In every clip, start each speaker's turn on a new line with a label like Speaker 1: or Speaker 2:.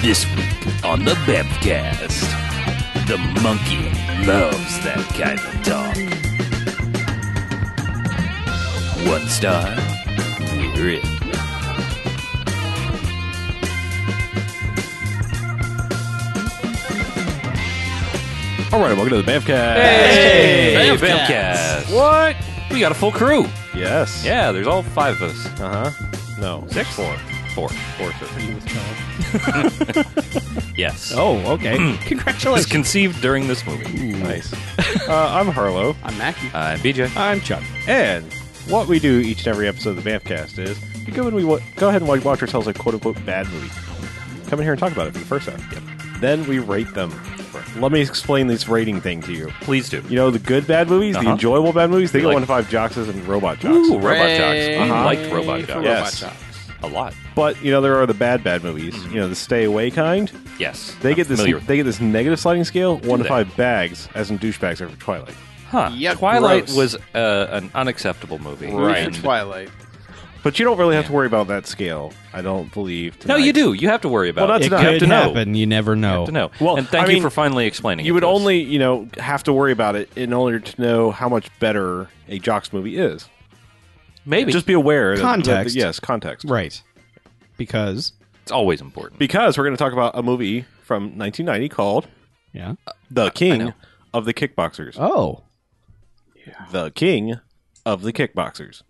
Speaker 1: This week on the Bebcast, the monkey loves that kind of talk. One star, we're in.
Speaker 2: All right, welcome to the Bamfcast.
Speaker 1: Hey,
Speaker 3: Bamfcast.
Speaker 1: Bamfcast. What? We got a full crew.
Speaker 2: Yes.
Speaker 1: Yeah, there's all five of us.
Speaker 2: Uh huh. No.
Speaker 1: Six? Four. Four. Four. Yes.
Speaker 2: Oh, okay.
Speaker 1: Hmm. It was
Speaker 3: Congratulations.
Speaker 1: conceived during this movie.
Speaker 2: nice. Uh, I'm Harlow,
Speaker 3: I'm Mackie.
Speaker 1: Uh, BJ.
Speaker 3: I'm Chuck.
Speaker 2: and what we do each and every episode of the Bamfcast is we go and we wa- go ahead and wa- watch ourselves a quote unquote bad movie. Come in here and talk about it for the first time. Then we rate them. Let me explain this rating thing to you.
Speaker 1: Please do.
Speaker 2: You know the good bad movies,
Speaker 1: Uh-huh.
Speaker 2: the enjoyable bad movies. They get
Speaker 1: Like-
Speaker 2: one to five joxes and robot Uh-huh. jocks.
Speaker 1: Ooh, Uh-huh. Robot Jocks. We
Speaker 3: Hooray
Speaker 1: liked Robot
Speaker 3: for
Speaker 1: Jocks.
Speaker 2: Yes.
Speaker 3: Robot
Speaker 1: A lot.
Speaker 2: But you know there are the bad bad movies.
Speaker 1: Mm-hmm.
Speaker 2: You know the stay away kind.
Speaker 1: Yes.
Speaker 2: They
Speaker 1: I'm
Speaker 2: get this.
Speaker 1: familiar with
Speaker 2: They get this negative sliding scale, one to
Speaker 1: they?
Speaker 2: five bags, as in douchebags over Twilight.
Speaker 1: Huh.
Speaker 3: Yuck,
Speaker 1: Twilight
Speaker 3: gross.
Speaker 1: was uh, an unacceptable movie.
Speaker 3: Jocks. Right.
Speaker 1: And-
Speaker 3: Twilight.
Speaker 2: But you don't really have
Speaker 1: Yeah.
Speaker 2: to worry about that scale, I don't believe.
Speaker 1: No,
Speaker 2: tonight.
Speaker 1: you do. You have to worry about
Speaker 2: Well,
Speaker 1: it.
Speaker 2: that's
Speaker 1: You
Speaker 2: not-
Speaker 1: have
Speaker 2: It
Speaker 1: to know.
Speaker 4: happen. You never
Speaker 1: You
Speaker 4: know.
Speaker 1: have to know.
Speaker 2: Well,
Speaker 1: and thank
Speaker 2: I
Speaker 1: you
Speaker 2: mean,
Speaker 1: for finally explaining.
Speaker 2: You
Speaker 1: it
Speaker 2: would
Speaker 1: to us.
Speaker 2: only, you know, have to worry about it in order to know how much better a jocks movie is.
Speaker 1: maybe
Speaker 2: Just be aware. that-
Speaker 4: Context.
Speaker 2: that- yes, context.
Speaker 4: Right. Because
Speaker 1: it's always important.
Speaker 2: Because we're going to talk about a movie from 1990 called
Speaker 4: yeah.
Speaker 2: The King
Speaker 1: know.
Speaker 2: of the Kickboxers.
Speaker 4: Oh.
Speaker 2: The King of the Kickboxers.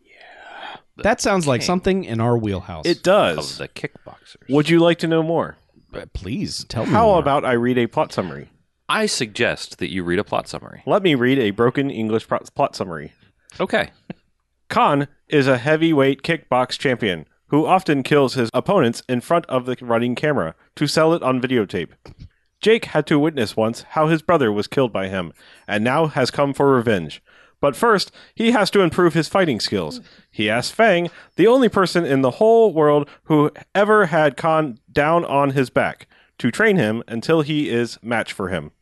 Speaker 4: That sounds like something in our wheelhouse.
Speaker 2: It
Speaker 1: of
Speaker 2: does.
Speaker 1: the kickboxers.
Speaker 2: Would you like to know more?
Speaker 4: Uh, Please tell me.
Speaker 2: How
Speaker 4: more.
Speaker 2: about I read a plot summary?
Speaker 1: I suggest that you read a plot summary.
Speaker 2: Let me read a broken English pro- plot summary.
Speaker 1: Okay.
Speaker 2: Khan is a heavyweight kickbox champion who often kills his opponents in front of the running camera to sell it on videotape. Jake had to witness once how his brother was killed by him and now has come for revenge. But first, he has to improve his fighting skills. He asks Fang, the only person in the whole world who ever had Khan down on his back, to train him until he is match for him.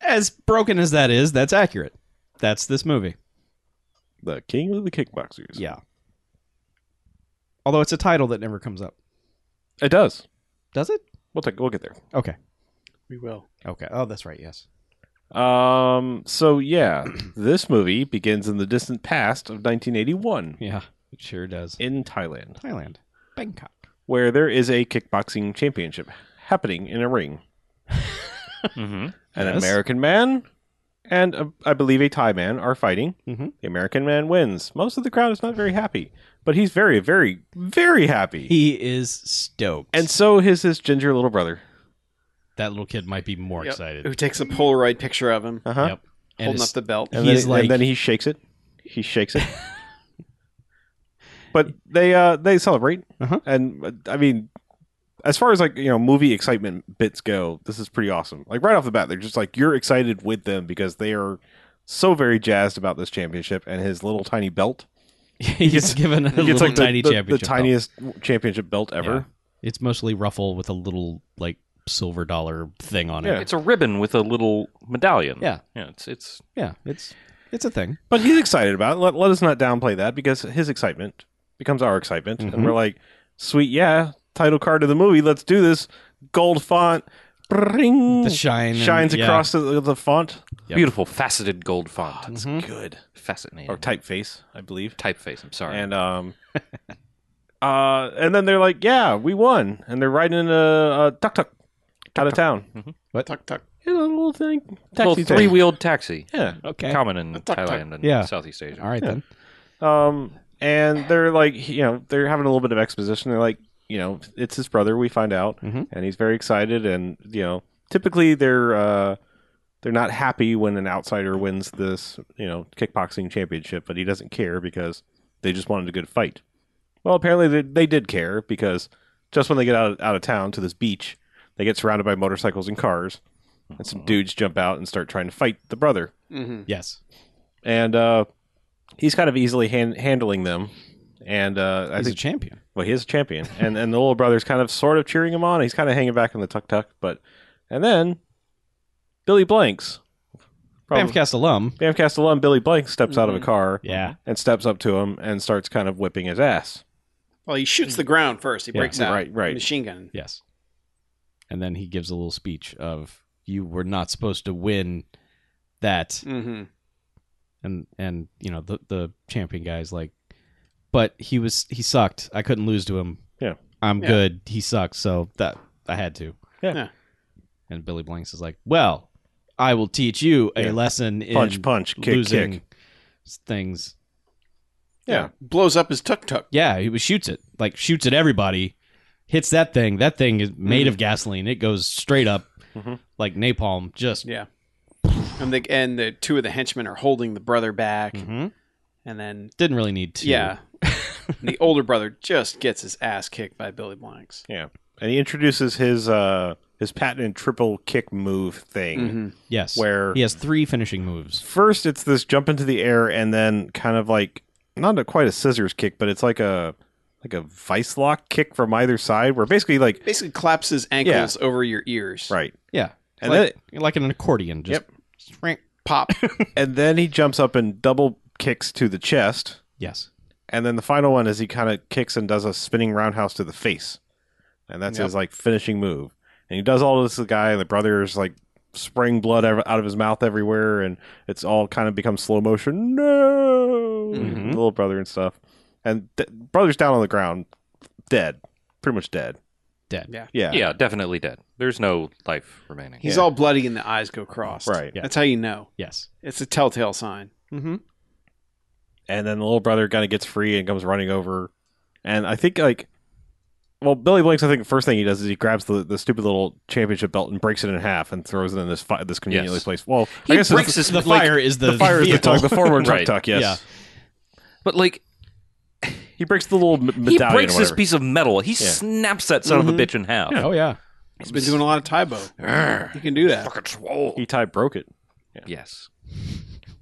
Speaker 4: as broken as that is? That's accurate. That's this movie.
Speaker 2: The king of the kickboxers.
Speaker 4: Yeah. Although it's a title that never comes up.
Speaker 2: It does.
Speaker 4: Does it?
Speaker 2: We'll, take, we'll get there.
Speaker 4: Okay.
Speaker 3: We will.
Speaker 4: Okay. Oh, that's right. Yes.
Speaker 2: Um. So yeah, this movie begins in the distant past of 1981
Speaker 4: Yeah. It sure does.
Speaker 2: in Thailand,
Speaker 4: Thailand, Bangkok.
Speaker 2: where there is a kickboxing championship happening in a ring.
Speaker 1: Mm-hmm.
Speaker 2: An
Speaker 4: Yes.
Speaker 2: American man and a, I believe a Thai man are fighting.
Speaker 4: Mhm.
Speaker 2: The American man wins. Most of the crowd is not very happy, but he's very, very, very happy.
Speaker 4: He is stoked.
Speaker 2: and so is his ginger little brother.
Speaker 4: that little kid might be more
Speaker 3: Yep. Who
Speaker 4: excited.
Speaker 3: takes a Polaroid picture of him,
Speaker 2: Uh huh.
Speaker 4: Yep. And
Speaker 3: holding
Speaker 4: it's-
Speaker 3: up the belt.
Speaker 2: and,
Speaker 4: He
Speaker 2: then,
Speaker 4: is
Speaker 2: and
Speaker 4: like-
Speaker 2: then he shakes it. He shakes it. but they uh they celebrate,
Speaker 4: Uh-huh.
Speaker 2: and uh, I mean, as far as like you know movie excitement bits go, this is pretty awesome. Like right off the bat, they're just like you're excited with them because they are so very jazzed about this championship and his little tiny belt.
Speaker 4: he gets given a
Speaker 2: He gets
Speaker 4: little
Speaker 2: like the,
Speaker 4: tiny
Speaker 2: the- the
Speaker 4: championship. belt.
Speaker 2: tiniest championship belt ever.
Speaker 4: It's mostly ruffle with a little like silver dollar thing on
Speaker 2: Yeah.
Speaker 4: it.
Speaker 1: It's a ribbon with a little medallion.
Speaker 4: Yeah.
Speaker 1: Yeah. It's it's
Speaker 4: Yeah, it's it's a thing.
Speaker 2: But he's excited about it. Let, let us not downplay that because his excitement becomes our excitement. And
Speaker 4: Mhm.
Speaker 2: we're like, sweet, yeah, title card of the movie. Let's do this. Gold font. Bring.
Speaker 4: The shine and-
Speaker 2: shines
Speaker 4: yeah.
Speaker 2: across the, the font.
Speaker 4: Yep.
Speaker 1: beautiful faceted gold font. It's
Speaker 4: Mhm.
Speaker 2: Good.
Speaker 1: fascinating.
Speaker 2: Mm-hmm. Or typeface, I believe.
Speaker 1: typeface. I'm sorry.
Speaker 2: And, um,. Uh, and then they're like, "Yeah, we won," and they're riding in a, a tuk tuk out of town.
Speaker 3: Tuck tuck.
Speaker 2: Yeah, a little thing,
Speaker 1: little
Speaker 2: taxi thing.
Speaker 1: three wheeled taxi.
Speaker 2: Yeah,
Speaker 4: Okay.
Speaker 1: Common in
Speaker 3: tuk-tuk.
Speaker 1: Thailand and
Speaker 4: Yeah.
Speaker 1: Southeast Asia.
Speaker 4: All right then.
Speaker 2: Um, and they're like, you know, they're having a little bit of exposition. They're like, you know, it's his brother. We find out,
Speaker 4: Mhm.
Speaker 2: and he's very excited. And you know, typically they're uh, they're not happy when an outsider wins this, you know, kickboxing championship. But he doesn't care because they just wanted a good fight. Well, apparently they, they did care because just when they get out out of town to this beach, they get surrounded by motorcycles and cars, and some dudes jump out and start trying to fight the brother
Speaker 3: Mm-hmm.
Speaker 4: Yes.
Speaker 2: and uh, he's kind of easily han- handling them. And uh, I
Speaker 4: He's a
Speaker 2: think,
Speaker 4: champion.
Speaker 2: well, he is a champion, and and the little brother's kind of sort of cheering him on. He's kind of hanging back in the tuk tuk, but and then Billy Blanks, probably-
Speaker 4: Bamfcast alum.
Speaker 2: Bamcast alum Billy Blanks steps out of a car
Speaker 4: Yeah.
Speaker 2: and steps up to him and starts kind of whipping his ass.
Speaker 3: Well, he shoots the ground first. He
Speaker 4: Yeah,
Speaker 3: breaks out.
Speaker 2: right, right.
Speaker 3: Machine gun.
Speaker 4: Yes. And then he gives a little speech of you were not supposed to win that
Speaker 3: Mm-hmm.
Speaker 4: and and you know the the champion guy's like but he was he sucked. I couldn't lose to him.
Speaker 2: Yeah.
Speaker 4: I'm
Speaker 3: Yeah.
Speaker 4: good. He sucked, so that I had to.
Speaker 2: Yeah.
Speaker 3: Yeah.
Speaker 4: And Billy Blanks is like, "Well, I will teach you a
Speaker 2: Yeah.
Speaker 4: lesson
Speaker 2: Punch,
Speaker 4: in
Speaker 2: punch, kick,
Speaker 4: losing
Speaker 2: kick.
Speaker 4: things."
Speaker 3: Yeah. Blows up his tuk tuk.
Speaker 4: Yeah, he was- shoots it. Like shoots at everybody. Hits that thing. That thing is made
Speaker 3: Mm-hmm.
Speaker 4: of gasoline. It goes straight up
Speaker 2: Mhm.
Speaker 4: like napalm. Just
Speaker 3: Yeah. And the and the two of the henchmen are holding the brother back,
Speaker 2: Mm-hmm.
Speaker 4: Mhm.
Speaker 3: and then
Speaker 4: didn't really need to.
Speaker 3: yeah, the older brother just gets his ass kicked by Billy Blanks.
Speaker 2: And he introduces his uh his patented triple kick move thing.
Speaker 3: Mhm.
Speaker 4: Yes.
Speaker 2: Where
Speaker 4: he has three finishing moves.
Speaker 2: first it's this jump into the air and then kind of like not a, quite a scissors kick, but it's like a like a vice lock kick from either side where basically like
Speaker 3: Basically, claps his ankles over your ears.
Speaker 2: right.
Speaker 4: Yeah.
Speaker 2: And
Speaker 4: like, like an accordion. Just Frank.
Speaker 3: Pop.
Speaker 2: And then he jumps up and double kicks to the chest.
Speaker 4: Yes.
Speaker 2: And then the final one is he kind of kicks and does a spinning roundhouse to the face. And that's
Speaker 3: Yep.
Speaker 2: his like finishing move. And he does all this to the guy and the brother's like spraying blood ev- out of his mouth everywhere and it's all kind of becomes slow motion. No.
Speaker 3: Mhm.
Speaker 2: The little brother and stuff. And th- brother's down on the ground dead. Pretty much dead.
Speaker 4: Dead.
Speaker 3: Yeah.
Speaker 2: Yeah.
Speaker 5: Yeah, definitely dead. There's no life remaining.
Speaker 3: He's
Speaker 2: Yeah.
Speaker 3: all bloody and the eyes go crossed.
Speaker 2: Right.
Speaker 4: Yeah.
Speaker 3: That's how you know.
Speaker 4: Yes.
Speaker 3: It's a telltale sign.
Speaker 4: Mm-hmm.
Speaker 2: and then the little brother kind of gets free and comes running over and i think like well billy blanks i think the first thing he does is he grabs the, the stupid little championship belt and breaks it in half and throws it in this fi- this conveniently
Speaker 5: Yes.
Speaker 2: placed well
Speaker 5: He
Speaker 2: i guess
Speaker 5: breaks
Speaker 2: the,
Speaker 5: his
Speaker 4: The
Speaker 5: like,
Speaker 4: fire is the,
Speaker 2: the fire is the
Speaker 4: vehicle.
Speaker 2: tuck the former tuck
Speaker 5: Right.
Speaker 2: tuck yes
Speaker 5: But like
Speaker 2: he breaks the little m-
Speaker 5: he
Speaker 2: medallion
Speaker 5: breaks
Speaker 2: or
Speaker 5: this
Speaker 2: whatever.
Speaker 5: piece of metal. He
Speaker 2: Yeah. Mm-hmm.
Speaker 5: snaps that son of a bitch in half.
Speaker 4: Oh yeah.
Speaker 3: He's been doing a lot of Taibo.
Speaker 5: Arrgh.
Speaker 3: You can do that.
Speaker 5: Fucking swole.
Speaker 2: he tie broke it
Speaker 5: Yes.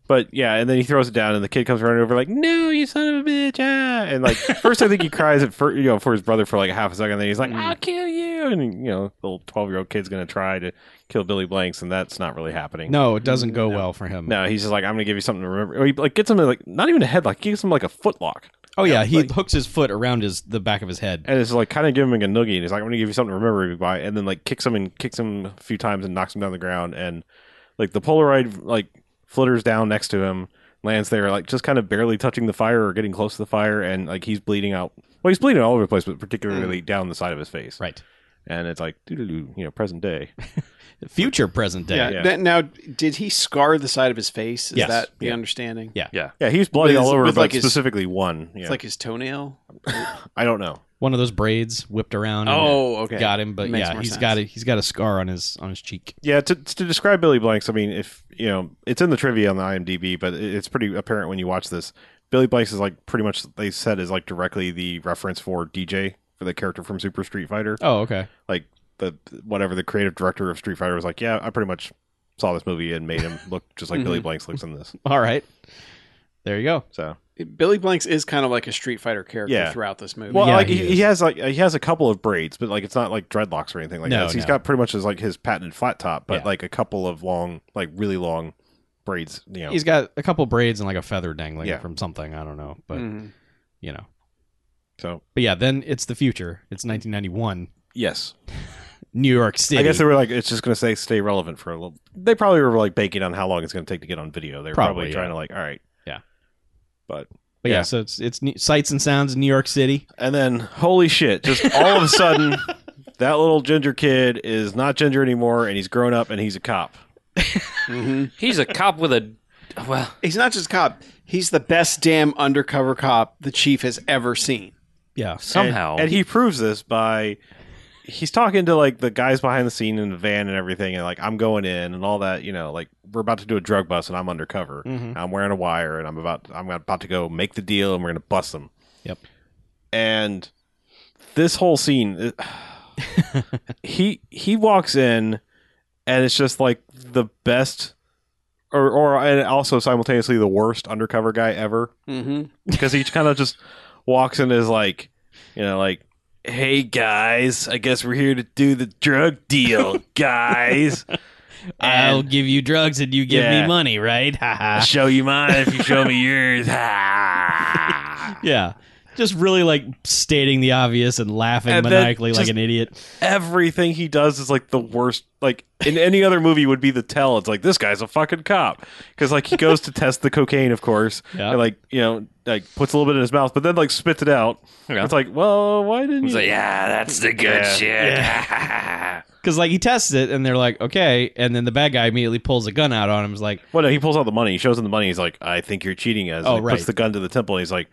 Speaker 2: but yeah and then he throws it down and the kid comes running over like no you son of a bitch ah! and like first i think he cries at for you know for his brother for like half a second then he's like
Speaker 5: Mm.
Speaker 2: i'll kill you and you know the little 12 year old kid's gonna try to kill billy blanks and that's not really happening
Speaker 4: No, it doesn't go well for him.
Speaker 2: No, he's just like, I'm gonna give you something to remember. Or he like gets him like not even a headlock, he gives him like a footlock,
Speaker 4: Oh yeah, he
Speaker 2: like-
Speaker 4: hooks his foot around his the back of his head.
Speaker 2: and it's like kind of giving him a noogie, and he's like, I'm gonna give you something to remember me by, and then like kicks him and kicks him a few times and knocks him down the ground, and like the Polaroid like flitters down next to him, lands there like just kind of barely touching the fire or getting close to the fire, and like he's bleeding out. Well, he's bleeding all over the place, but particularly
Speaker 3: Mm.
Speaker 2: down the side of his face,
Speaker 4: Right.
Speaker 2: and it's like, doo-doo-doo, you know, present day.
Speaker 4: Future present day.
Speaker 3: Yeah.
Speaker 2: yeah.
Speaker 3: That- now, did he scar the side of his face? Is
Speaker 4: Yes.
Speaker 3: that the understanding?
Speaker 4: Yeah.
Speaker 2: Yeah, he's bloody
Speaker 3: With-
Speaker 2: all over,
Speaker 3: with,
Speaker 2: but
Speaker 3: like, his-
Speaker 2: specifically one. Yeah,
Speaker 3: It's like his toenail.
Speaker 2: I don't know.
Speaker 4: One of those braids whipped around. and
Speaker 3: Oh, okay.
Speaker 4: Mm-hmm. Got him, but
Speaker 3: Makes
Speaker 4: yeah,
Speaker 3: more
Speaker 4: he's
Speaker 3: sense.
Speaker 4: got a, he's got a scar on his on his cheek.
Speaker 2: Yeah, to, to describe Billy Blanks, I mean, if you know, it's in the trivia on the IMDb, but it- it's pretty apparent when you watch this. Billy Blanks is like pretty much they said is like directly the reference for DJ for the character from Super Street Fighter.
Speaker 4: Oh, okay.
Speaker 2: Like the whatever the creative director of Street Fighter was like, yeah, I pretty much saw this movie and made him look just like
Speaker 4: Mm-hmm.
Speaker 2: Billy Blanks looks in this.
Speaker 4: All right. There you go.
Speaker 2: So
Speaker 3: Billy Blanks is kind of like a Street Fighter character
Speaker 2: Yeah.
Speaker 3: throughout this movie.
Speaker 2: well,
Speaker 4: Yeah,
Speaker 2: like
Speaker 4: he
Speaker 2: he,
Speaker 4: is.
Speaker 2: he has like he has a couple of braids, but like it's not like dreadlocks or anything like
Speaker 4: No,
Speaker 2: that. So he's
Speaker 4: no.
Speaker 2: got pretty much his like his patented flat top, but
Speaker 4: Yeah.
Speaker 2: like a couple of long, like really long braids. You know,
Speaker 4: He's got a couple braids and like a feather dangling
Speaker 2: Yeah.
Speaker 4: from something. I don't know, but
Speaker 3: Mhm.
Speaker 4: you know.
Speaker 2: so
Speaker 4: But yeah, then it's the future. It's 1991,
Speaker 2: yes.
Speaker 4: New York City.
Speaker 2: I guess they were like, it's just going to say stay relevant for a little. They probably were like banking on how long it's going to take to get on video. They were probably,
Speaker 4: Probably, yeah.
Speaker 2: trying to like, all right,
Speaker 4: But yeah,
Speaker 2: Yeah.
Speaker 4: so it's it's ne- sights and sounds in New York City.
Speaker 2: and then holy shit, just all of a sudden, that little ginger kid is not ginger anymore, and he's grown up and he's a cop.
Speaker 3: Mhm.
Speaker 5: He's a cop with a well.
Speaker 3: He's not just a cop. He's the best damn undercover cop the chief has ever seen.
Speaker 4: Yeah.
Speaker 5: Somehow.
Speaker 2: and, and he proves this by he's talking to like the guys behind the scene in the van and everything, and like I'm going in and all that. You know, like we're about to do a drug bust, and I'm undercover. I'm wearing a wire, and I'm about I'm about to go make the deal, and we're going to bust them.
Speaker 4: Yep.
Speaker 2: and this whole scene it- he he walks in and it's just like the best or or and also simultaneously the worst undercover guy ever
Speaker 3: Mm-hmm.
Speaker 2: because he kind of just walks in as like you know like hey guys i guess we're here to do the drug deal guys
Speaker 4: I'll
Speaker 2: And-
Speaker 4: give you drugs and you give me
Speaker 2: Yeah.
Speaker 4: money, right? Ha
Speaker 2: I'll
Speaker 4: ha.
Speaker 2: show you mine if you show me yours Ha.
Speaker 4: yeah. just really like stating the obvious and laughing
Speaker 2: And then
Speaker 4: maniacally like
Speaker 2: just-
Speaker 4: an idiot.
Speaker 2: Everything he does is like the worst. Like in any other movie would be the tell. It's like this guy's a fucking cop because like he goes to test the cocaine, of course,
Speaker 4: Yeah.
Speaker 2: and like you know like puts a little bit in his mouth, but then like spits it out.
Speaker 5: Yeah.
Speaker 2: It's like, well, why didn't
Speaker 5: It's
Speaker 2: you?
Speaker 5: like, yeah, that's the good
Speaker 2: Yeah.
Speaker 5: shit.
Speaker 4: Because like he tests it and they're like, okay, and then the bad guy immediately pulls a gun out on him. Is like,
Speaker 2: Well, no, he pulls out the money. He shows him the money. He's like, I think you're cheating us.
Speaker 4: Oh,
Speaker 2: And he Puts
Speaker 4: right.
Speaker 2: the gun to the temple. And he's like,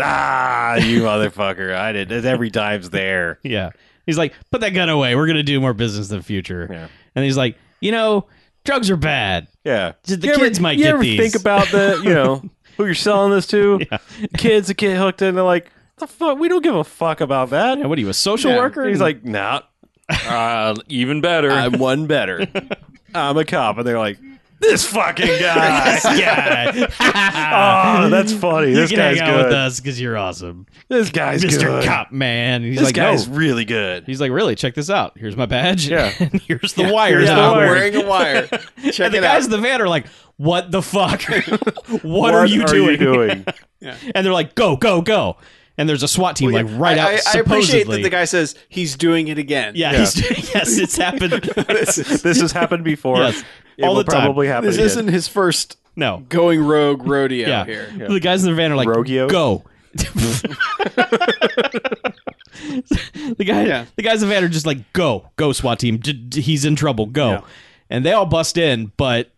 Speaker 2: ah, you motherfucker. I did. it Every time's there.
Speaker 4: yeah, he's like, put that gun away. We're gonna do more business in the future.
Speaker 2: Yeah.
Speaker 4: And he's like, you know, drugs are bad.
Speaker 2: Yeah.
Speaker 4: The
Speaker 2: you
Speaker 4: kids
Speaker 2: ever,
Speaker 4: might
Speaker 2: you
Speaker 4: get
Speaker 2: ever
Speaker 4: these.
Speaker 2: think about the, you know, who you're selling this to? Kids that get hooked in. They're like, the fuck? We don't give a fuck about that.
Speaker 4: And what are you, a social
Speaker 2: Yeah.
Speaker 4: worker?
Speaker 2: He's like, nah,
Speaker 5: Uh, even better.
Speaker 2: I'm one better. I'm a cop. And they're like, this fucking guy.
Speaker 4: yeah,
Speaker 2: oh, that's funny.
Speaker 4: you
Speaker 2: This
Speaker 4: can hang
Speaker 2: guy's
Speaker 4: out with
Speaker 2: good.
Speaker 4: us because you're awesome,
Speaker 2: This guy's
Speaker 4: Mister
Speaker 2: good.
Speaker 4: Cop Man. And he's
Speaker 2: This
Speaker 4: like,
Speaker 2: guy's
Speaker 4: no.
Speaker 2: really good.
Speaker 4: He's like, really? Check this out. Here's my badge.
Speaker 2: Yeah.
Speaker 4: And here's the wire.
Speaker 2: here's
Speaker 4: that
Speaker 2: the
Speaker 4: I'm
Speaker 2: wire.
Speaker 4: wearing.
Speaker 3: wearing a wire. Check
Speaker 4: and the
Speaker 3: it
Speaker 4: guys
Speaker 3: out.
Speaker 4: in the van are like, "What the fuck? what, are you doing?"
Speaker 2: doing?
Speaker 4: And they're like, "Go, go, go!" And there's a SWAT team like right
Speaker 3: I,
Speaker 4: out.
Speaker 3: I, I appreciate
Speaker 4: supposedly.
Speaker 3: that the guy says he's doing it again.
Speaker 4: Yeah,
Speaker 2: Yeah.
Speaker 4: He's, yes, it's happened.
Speaker 3: this, is,
Speaker 2: this has happened before.
Speaker 4: Yes.
Speaker 2: It
Speaker 4: All
Speaker 2: will
Speaker 4: the time.
Speaker 2: probably happen.
Speaker 3: this
Speaker 2: again.
Speaker 3: isn't his first
Speaker 4: no,
Speaker 3: going rogue rodeo
Speaker 4: yeah.
Speaker 3: here.
Speaker 4: The guys in the van are like,
Speaker 2: Roguio?
Speaker 4: "Go." the guy,
Speaker 3: Yeah.
Speaker 4: the guys in the van are just like, "Go, go, SWAT team! D- d- he's in trouble. Go!" And they all bust in, but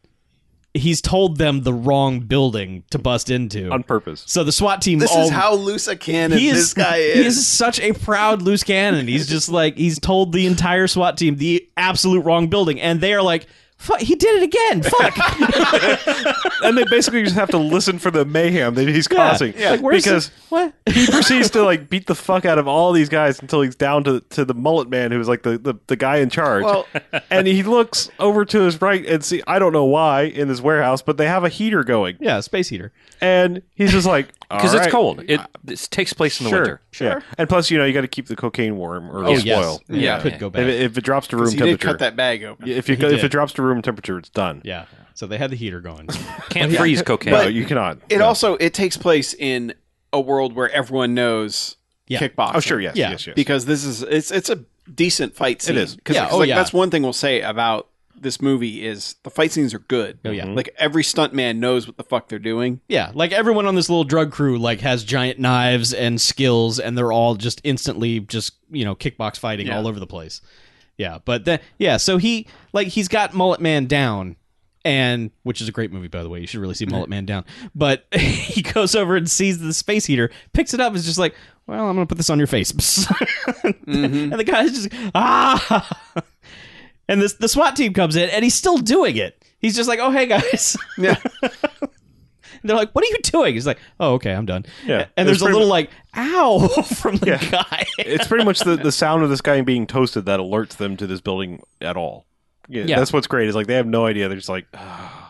Speaker 4: he's told them the wrong building to bust into.
Speaker 2: on purpose.
Speaker 4: so the SWAT team
Speaker 3: This
Speaker 4: all
Speaker 3: is how loose a cannon
Speaker 4: he is,
Speaker 3: this guy is.
Speaker 4: He is such a proud loose cannon. He's just like he's told the entire SWAT team the absolute wrong building, and they are like, "Fuck, he did it again! Fuck!"
Speaker 2: And they basically just have to listen for the mayhem that he's causing.
Speaker 4: Like, where's
Speaker 2: because
Speaker 4: the- what?
Speaker 2: he proceeds to like beat the fuck out of all these guys until he's down to to the mullet man who's like the, the, the guy in charge.
Speaker 3: Well-
Speaker 2: and he looks over to his right and see I don't know why in this warehouse, but they have a heater going.
Speaker 4: Yeah, space heater.
Speaker 2: And he's just like
Speaker 5: Because
Speaker 2: "All
Speaker 5: it's
Speaker 2: right,
Speaker 5: cold. It this takes place in the
Speaker 2: Sure.
Speaker 5: winter.
Speaker 2: Sure. And plus, you know, you got to keep the cocaine warm or it'll
Speaker 4: Oh, yes.
Speaker 2: spoil.
Speaker 4: Yeah, it could go
Speaker 2: If,
Speaker 4: bad.
Speaker 2: it- if it drops to room
Speaker 3: he did
Speaker 2: temperature,
Speaker 3: cut that bag open.
Speaker 2: if you if
Speaker 4: did.
Speaker 2: it drops to room temperature, it's done.
Speaker 4: yeah. So they had the heater going. Oh,
Speaker 5: Can't freeze cocaine.
Speaker 2: No, you cannot.
Speaker 3: It
Speaker 2: No.
Speaker 3: also it takes place in a world where everyone knows
Speaker 4: Yeah.
Speaker 3: kickboxing.
Speaker 2: Oh, sure. Yes.
Speaker 4: Yeah.
Speaker 2: Yes. Yes.
Speaker 3: because this is it's it's a decent fight scene.
Speaker 2: is.
Speaker 3: because
Speaker 4: Yeah, oh,
Speaker 3: like,
Speaker 4: yeah.
Speaker 3: that's one thing we'll say about this movie is the fight scenes are good.
Speaker 4: Oh, yeah.
Speaker 3: like every stuntman knows what the fuck they're doing.
Speaker 4: yeah, like everyone on this little drug crew like has giant knives and skills, and they're all just instantly just you know kickbox fighting all over the place. Yeah, but then yeah, so he like he's got Mullet Man down, and which is a great movie by the way. You should really see Mullet Man down. But he goes over and sees the space heater, picks it up, is just like, well, I'm gonna put this on your face, and the guy's just ah. And this the SWAT team comes in, and he's still doing it. He's just like, oh hey guys.
Speaker 3: Yeah.
Speaker 4: And they're like, "What are you doing?" He's like, "Oh, okay, I'm done."
Speaker 2: Yeah.
Speaker 4: and
Speaker 2: It's
Speaker 4: there's a
Speaker 2: pretty
Speaker 4: little like, "Ow!" from the
Speaker 2: Yeah.
Speaker 4: guy.
Speaker 2: it's pretty much the, the sound of this guy being toasted that alerts them to this building at all. Yeah,
Speaker 4: Yeah.
Speaker 2: That's what's great is like they have no idea. They're just like,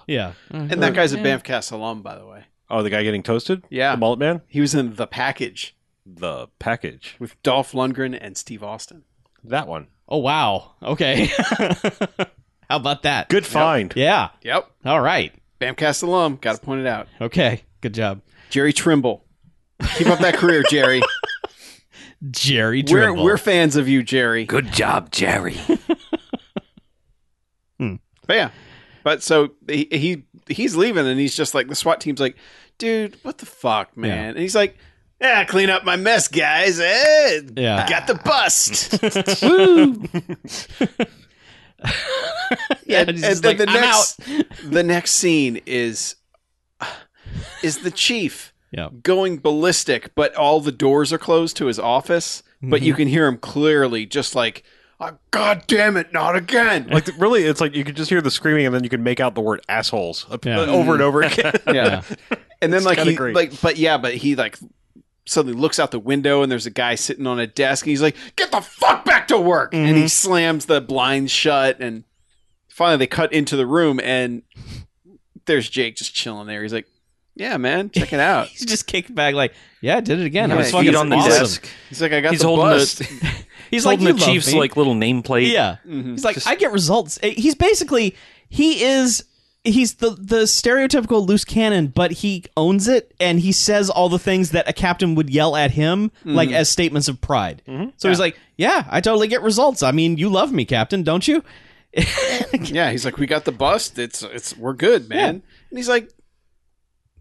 Speaker 4: yeah,
Speaker 3: And that guy's a Banff Cast alum, by the way.
Speaker 2: oh, the guy getting toasted.
Speaker 3: Yeah.
Speaker 2: the mullet man,
Speaker 3: He was in the package
Speaker 2: the package.
Speaker 3: with Dolph Lundgren and Steve Austin.
Speaker 2: That one,
Speaker 4: Oh wow. Okay. How about that?
Speaker 2: good find.
Speaker 4: Yeah.
Speaker 3: Yep,
Speaker 4: All right.
Speaker 3: Bamcast alum. Got to point it out.
Speaker 4: Okay. Good job,
Speaker 3: Jerry Trimble. Keep up that career, Jerry.
Speaker 4: Jerry.
Speaker 3: we're
Speaker 4: Trimble.
Speaker 3: we're fans of you, Jerry.
Speaker 5: Good job, Jerry.
Speaker 3: But yeah. But so he, he he's leaving and he's just like the SWAT team's like, dude, what the fuck, man?
Speaker 4: Yeah.
Speaker 3: And he's like, Yeah, clean up my mess, guys. Eh,
Speaker 4: Yeah.
Speaker 3: Got the bust. yeah,
Speaker 4: yeah.
Speaker 3: and, and
Speaker 4: he's just
Speaker 3: then
Speaker 4: like,
Speaker 3: the
Speaker 4: "I'm
Speaker 3: next
Speaker 4: out."
Speaker 3: the next scene is is the chief
Speaker 4: Yeah.
Speaker 3: going ballistic, but all the doors are closed to his office, but you can hear him clearly just like oh, God damn it, not again.
Speaker 2: Like th- really, it's like you could just hear the screaming and then you can make out the word assholes up- uh,
Speaker 4: Yeah.
Speaker 2: over and over again.
Speaker 3: yeah. And then like
Speaker 2: kinda
Speaker 3: he
Speaker 2: great.
Speaker 3: like but yeah, but he like suddenly looks out the window and there's a guy sitting on a desk and he's like, "Get the fuck back to work." And he slams the blinds shut and finally they cut into the room and there's Jake just chilling there. He's like, "Yeah, man, check it out."
Speaker 4: He's just kicked back like, "Yeah, I did it again. I
Speaker 3: Yeah,
Speaker 4: was
Speaker 3: he's
Speaker 4: fucking
Speaker 5: on the
Speaker 4: awesome."
Speaker 5: desk.
Speaker 3: He's like, "I got
Speaker 5: He's
Speaker 3: the
Speaker 5: holding
Speaker 3: bust."
Speaker 5: the,
Speaker 4: He's
Speaker 5: he's
Speaker 4: like,
Speaker 5: holding
Speaker 4: "You
Speaker 5: the
Speaker 4: love
Speaker 5: chief's
Speaker 4: me."
Speaker 3: Mm-hmm.
Speaker 5: like little nameplate.
Speaker 4: Yeah. He's like, I get results. He's basically Eh, he is he's the the stereotypical loose cannon, but he owns it and he says all the things that a captain would yell at him, like as statements of pride. So he's like, "Yeah, I totally get results. I mean, you love me, captain, don't you?"
Speaker 3: Yeah, he's like, we got the bust. It's it's we're good, man. And he's like,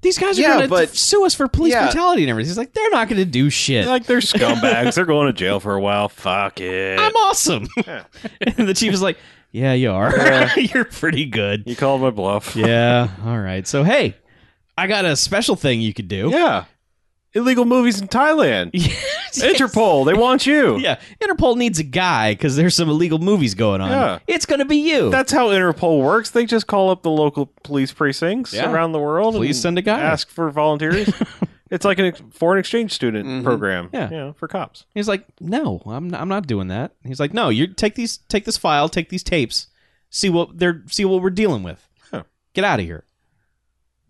Speaker 4: These guys are
Speaker 3: Yeah,
Speaker 4: going to
Speaker 3: but-
Speaker 4: sue us for police
Speaker 3: yeah.
Speaker 4: brutality and everything. He's like, "They're not going to do shit."
Speaker 2: Like they're scumbags. they're going to jail for a while. Fuck it.
Speaker 4: I'm awesome. and the chief is like, "Yeah, you are. You're pretty good."
Speaker 2: you called my bluff.
Speaker 4: Yeah. All right. So hey, I got a special thing you could do.
Speaker 2: Yeah. Illegal movies in Thailand. Interpol, they want you.
Speaker 4: Yeah, Interpol needs a guy because there's some illegal movies going on.
Speaker 2: Yeah.
Speaker 4: It's going to be you.
Speaker 2: That's how Interpol works. They just call up the local police precincts
Speaker 4: Yeah.
Speaker 2: around the world.
Speaker 4: Please
Speaker 2: and
Speaker 4: send a guy.
Speaker 2: Ask for volunteers. it's like a foreign exchange student program.
Speaker 4: Mm-hmm. Yeah.
Speaker 2: You know, for cops.
Speaker 4: He's like, no, I'm I'm not doing that. He's like, no, you take these, take this file, take these tapes, see what they're see what we're dealing with.
Speaker 2: Huh.
Speaker 4: Get out of here.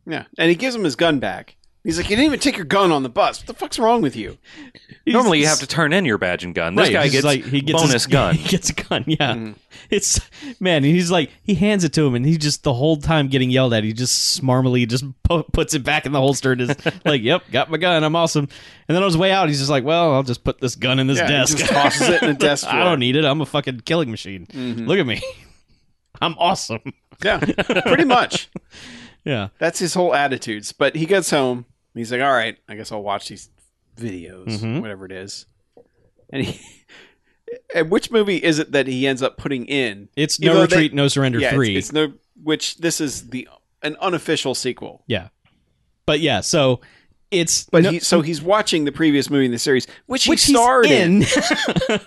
Speaker 3: yeah. And he gives him his gun back. He's like, you didn't even take your gun on the bus. What the fuck's wrong with you?
Speaker 5: Normally, you have to turn in your badge and gun. This
Speaker 4: Right,
Speaker 5: guy
Speaker 4: he's
Speaker 5: gets
Speaker 4: like he gets
Speaker 5: bonus
Speaker 4: his,
Speaker 5: gun.
Speaker 4: He gets a gun. Yeah,
Speaker 3: Mm-hmm.
Speaker 4: it's man. He's like he hands it to him, and he just the whole time getting yelled at. He just smarmily just pu- puts it back in the holster and is like, "Yep, got my gun. I'm awesome." And then on his way out, he's just like, "Well, I'll just put this gun in this
Speaker 3: Yeah, he
Speaker 4: desk.
Speaker 3: just tosses it in a desk
Speaker 4: I
Speaker 3: drawer. Mm-hmm.
Speaker 4: don't need it. I'm a fucking killing machine. Look at me. I'm awesome."
Speaker 3: Yeah, pretty much.
Speaker 4: Yeah.
Speaker 3: That's his whole attitudes. But he gets home and he's like, all right, I guess I'll watch these videos,
Speaker 4: Mhm.
Speaker 3: whatever it is. And he, and which movie is it that he ends up putting in?
Speaker 4: It's
Speaker 3: Even
Speaker 4: no
Speaker 3: though they-
Speaker 4: retreat, no surrender
Speaker 3: yeah, it's-
Speaker 4: three.
Speaker 3: It's, no, which this is the an unofficial sequel.
Speaker 4: yeah, but yeah, so it's
Speaker 3: But
Speaker 4: no-
Speaker 3: he, so he's watching the previous movie in the series, which,
Speaker 4: which
Speaker 3: he starred
Speaker 4: he's
Speaker 3: in.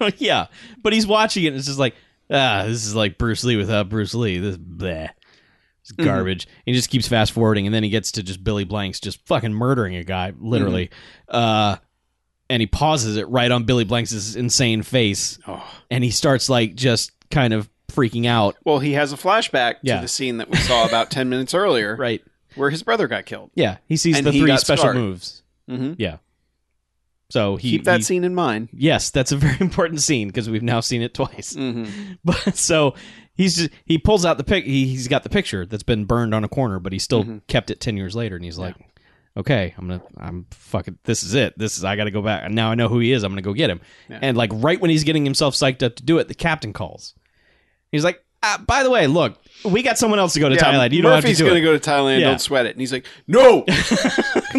Speaker 4: in. yeah, but he's watching it. and It's just like ah, this is like Bruce Lee without Bruce Lee. This bleh, it's
Speaker 3: Mm-hmm.
Speaker 4: garbage. And he just keeps fast forwarding, and then he gets to just Billy Blanks just fucking murdering a guy, literally.
Speaker 3: Mm-hmm.
Speaker 4: Uh, and he pauses it right on Billy Blanks' insane face,
Speaker 3: Oh.
Speaker 4: and he starts like just kind of freaking out.
Speaker 3: Well, he has a flashback
Speaker 4: Yeah.
Speaker 3: to the scene that we saw about ten minutes earlier,
Speaker 4: Right?
Speaker 3: where his brother got killed.
Speaker 4: Yeah, he sees
Speaker 3: And
Speaker 4: the
Speaker 3: he
Speaker 4: three
Speaker 3: got
Speaker 4: special
Speaker 3: scarred.
Speaker 4: moves.
Speaker 3: Mm-hmm.
Speaker 4: So he
Speaker 3: Keep that
Speaker 4: he-
Speaker 3: scene in mind.
Speaker 4: Yes, that's a very important scene because we've now seen it twice.
Speaker 3: Mm-hmm.
Speaker 4: But so he's just, he pulls out the pic. He, he's got the picture that's been burned on a corner, but he still
Speaker 3: Mhm.
Speaker 4: kept it ten years later, and he's like, "Okay, I'm gonna, I'm fucking. This is it. This is. I got to go back. And now I know who he is. I'm gonna go get him."
Speaker 3: Yeah.
Speaker 4: And like right when he's getting himself psyched up to do it, the captain calls. He's like, ah, "By the way, look, we got someone else to go to Thailand. You don't have to
Speaker 3: Murphy's
Speaker 4: do
Speaker 3: gonna
Speaker 4: it.
Speaker 3: go to Thailand.
Speaker 4: Yeah.
Speaker 3: Don't sweat it. And he's like, "No,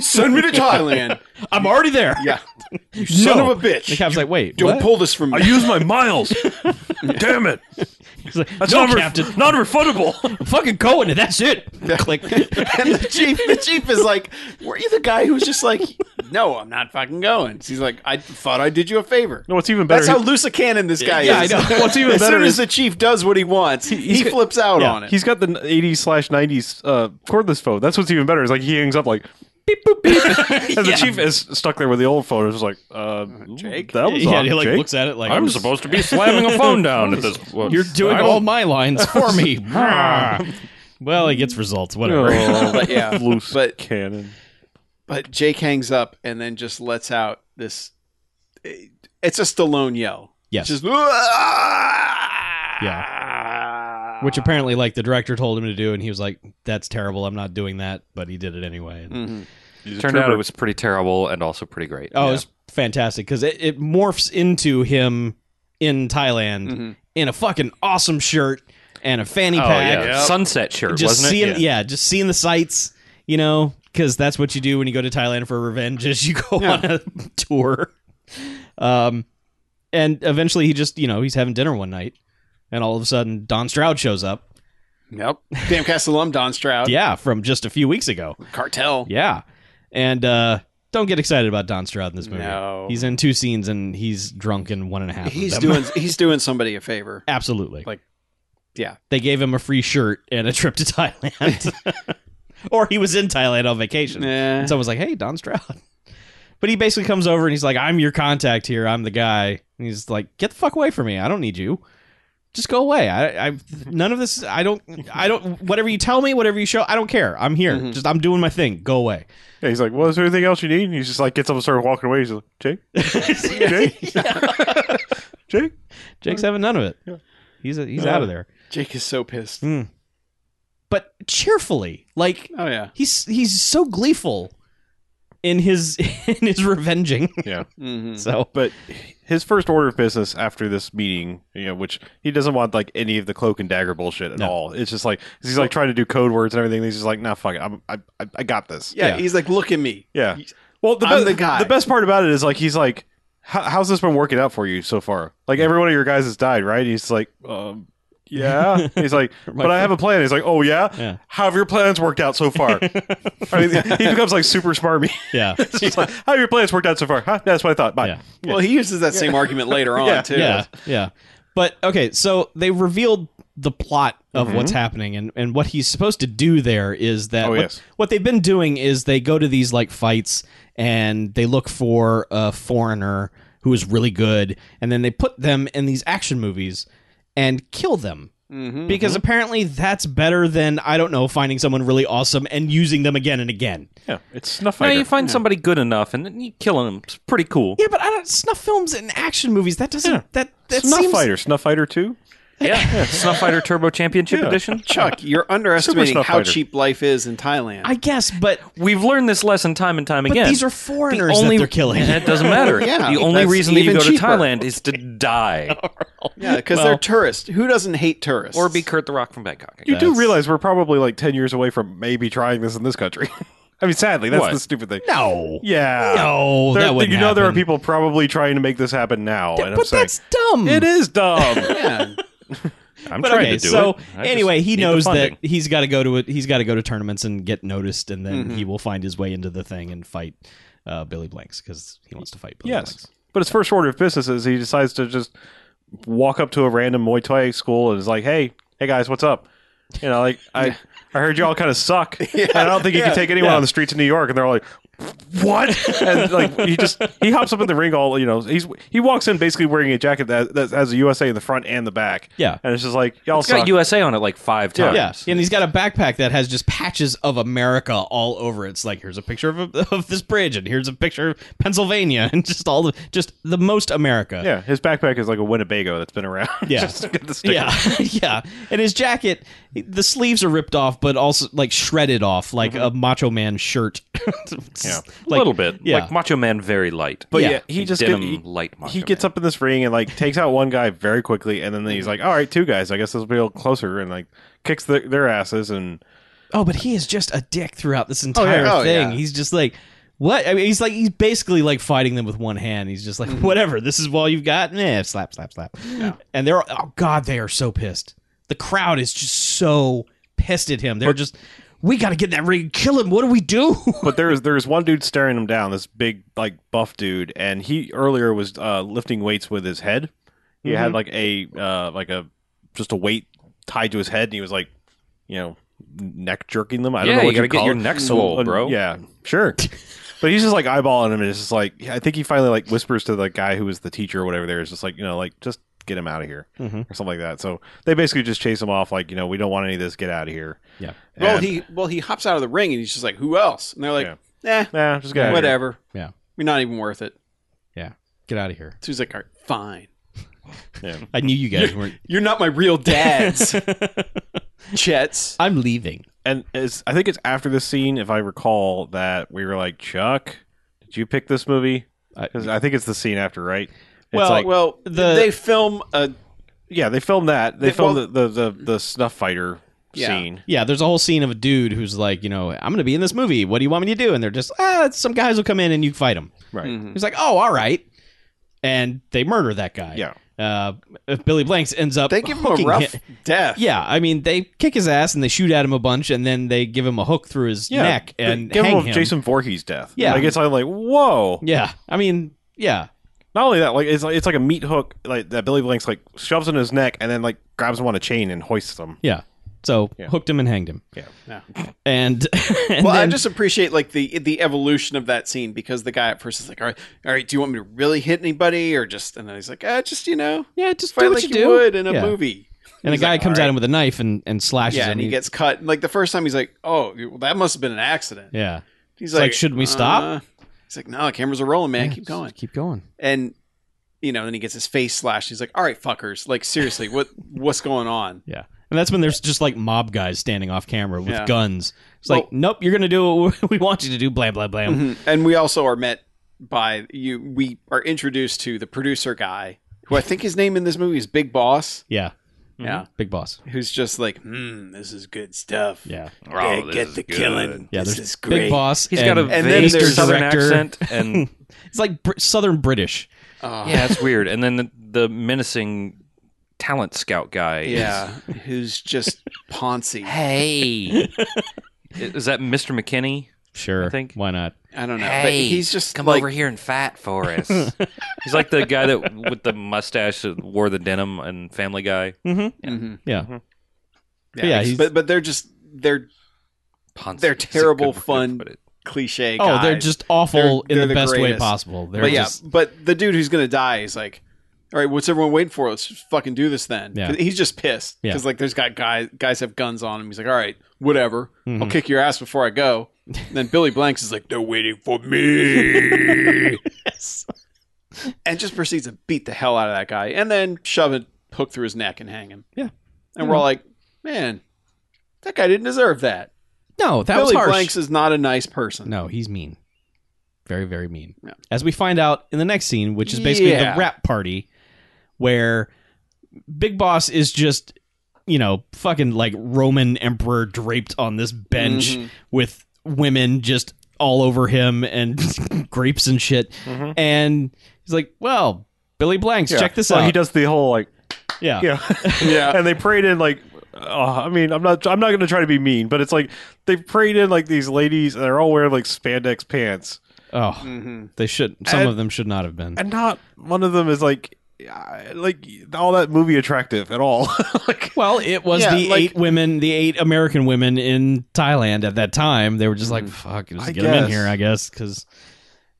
Speaker 3: send me to Thailand."
Speaker 4: I'm already there.
Speaker 3: Yeah, you son
Speaker 4: No.
Speaker 3: of a bitch.
Speaker 4: The captain's
Speaker 3: You
Speaker 4: like, "Wait,
Speaker 3: don't
Speaker 4: what?"
Speaker 3: pull this from
Speaker 1: I
Speaker 3: me.
Speaker 1: use my miles. Damn it.
Speaker 4: He's like,
Speaker 1: That's
Speaker 4: "No,
Speaker 1: not, ref-
Speaker 4: captain,
Speaker 1: not refundable.
Speaker 4: I'm fucking going. and That's it." Click.
Speaker 3: and the chief, the chief is like, "Were you the guy who was just like, no, I'm not fucking going?" He's like, "I thought I did you a favor."
Speaker 2: No, what's even better.
Speaker 3: That's how loose a cannon this guy
Speaker 4: Yeah,
Speaker 3: is.
Speaker 4: I know.
Speaker 2: What's even
Speaker 3: as
Speaker 2: better
Speaker 3: soon as
Speaker 2: is-
Speaker 3: the chief does what he wants, he
Speaker 2: got-
Speaker 3: flips out
Speaker 4: yeah,
Speaker 3: on it.
Speaker 2: He's got the 80s slash 90s uh, cordless phone. That's what's even better. Is like he hangs up like beep boop beep, and the chief is stuck there with the old phone. It's just like uh,
Speaker 3: Jake?
Speaker 2: That was
Speaker 4: yeah,
Speaker 2: odd,
Speaker 4: he like
Speaker 2: Jake.
Speaker 4: looks at it like
Speaker 5: I'm supposed to be slamming a phone down at this point.
Speaker 4: You're doing
Speaker 5: I
Speaker 4: all
Speaker 5: don't-
Speaker 4: my lines for me. well, he gets results, whatever.
Speaker 2: Oh,
Speaker 3: But yeah,
Speaker 2: loose
Speaker 3: but-
Speaker 2: cannon.
Speaker 3: but Jake hangs up and then just lets out this. It's a Stallone yell.
Speaker 4: Yes.
Speaker 3: Just yeah.
Speaker 4: Which apparently, like the director told him to do, and he was like, "That's terrible. I'm not doing that." But he did it anyway. And-
Speaker 5: Mm-hmm. Turned out it was pretty terrible and also pretty great.
Speaker 4: Oh, it's fantastic because it, it morphs into him in Thailand in a fucking awesome shirt and a fanny
Speaker 5: Mm-hmm. Oh,
Speaker 4: pack.
Speaker 5: yeah. Sunset shirt,
Speaker 4: Just
Speaker 5: wasn't
Speaker 4: seeing,
Speaker 5: it?
Speaker 4: yeah. just seeing the sights, you know, because that's what you do when you go to Thailand for revenge. Is you go
Speaker 3: Yeah.
Speaker 4: on a tour, um, and eventually he just, you know, he's having dinner one night, and all of a sudden Don Stroud shows up.
Speaker 3: Yep. Damcast alum Don Stroud.
Speaker 4: Yeah, from just a few weeks ago.
Speaker 3: Cartel.
Speaker 4: Yeah, and uh, don't get excited about Don Stroud in this movie.
Speaker 3: No.
Speaker 4: He's in two scenes and he's drunk in one and a half. of
Speaker 3: He's
Speaker 4: them.
Speaker 3: doing he's doing somebody a favor.
Speaker 4: absolutely
Speaker 3: Like, yeah.
Speaker 4: They gave him a free shirt and a trip to Thailand, or he was in Thailand on vacation.
Speaker 3: Yeah.
Speaker 4: And someone's like, "Hey, Don Stroud." But he basically comes over and he's like, "I'm your contact here. I'm the guy." And he's like, "Get the fuck away from me. I don't need you. Just go away. I, I none of this. I don't. I don't. Whatever you tell me, whatever you show, I don't care. I'm here.
Speaker 3: Mm-hmm.
Speaker 4: Just I'm doing my thing. Go away."
Speaker 2: Yeah, he's like, "Well, is there anything else you need?" And he's just like gets up and starts walking away. He's like, "Jake, Jake, Jake."
Speaker 4: Jake's having none of it.
Speaker 2: Yeah.
Speaker 4: He's he's
Speaker 2: Uh,
Speaker 4: out of there.
Speaker 3: Jake is so pissed.
Speaker 4: but cheerfully. Like
Speaker 3: Oh yeah.
Speaker 4: he's he's so gleeful in his in his revenging.
Speaker 3: Mm-hmm.
Speaker 4: So
Speaker 2: But his first order of business after this meeting, you know, which he doesn't want like any of the cloak and dagger bullshit at
Speaker 4: No.
Speaker 2: all. It's just like 'cause he's like trying to do code words and everything. And he's just like, nah, fuck it, I'm, I, I, I got this.
Speaker 3: Yeah,
Speaker 4: Yeah.
Speaker 3: he's like, look at me.
Speaker 2: Yeah. Well, the,
Speaker 3: I'm
Speaker 2: be-
Speaker 3: the guy.
Speaker 2: the best part about it is like he's like, "How- how's this been working out for you so far? Like every one of your guys has died, right? He's like, um, yeah. he's like, but I have a plan. He's like, oh yeah.
Speaker 4: Yeah.
Speaker 2: How have your plans worked out so far? I mean, he becomes like super smarmy.
Speaker 4: yeah.
Speaker 2: It's just like, how have your plans worked out so far? Huh? That's what I thought. Bye.
Speaker 4: Yeah.
Speaker 3: Well, he uses that same argument later on
Speaker 2: Yeah.
Speaker 3: too.
Speaker 4: Yeah, yeah. But okay, so they revealed the plot of what's happening and, and what he's supposed to do there is that
Speaker 2: Oh,
Speaker 4: what,
Speaker 2: yes.
Speaker 4: what they've been doing is they go to these like fights and they look for a foreigner who is really good and then they put them in these action movies and kill them
Speaker 3: Mm-hmm.
Speaker 4: because apparently that's better than I don't know finding someone really awesome and using them again and again.
Speaker 2: Yeah, it's snuff
Speaker 5: No,
Speaker 2: fighter.
Speaker 5: you find somebody good enough and then you kill him. It's pretty cool.
Speaker 4: Yeah, but I don't snuff films and action movies that doesn't that that
Speaker 2: snuff
Speaker 4: seems
Speaker 2: fighter, snuff fighter two.
Speaker 5: Yeah. Snuff Fighter Turbo Championship
Speaker 2: Yeah.
Speaker 5: Edition.
Speaker 3: Chuck, you're underestimating
Speaker 2: Snuff
Speaker 3: how
Speaker 2: Fighter.
Speaker 3: cheap life is in Thailand.
Speaker 4: I guess but
Speaker 5: We've learned this lesson time and time
Speaker 4: But
Speaker 5: again.
Speaker 4: these are foreigners
Speaker 5: only,
Speaker 4: that they're killing.
Speaker 5: It doesn't matter.
Speaker 3: Yeah,
Speaker 5: the only
Speaker 3: that's
Speaker 5: reason that you
Speaker 3: even
Speaker 5: go
Speaker 3: cheaper.
Speaker 5: to Thailand is to die
Speaker 3: yeah, because
Speaker 4: Well-
Speaker 3: they're tourists. Who doesn't hate tourists?
Speaker 5: or be Kurt the Rock from Bangkok. I
Speaker 2: You
Speaker 5: guess.
Speaker 2: do realize we're probably like ten years away from maybe trying this in this country. I mean, sadly, that's
Speaker 5: What?
Speaker 2: the stupid thing.
Speaker 4: no.
Speaker 2: Yeah.
Speaker 4: No,
Speaker 2: There-
Speaker 4: that would
Speaker 2: you know there are people probably trying to make this happen now, and I'm
Speaker 4: but
Speaker 2: saying
Speaker 4: that's dumb.
Speaker 2: it is dumb.
Speaker 3: Yeah.
Speaker 5: I'm
Speaker 4: But
Speaker 5: trying
Speaker 4: okay,
Speaker 5: to do
Speaker 4: so
Speaker 5: it. I just
Speaker 4: anyway, he
Speaker 5: need the
Speaker 4: knows that
Speaker 5: funding.
Speaker 4: he's got to go to it. He's got to go to tournaments and get noticed, and then he will find his way into the thing and fight uh, Billy Blanks because he wants to fight Billy
Speaker 2: yes,
Speaker 4: Blanks.
Speaker 2: but his first order of business is he decides to just walk up to a random Muay Thai school and is like, "Hey, hey guys, what's up?" You know, like I, I heard y'all kind of suck. and I don't think you can take anyone
Speaker 4: yeah.
Speaker 2: on the streets of New York, and they're all like. What? and like he just he hops up in the ring all you know he's he walks in basically wearing a jacket that, that has a USA in the front and the back
Speaker 4: Yeah.
Speaker 2: and it's just like y'all
Speaker 5: It's got
Speaker 2: suck
Speaker 5: USA on it like five times.
Speaker 4: Yeah, and he's got a backpack that has just patches of America all over it. It's like here's a picture of, of this bridge, and here's a picture of Pennsylvania, and just all the just the most America.
Speaker 2: yeah his backpack is like a Winnebago that's been around
Speaker 4: Yeah.
Speaker 2: just to get the sticker.
Speaker 4: Yeah, yeah. And his jacket, the sleeves are ripped off, but also like shredded off, like a Macho Man shirt. yeah,
Speaker 5: a little bit.
Speaker 4: yeah.
Speaker 5: Like Macho Man, very light.
Speaker 2: But
Speaker 4: Yeah.
Speaker 2: yeah, he just
Speaker 5: Denim
Speaker 2: get- he-
Speaker 5: light Macho
Speaker 2: He gets up in this ring and like takes out one guy very quickly, and then he's like, "All right, two guys. I guess this will be a little closer," and like kicks the, their asses. And
Speaker 4: Oh, but he is just a dick throughout this entire
Speaker 3: Oh,
Speaker 4: thing.
Speaker 3: yeah.
Speaker 4: He's just like, what? I mean, he's like, he's basically like fighting them with one hand. He's just like, whatever. This is all you've got. Eh, slap, slap, slap. And they're oh god, they are so pissed. The crowd is just so pissed at him. They're just, we got to get in that ring, and kill him. What do we do?
Speaker 2: but there's there's one dude staring him down, this big like buff dude, and he earlier was uh, lifting weights with his head. He had like a uh, like a just a weight tied to his head, and he was like, you know, neck jerking them. I don't
Speaker 5: yeah,
Speaker 2: know what
Speaker 5: you gotta get
Speaker 2: call
Speaker 5: your
Speaker 2: it.
Speaker 5: neck swole,
Speaker 2: Uh,
Speaker 5: bro.
Speaker 2: Yeah, sure. but he's just like eyeballing him, and it's just like yeah, I think he finally like whispers to the guy who was the teacher or whatever. There is just like you know, like just get him out of here or something like that. So they basically just chase him off, like you know, we don't want any of this. Get out of here.
Speaker 4: Yeah.
Speaker 3: well,
Speaker 2: And-
Speaker 3: he well he hops out of the ring and he's just like, who else? And they're like, eh,
Speaker 2: nah, just get out of here.
Speaker 3: whatever.
Speaker 4: Yeah.
Speaker 3: We're not even worth it.
Speaker 4: Yeah, get out of here.
Speaker 3: So he's like, all right, fine.
Speaker 4: I knew you guys weren't.
Speaker 3: You're not my real dads, Jets.
Speaker 4: I'm leaving.
Speaker 2: And it's, I think it's after this scene, if I recall, that we were like, Chuck, did you pick this movie?
Speaker 4: I-
Speaker 2: Because I, think it's the scene after, right? It's
Speaker 4: Well,
Speaker 2: like-
Speaker 3: Oh, well,
Speaker 4: the-
Speaker 3: they film a
Speaker 2: yeah, they filmed that. They
Speaker 3: They-
Speaker 2: filmed
Speaker 3: well-
Speaker 2: the, the, the the snuff fighter
Speaker 3: Yeah.
Speaker 2: scene.
Speaker 4: Yeah, there's a whole scene of a dude who's like, you know, I'm going to be in this movie. What do you want me to do? And they're just, ah, it's some guys will come in and you fight them.
Speaker 2: Right.
Speaker 3: Hmm.
Speaker 4: He's like, oh, all right. And they murder that guy.
Speaker 2: Yeah.
Speaker 4: Uh, Billy Blanks ends up.
Speaker 3: they give him a
Speaker 4: hooking
Speaker 3: rough
Speaker 4: hi-
Speaker 3: death.
Speaker 4: Yeah, I mean, they kick his ass and they shoot at him a bunch, and then they give him a hook through his
Speaker 2: Yeah,
Speaker 4: neck
Speaker 2: they
Speaker 4: and
Speaker 2: give
Speaker 4: hang
Speaker 2: him,
Speaker 4: him.
Speaker 2: Jason Voorhees' death.
Speaker 4: Yeah.
Speaker 2: like it's like, like whoa.
Speaker 4: Yeah, I mean, yeah,
Speaker 2: Not only that, like it's like it's like a meat hook like that Billy Blanks like shoves in his neck and then like grabs him on a chain and hoists him.
Speaker 4: yeah. So
Speaker 2: Yeah.
Speaker 4: hooked him and hanged him.
Speaker 2: Yeah.
Speaker 3: Yeah.
Speaker 4: And, and
Speaker 3: Well, I
Speaker 4: then-
Speaker 3: just appreciate like the the evolution of that scene because the guy at first is like, all right, all right, do you want me to really hit anybody or just? And then he's like, ah, just you know,
Speaker 4: yeah, just
Speaker 3: fight
Speaker 4: do what
Speaker 3: like
Speaker 4: you
Speaker 3: you,
Speaker 4: do.
Speaker 3: would in a
Speaker 4: Yeah.
Speaker 3: movie.
Speaker 4: And a
Speaker 3: He's
Speaker 4: guy
Speaker 3: like,
Speaker 4: comes
Speaker 3: "All
Speaker 4: at him with a knife and and slashes
Speaker 3: Yeah,
Speaker 4: him.
Speaker 3: and he gets cut. And, like the first time, he's like, "Oh, well, that must have been an accident."
Speaker 4: yeah.
Speaker 3: He's
Speaker 4: like, "Should we stop?"
Speaker 3: uh," he's like, "No, cameras are rolling, man.
Speaker 4: Yeah,
Speaker 3: Keep
Speaker 4: just
Speaker 3: going."
Speaker 4: Keep going.
Speaker 3: And you know, then he gets his face slashed. He's like, "All right, fuckers. Like seriously, what what's going on?"
Speaker 4: Yeah. And that's when there's just like mob guys standing off camera with
Speaker 3: Yeah.
Speaker 4: guns. It's
Speaker 3: Well-
Speaker 4: like, nope, you're gonna do what we want you to do. Blah blah blah.
Speaker 3: Mhm. And we also are met by you. We are introduced to the producer guy, who I think his name in this movie is Big Boss.
Speaker 4: Yeah, Mm-hmm.
Speaker 3: Yeah,
Speaker 4: big boss.
Speaker 3: who's just like, hmm, this is good stuff.
Speaker 4: Yeah,
Speaker 5: Oh, this
Speaker 3: get
Speaker 5: is
Speaker 3: the
Speaker 5: good.
Speaker 3: killing.
Speaker 4: yeah.
Speaker 3: this
Speaker 4: there's
Speaker 3: is great.
Speaker 4: big boss.
Speaker 5: He's
Speaker 4: and
Speaker 5: got a
Speaker 3: then
Speaker 5: vague
Speaker 3: there's-
Speaker 5: southern
Speaker 4: director.
Speaker 5: accent, and
Speaker 4: It's like br- southern British.
Speaker 3: Oh,
Speaker 5: yeah, it's weird. And then the, the menacing talent scout guy. is-
Speaker 3: yeah. who's just Ponzi?
Speaker 5: hey, is that Mr. McKinney?
Speaker 4: Sure,
Speaker 5: I think-
Speaker 4: why not?
Speaker 3: I don't know. but he's just
Speaker 5: come
Speaker 3: like,
Speaker 5: over here and fight for us. he's like the guy that with the mustache that wore the denim and Family Guy.
Speaker 3: Mhm.
Speaker 4: Yeah,
Speaker 3: Yeah,
Speaker 4: Yeah,
Speaker 3: he's-
Speaker 4: he's-
Speaker 3: but but they're just they're
Speaker 5: Ponzi
Speaker 3: They're
Speaker 5: is a good
Speaker 3: terrible
Speaker 5: way to
Speaker 3: fun
Speaker 5: put it.
Speaker 3: cliche.
Speaker 4: Oh,
Speaker 3: guys.
Speaker 4: they're just awful
Speaker 3: They're- they're
Speaker 4: in
Speaker 3: the
Speaker 4: the best way
Speaker 3: greatest.
Speaker 4: possible. They're
Speaker 3: But yeah,
Speaker 4: just,
Speaker 3: but the dude who's gonna die is like, all right, what's everyone waiting for? Let's just fucking do this then.
Speaker 4: Yeah.
Speaker 3: 'Cause He's just pissed
Speaker 4: Yeah.
Speaker 3: because like there's got guys guys have guns on him. He's like, all right, whatever,
Speaker 4: Mm-hmm.
Speaker 3: I'll kick your ass before I go. And then Billy Blanks is like, they're waiting for me, and just proceeds to beat the hell out of that guy, and then shove a hook through his neck and hang him.
Speaker 4: Yeah.
Speaker 3: and we're all like, man, that guy didn't deserve that.
Speaker 4: no, that was
Speaker 3: Billy
Speaker 4: harsh.
Speaker 3: Blanks is not a nice person.
Speaker 4: No, he's mean. Very, very mean.
Speaker 3: Yeah.
Speaker 4: As we find out in the next scene, which is basically
Speaker 3: Yeah.
Speaker 4: the rap party, where Big Boss is just, you know, fucking like Roman emperor draped on this bench
Speaker 2: Mm-hmm.
Speaker 3: Mhm.
Speaker 4: with women just all over him and grapes and shit.
Speaker 2: Mm-hmm.
Speaker 4: And he's like, well, Billy Blanks, check this
Speaker 2: Well,
Speaker 4: out.
Speaker 2: He does the whole like,
Speaker 4: yeah.
Speaker 2: you know,
Speaker 3: Yeah.
Speaker 2: and they prayed in like. Uh, I mean, I'm not. I'm not going to try to be mean, but it's like they prayed in like these ladies, and they're all wearing like spandex pants,
Speaker 4: Oh, they should. Some
Speaker 2: Mm-hmm. And-
Speaker 4: of them should not have been.
Speaker 2: and not one of them is like, uh, like all that movie attractive at all. like,
Speaker 4: Well, it was
Speaker 3: Yeah,
Speaker 4: the
Speaker 3: like-
Speaker 4: eight women, the eight American women in Thailand at that time. They were just
Speaker 3: Mm.
Speaker 4: like, "Fuck, just
Speaker 2: I
Speaker 4: get them in
Speaker 2: guess.
Speaker 4: here," I guess. Because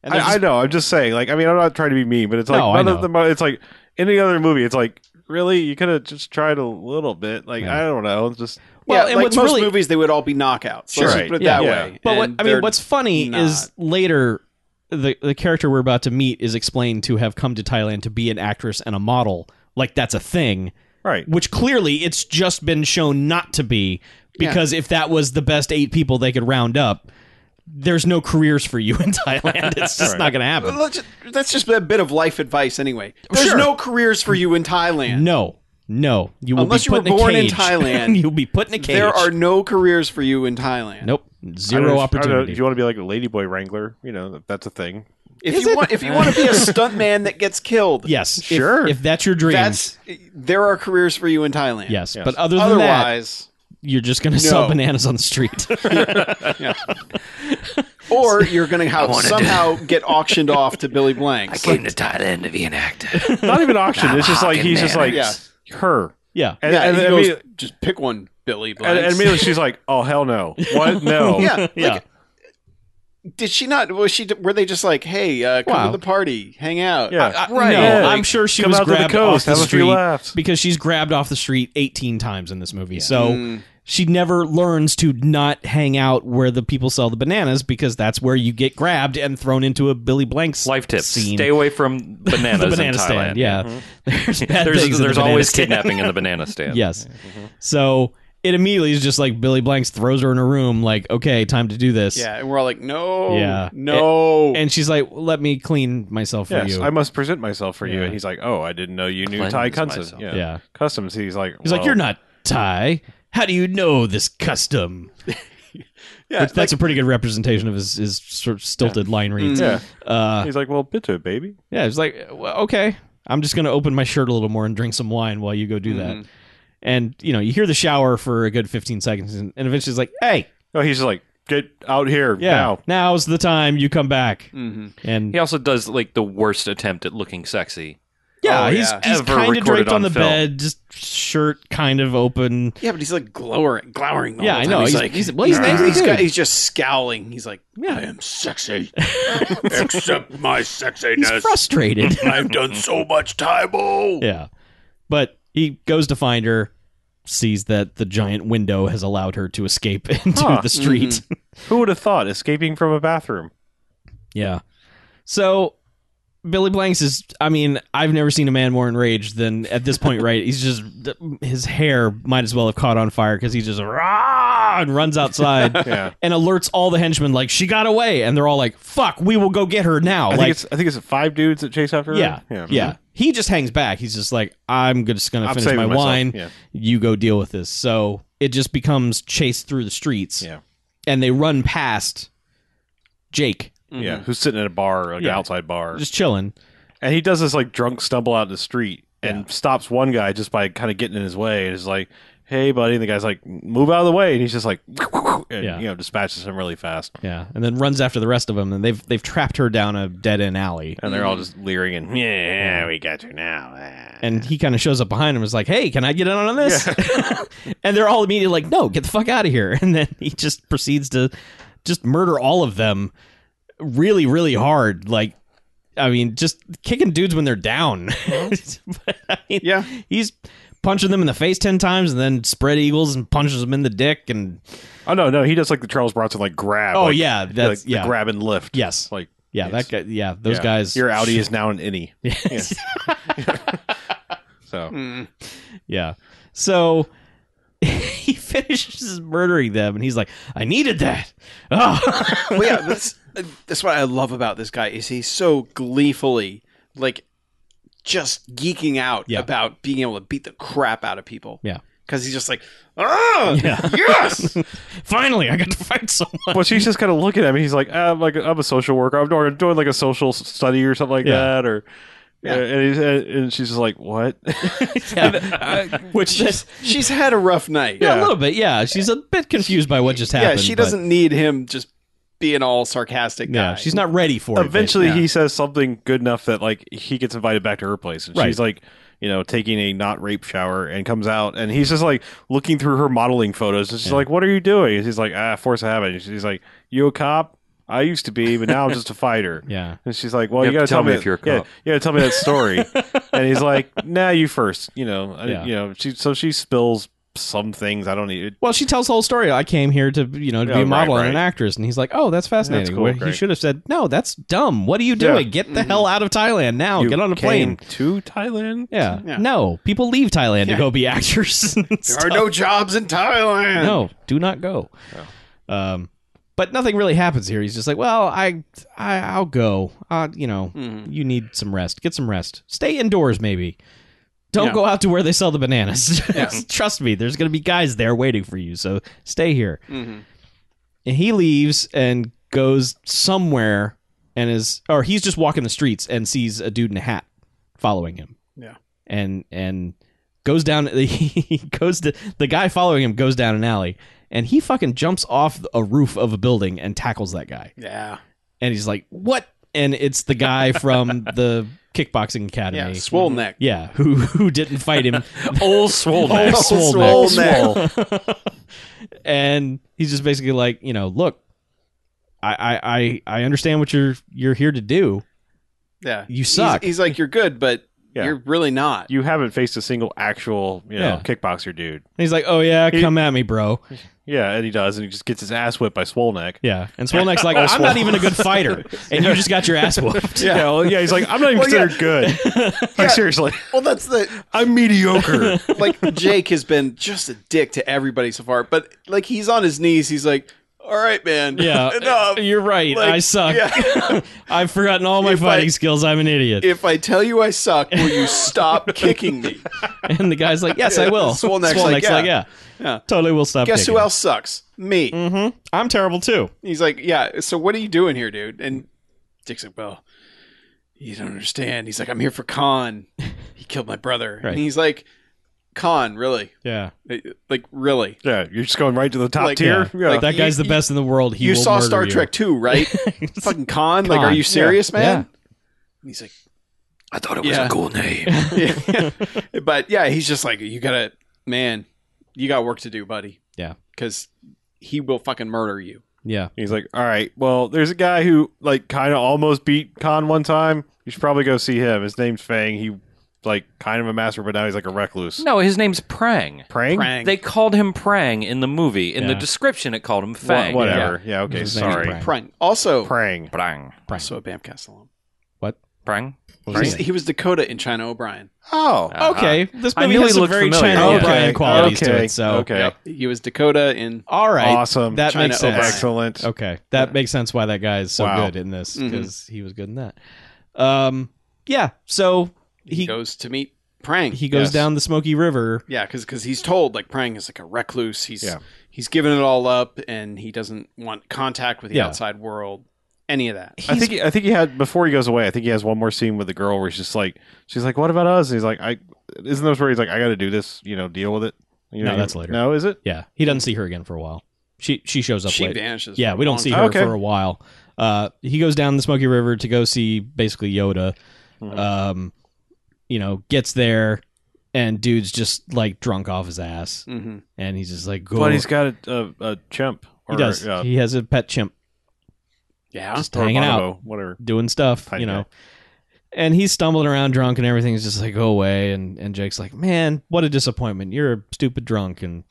Speaker 2: I, I know. I'm just saying. Like, I mean, I'm not trying to be mean, but it's like
Speaker 4: No, I
Speaker 2: none of
Speaker 4: know.
Speaker 2: them. are- It's like any other movie. It's like really, you could have just tried a little bit. Like,
Speaker 4: Yeah.
Speaker 2: I don't know. It's just
Speaker 4: Well,
Speaker 3: Well,
Speaker 4: and
Speaker 3: like
Speaker 4: what's
Speaker 3: most
Speaker 4: really-
Speaker 3: movies, they would all be knockouts. Let's
Speaker 2: Sure.
Speaker 3: just put it
Speaker 4: Yeah.
Speaker 3: that
Speaker 2: Yeah.
Speaker 3: way.
Speaker 4: but what,
Speaker 3: And
Speaker 4: I mean,
Speaker 3: they're-
Speaker 4: what's funny is later the the character we're about to meet is explained to have come to Thailand to be an actress and a model. Like that's a thing,
Speaker 2: right.
Speaker 4: which clearly it's just been shown not to be. Because if that was the best eight people they could round up, there's no careers for you in Thailand. It's just not going to happen.
Speaker 3: Let's ju- that's just a bit of life advice anyway. There's
Speaker 4: Sure.
Speaker 3: no careers for you in Thailand.
Speaker 4: No, no. You will
Speaker 3: Unless
Speaker 4: be
Speaker 3: you were
Speaker 4: put in a
Speaker 3: born in
Speaker 4: cage.
Speaker 3: Thailand,
Speaker 4: You'll be put in a cage.
Speaker 3: There are no careers for you in Thailand.
Speaker 4: nope
Speaker 2: I don't
Speaker 4: zero
Speaker 2: know, if- I don't know,
Speaker 4: opportunity.
Speaker 2: If you want to be like a ladyboy wrangler, you know that, that's a thing.
Speaker 3: If you want, if you want to be a stuntman that gets killed,
Speaker 4: yes,
Speaker 2: Sure.
Speaker 4: If, if that's your dream,
Speaker 3: that's there are careers for you in Thailand.
Speaker 4: yes.
Speaker 2: Yes.
Speaker 4: But other than that,
Speaker 3: Otherwise,
Speaker 4: you're just going to sell
Speaker 3: No.
Speaker 4: bananas on the street.
Speaker 3: or you're going to have somehow get auctioned off to Billy Blanks.
Speaker 5: Came to Thailand to be an actor.
Speaker 2: Not even auction. it's just like
Speaker 5: Fucking
Speaker 2: he's just like
Speaker 5: man.
Speaker 3: Yeah.
Speaker 2: her,
Speaker 4: yeah.
Speaker 2: and,
Speaker 3: yeah,
Speaker 2: and,
Speaker 3: he
Speaker 2: and
Speaker 3: goes,
Speaker 2: immediately-
Speaker 3: just pick one, Billy
Speaker 2: and-
Speaker 3: Blanks.
Speaker 2: and immediately she's like, "Oh hell no! What no?
Speaker 3: yeah, like,
Speaker 4: Yeah.
Speaker 3: did she not? Was she? Were they just like, hey, uh, come
Speaker 4: Wow.
Speaker 3: to the party, hang out?
Speaker 2: Yeah.
Speaker 4: I-
Speaker 2: Right.
Speaker 4: No,
Speaker 2: Yeah.
Speaker 4: I'm sure she
Speaker 2: Come
Speaker 4: was
Speaker 2: out to the
Speaker 4: grabbed
Speaker 2: coast,
Speaker 4: off
Speaker 2: have
Speaker 4: the
Speaker 2: a few laughs.
Speaker 4: street because she's grabbed off the street 18 times in this movie. So
Speaker 3: Hmm.
Speaker 4: she never learns to not hang out where the people sell the bananas because that's where you get grabbed and thrown into a Billy Blanks
Speaker 5: Life tips:
Speaker 4: Scene.
Speaker 5: stay away from bananas
Speaker 4: the banana
Speaker 5: in Thailand.
Speaker 4: stand. Yeah, Mm-hmm. there's bad
Speaker 5: There's,
Speaker 4: things in the
Speaker 5: there's
Speaker 4: banana
Speaker 5: always
Speaker 4: stand. Mm-hmm.
Speaker 5: kidnapping in the banana stand.
Speaker 4: yes. So it immediately is just like Billy Blanks throws her in a room, like, okay, time to do this.
Speaker 3: Yeah, and we're all like, no,
Speaker 4: Yeah.
Speaker 3: no.
Speaker 4: And she's like, let me clean myself for
Speaker 2: Yes,
Speaker 4: you.
Speaker 2: I must present myself for you."
Speaker 4: Yeah.
Speaker 2: And he's like, "Oh, I didn't know you knew
Speaker 5: Cleanse
Speaker 2: Ty customs."
Speaker 5: myself.
Speaker 2: Yeah.
Speaker 4: yeah.
Speaker 2: customs. He's like,
Speaker 4: He's like,
Speaker 2: "Well,
Speaker 4: you're not Thai. How do you know this custom?
Speaker 3: yeah,
Speaker 4: Which, that's a pretty good representation of his, his sort of stilted line reads.
Speaker 2: Yeah.
Speaker 4: Uh,
Speaker 2: He's like, "Well, bitte, baby."
Speaker 4: yeah. It's like, well, okay, I'm just going to open my shirt a little more and drink some wine while you go do that. And, you know, you hear the shower for a good 15 seconds and, and eventually it's like, hey,
Speaker 2: Oh, he's just like, "Get out here
Speaker 4: yeah,
Speaker 2: now!"
Speaker 4: now's the time you come back.
Speaker 3: mm-hmm.
Speaker 4: And
Speaker 5: He also does like the worst attempt at looking sexy.
Speaker 4: Yeah,
Speaker 3: Oh,
Speaker 4: he's
Speaker 3: yeah.
Speaker 4: he's
Speaker 5: Ever
Speaker 4: kind of
Speaker 5: recorded
Speaker 4: draped on,
Speaker 5: on
Speaker 4: the
Speaker 5: film.
Speaker 4: bed, just shirt kind of open.
Speaker 3: yeah, but he's like glowering, glowering. The
Speaker 4: Yeah,
Speaker 3: whole
Speaker 4: I
Speaker 3: time.
Speaker 4: know.
Speaker 3: He's,
Speaker 4: He's-
Speaker 3: like,
Speaker 4: he's- well, he's an
Speaker 3: "Nah."
Speaker 4: angry
Speaker 3: he's, got-
Speaker 4: dude.
Speaker 3: he's just scowling. He's like, I am sexy, except my
Speaker 4: He's
Speaker 3: sexiness.
Speaker 4: frustrated.
Speaker 3: I've done so much time. Oh,
Speaker 4: yeah, but he goes to find her, sees that the giant window has allowed her to escape into
Speaker 2: Huh.
Speaker 4: the street.
Speaker 2: Who would have thought escaping from a bathroom?
Speaker 4: yeah, so Billy Blanks is. I mean, I've never seen a man more enraged than at this point. Right? He's just his hair might as well have caught on fire because he just rah and runs outside
Speaker 2: Yeah.
Speaker 4: and alerts all the henchmen like she got away, and they're all like, "Fuck, we will go get her now!"
Speaker 2: I think
Speaker 4: like,
Speaker 2: it's I think it's five dudes that chase after her.
Speaker 4: yeah, yeah, He just hangs back. He's just like, "I'm just gonna
Speaker 2: I'm
Speaker 4: finish
Speaker 2: saving
Speaker 4: my
Speaker 2: myself.
Speaker 4: wine.
Speaker 2: Yeah.
Speaker 4: You go deal with this." So it just becomes chased through the streets.
Speaker 2: Yeah.
Speaker 4: and they run past Jake,
Speaker 2: Yeah, who's sitting at a bar, like an
Speaker 4: Yeah.
Speaker 2: outside bar.
Speaker 4: just chilling.
Speaker 2: And he does this like drunk stumble out in the street and stops one guy just by kind of getting in his way and is like, Hey buddy, and the guy's like, Move out of the way and he's just like and
Speaker 4: Yeah.
Speaker 2: you know, dispatches him really fast.
Speaker 4: Yeah, and then runs after the rest of them, and they've they've trapped her down a dead end alley.
Speaker 2: And they're all just leering and Yeah, we got you now. Ah.
Speaker 4: And he kind of shows up behind him, and is like, "Hey, can I get in on this?" and they're all immediately like, "No, get the fuck out of here!" And then he just proceeds to just murder all of them, really, really hard. Like, I mean, just kicking dudes when they're down. But, I mean,
Speaker 3: Yeah.
Speaker 4: he's punching them in the face ten times, and then spread eagles and punches them in the dick, and
Speaker 2: Oh no, no, he does like the Charles Bronson like grab.
Speaker 4: Oh,
Speaker 2: like,
Speaker 4: yeah, that's-
Speaker 2: like, the
Speaker 4: yeah.
Speaker 2: grab and lift.
Speaker 4: yes,
Speaker 2: Like
Speaker 4: yeah,
Speaker 2: it's-
Speaker 4: that guy, yeah, those
Speaker 2: yeah.
Speaker 4: guys,
Speaker 2: Your Audi is now an innie.
Speaker 4: Yeah.
Speaker 2: So
Speaker 4: Yeah. So he finishes murdering them, and he's like, "I needed that." Oh,
Speaker 3: Well, yeah, that's that's what I love about this guy is he's so gleefully like just geeking out
Speaker 4: Yeah.
Speaker 3: about being able to beat the crap out of people.
Speaker 4: Yeah.
Speaker 3: because he's just like, ah, yes,
Speaker 4: finally, I got to fight someone.
Speaker 2: Well, she's just kind of looking at me. He's like, "Uh, I'm like, I'm a social worker. I'm doing, doing like a social s- study or something like
Speaker 4: Yeah.
Speaker 2: that, or uh,
Speaker 3: Yeah.
Speaker 2: and, he's, and and she's just like, what? Uh,
Speaker 4: Which is
Speaker 3: she's had a rough night.
Speaker 4: yeah, a little bit. Yeah, she's a bit confused by what just
Speaker 3: yeah,
Speaker 4: happened.
Speaker 3: she
Speaker 4: but-
Speaker 3: doesn't need him just being all sarcastic.
Speaker 4: Yeah,
Speaker 3: guy.
Speaker 4: she's not ready for it.
Speaker 2: Eventually,
Speaker 3: yeah.
Speaker 2: he says something good enough that like he gets invited back to her place, and
Speaker 4: Right.
Speaker 2: she's like, you know, taking a not rape shower, and comes out, and he's just like looking through her modeling photos, and she's like, what are you doing? And he's like, ah, force of habit. And she's like, you a cop? I used to be, but now I'm just a fighter.
Speaker 4: Yeah.
Speaker 2: And she's like, "Well,
Speaker 5: You
Speaker 2: you,
Speaker 5: have
Speaker 2: gotta
Speaker 5: to
Speaker 2: tell me
Speaker 5: if you're a
Speaker 2: yeah,
Speaker 5: cop.
Speaker 2: you gotta tell me that story." and he's like, "Nah, you first. You know, I,
Speaker 4: Yeah.
Speaker 2: you know." She so she spills some things. I don't need.
Speaker 4: Well, she tells the whole story. I came here to, you know, to be
Speaker 2: Yeah,
Speaker 4: a model
Speaker 2: right,
Speaker 4: and an
Speaker 2: right.
Speaker 4: actress, and he's like, "Oh, that's fascinating."
Speaker 2: That's cool,
Speaker 4: Where he
Speaker 2: great.
Speaker 4: should have said, "No, that's dumb. What are you
Speaker 2: Yeah. Mm-hmm.
Speaker 4: doing? Get the hell out of Thailand now.
Speaker 2: You
Speaker 4: Oh, Get on a
Speaker 2: came
Speaker 4: plane."
Speaker 2: to Thailand.
Speaker 4: Yeah.
Speaker 3: Yeah.
Speaker 4: no, people leave Thailand
Speaker 3: Yeah.
Speaker 4: to go be actors. and
Speaker 3: There
Speaker 4: stuff.
Speaker 3: are no jobs in Thailand.
Speaker 4: no, do not go. Um, but nothing really happens here. He's just like, well, I, I I'll go. Uh, you know, you need some rest. Get some rest. Stay indoors, maybe. Don't
Speaker 3: Yeah.
Speaker 4: go out to where they sell the bananas. Trust me, there's gonna be guys there waiting for you. So stay here.
Speaker 3: Mhm.
Speaker 4: And he leaves and goes somewhere and is, or he's just walking the streets and sees a dude in a hat following him.
Speaker 3: Yeah.
Speaker 4: and and goes down. He goes to the guy following him goes down an alley and he fucking jumps off a roof of a building and tackles that guy.
Speaker 3: Yeah.
Speaker 4: And he's like, "What?" And it's the guy from the kickboxing
Speaker 3: Yeah.
Speaker 4: academy.
Speaker 3: Swole neck.
Speaker 4: Yeah, who who didn't fight him.
Speaker 5: Old swole neck.
Speaker 4: Old Oh, swole
Speaker 3: swole neck.
Speaker 4: and he's just basically like, you know, look, I I I, I understand what you're you're here to do.
Speaker 3: Yeah.
Speaker 4: You suck.
Speaker 3: He's, he's like, you're good, but
Speaker 2: Yeah.
Speaker 3: you're really not.
Speaker 2: You haven't faced a single actual, you know,
Speaker 4: Yeah.
Speaker 2: kickboxer dude.
Speaker 4: And he's like, "Oh yeah,
Speaker 2: He-
Speaker 4: come at me, bro."
Speaker 2: Yeah, and he does, and he just gets his ass whipped by Swolneck.
Speaker 4: Yeah. And Swolneck's like, "I'm not even a good fighter, and you just got your ass whooped."
Speaker 2: Yeah, well, yeah. He's like, I'm not even
Speaker 3: Well, yeah.
Speaker 2: considered good. Like seriously,
Speaker 3: Well, that's the
Speaker 2: I'm mediocre.
Speaker 3: like Jake has been just a dick to everybody so far, but like he's on his knees, he's like, "All right, man,
Speaker 4: Yeah,
Speaker 3: enough.
Speaker 4: you're right.
Speaker 3: Like,
Speaker 4: I suck.
Speaker 3: yeah.
Speaker 4: I've forgotten all my
Speaker 3: If I-
Speaker 4: fighting skills. I'm an idiot.
Speaker 3: if I tell you I suck, will you stop kicking me?"
Speaker 4: and the guy's like, "Yes, I will."
Speaker 3: Swole neck's like,
Speaker 4: neck's
Speaker 3: yeah. Yeah.
Speaker 4: totally will stop.
Speaker 3: Guess who
Speaker 4: kicking. Mm.
Speaker 3: else sucks? Me.
Speaker 4: I'm terrible too.
Speaker 3: He's like, "Yeah, so what are you doing here, dude?" And Dick's like, "Well, you don't understand." He's like, "I'm here for Khan. He killed my brother."
Speaker 4: Right.
Speaker 3: And he's like, "Khan, really? Eh,
Speaker 4: Yeah,
Speaker 3: Like, really?"
Speaker 2: yeah, you're just going right to the top
Speaker 3: Like,
Speaker 2: tier.
Speaker 4: yeah.
Speaker 3: Like,
Speaker 4: that guy's
Speaker 3: you-
Speaker 4: the best in the world. He
Speaker 3: you
Speaker 4: will
Speaker 3: saw
Speaker 4: murder
Speaker 3: Star
Speaker 4: you.
Speaker 3: Trek 2, right? Fucking Khan, like, are
Speaker 4: Khan.
Speaker 3: you serious,
Speaker 4: Yeah.
Speaker 3: man?
Speaker 4: Yeah.
Speaker 3: And he's like,
Speaker 1: I thought it
Speaker 3: was a
Speaker 1: cool name.
Speaker 3: yeah. but yeah, he's just like, you gotta, man, you got work to do, buddy.
Speaker 4: Yeah.
Speaker 3: Because he will fucking murder you.
Speaker 4: Yeah,
Speaker 2: He's like, all right, well, there's a guy who like kind of almost beat Khan one time. You should probably go see him. His name's Fang. He like kind of a master, but now he's like a recluse.
Speaker 5: No, his name's Prang.
Speaker 2: Prang.
Speaker 3: Prang.
Speaker 5: They called him Prang in the movie. In the
Speaker 4: Yeah.
Speaker 5: description, it called him
Speaker 2: Wha-
Speaker 5: Fang.
Speaker 2: whatever. Yeah. okay.
Speaker 4: His name's
Speaker 2: Sorry.
Speaker 4: Prang.
Speaker 3: Prang. Also,
Speaker 2: Prang.
Speaker 5: Prang.
Speaker 3: also a Bamcast alum.
Speaker 4: What?
Speaker 5: Prang?
Speaker 4: What was
Speaker 3: He's-
Speaker 4: he in?
Speaker 3: He was Dakota in China O'Brien.
Speaker 2: Oh.
Speaker 5: Uh-huh.
Speaker 4: Okay, this
Speaker 5: I
Speaker 4: movie
Speaker 5: knew
Speaker 4: has
Speaker 5: he
Speaker 4: some
Speaker 5: looked
Speaker 4: very
Speaker 5: familiar.
Speaker 4: China
Speaker 5: Okay,
Speaker 4: O'Brien qualities to it. So
Speaker 2: okay.
Speaker 3: Yep. He was Dakota in
Speaker 4: all right,
Speaker 2: Awesome.
Speaker 4: that
Speaker 3: China
Speaker 4: makes sense.
Speaker 3: O'Brien.
Speaker 2: Excellent.
Speaker 4: Okay, that makes sense why that guy is so
Speaker 2: Wow.
Speaker 4: good in this
Speaker 3: Mhm.
Speaker 4: because he was good in that. Um, yeah. So
Speaker 3: he
Speaker 4: he
Speaker 3: goes to meet Prang.
Speaker 4: he goes
Speaker 2: Yes.
Speaker 4: down the Smoky River.
Speaker 3: Yeah, because he's told like Prang is like a recluse. He's
Speaker 2: Yeah.
Speaker 3: he's given it all up, and he doesn't want contact with the
Speaker 4: Yeah.
Speaker 3: outside world, any of that.
Speaker 2: I think he- I think he had before he goes away. I think he has one more scene with the girl where he's just like, she's like, "What about us?" And he's like, "I isn't those where he's like, I got to do this, you know, deal with it." You
Speaker 4: No,
Speaker 2: know,
Speaker 4: that's later.
Speaker 2: No, is it?
Speaker 4: Yeah, he doesn't see her again for a while. She she shows up
Speaker 3: She
Speaker 4: late.
Speaker 3: vanishes.
Speaker 4: Yeah,
Speaker 3: for a
Speaker 4: we don't
Speaker 3: long
Speaker 4: see
Speaker 3: time.
Speaker 4: her
Speaker 2: Okay.
Speaker 4: for a while. Uh, he goes down the Smoky River to go see basically Yoda.
Speaker 2: Mhm.
Speaker 4: Um, you know, gets there and dude's just like drunk off his ass,
Speaker 3: Mhm.
Speaker 4: and he's just like, go.
Speaker 2: But he's got a, a, a chimp. Or,
Speaker 4: he does.
Speaker 2: uh,
Speaker 4: he has a pet chimp
Speaker 3: Yeah,
Speaker 4: just
Speaker 2: or
Speaker 4: hanging out.
Speaker 2: bonobo, whatever.
Speaker 4: doing stuff,
Speaker 2: Tight
Speaker 4: you know.
Speaker 2: guy.
Speaker 4: And he's stumbling around drunk and everything's just like, go away. And, and Jake's like, man, what a disappointment. You're a stupid drunk and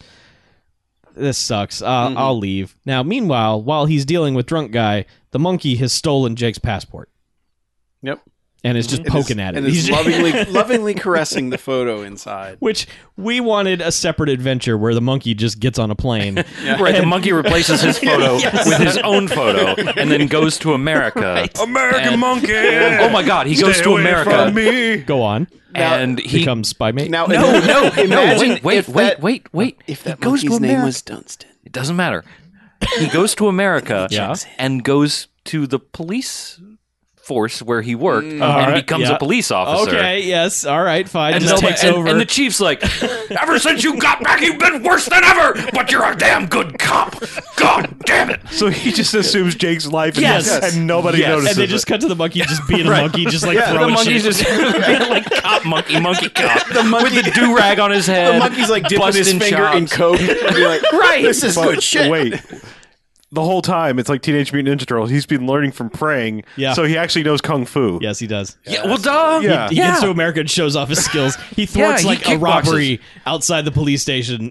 Speaker 4: this sucks. Uh,
Speaker 3: Mhm.
Speaker 4: I'll leave. Now, meanwhile, while he's dealing with drunk guy, the monkey has stolen Jake's passport.
Speaker 3: Yep. Mm-hmm.
Speaker 4: And is just
Speaker 3: And is-
Speaker 4: poking at it.
Speaker 3: and is
Speaker 4: He's-
Speaker 3: lovingly lovingly caressing the photo inside.
Speaker 4: Which we wanted a separate adventure where the monkey just gets on a plane.
Speaker 5: Right, the monkey replaces his photo with his own photo and then goes to America.
Speaker 2: American
Speaker 5: And-
Speaker 2: monkey.
Speaker 5: Oh my god, he goes
Speaker 2: Stay
Speaker 5: to
Speaker 2: away
Speaker 5: America
Speaker 2: from me.
Speaker 4: go on.
Speaker 5: and he
Speaker 4: becomes spy mate.
Speaker 3: Now,
Speaker 5: No, no, no,
Speaker 3: imagine
Speaker 5: wait, wait,
Speaker 3: if
Speaker 5: wait,
Speaker 3: that-
Speaker 5: wait, wait.
Speaker 3: If
Speaker 5: he
Speaker 3: that
Speaker 5: goes to
Speaker 3: monkey's name
Speaker 5: America.
Speaker 3: was Dunstan,
Speaker 5: It doesn't matter. He goes to America
Speaker 4: Yeah.
Speaker 5: and goes to the police force where he worked and
Speaker 4: Alright,
Speaker 5: becomes
Speaker 4: yeah.
Speaker 5: a police officer.
Speaker 4: Okay, yes. All right, fine.
Speaker 5: And,
Speaker 4: just
Speaker 5: nobody-
Speaker 4: takes
Speaker 5: and-
Speaker 4: over.
Speaker 5: and the chief's like, "Ever since you got back, you've been worse than ever. But you're a damn good cop. God damn it!
Speaker 2: So he just assumes Jake's life and,
Speaker 4: Yes.
Speaker 2: and nobody
Speaker 5: Yes.
Speaker 2: notices.
Speaker 4: and they
Speaker 2: it.
Speaker 4: just cut to the monkey just being a monkey, just like
Speaker 5: the
Speaker 4: throwing
Speaker 5: monkey's
Speaker 4: shit.
Speaker 5: just being like cop monkey, monkey cop, with the do rag on his head.
Speaker 3: the monkey's like dipping his
Speaker 5: busting
Speaker 3: finger in
Speaker 5: chops.
Speaker 3: coke. and be like,
Speaker 5: Right.
Speaker 3: this is
Speaker 2: But
Speaker 3: good shit.
Speaker 2: Wait. The whole time, it's like Teenage Mutant Ninja Turtles. He's been learning from praying,
Speaker 4: Yeah.
Speaker 2: so he actually knows kung fu.
Speaker 4: Yes, he does.
Speaker 5: Yeah, well, duh.
Speaker 2: Yeah.
Speaker 4: He gets to America and shows off his skills. He thwarts
Speaker 5: he
Speaker 4: like a
Speaker 5: kickboxes.
Speaker 4: robbery outside the police station.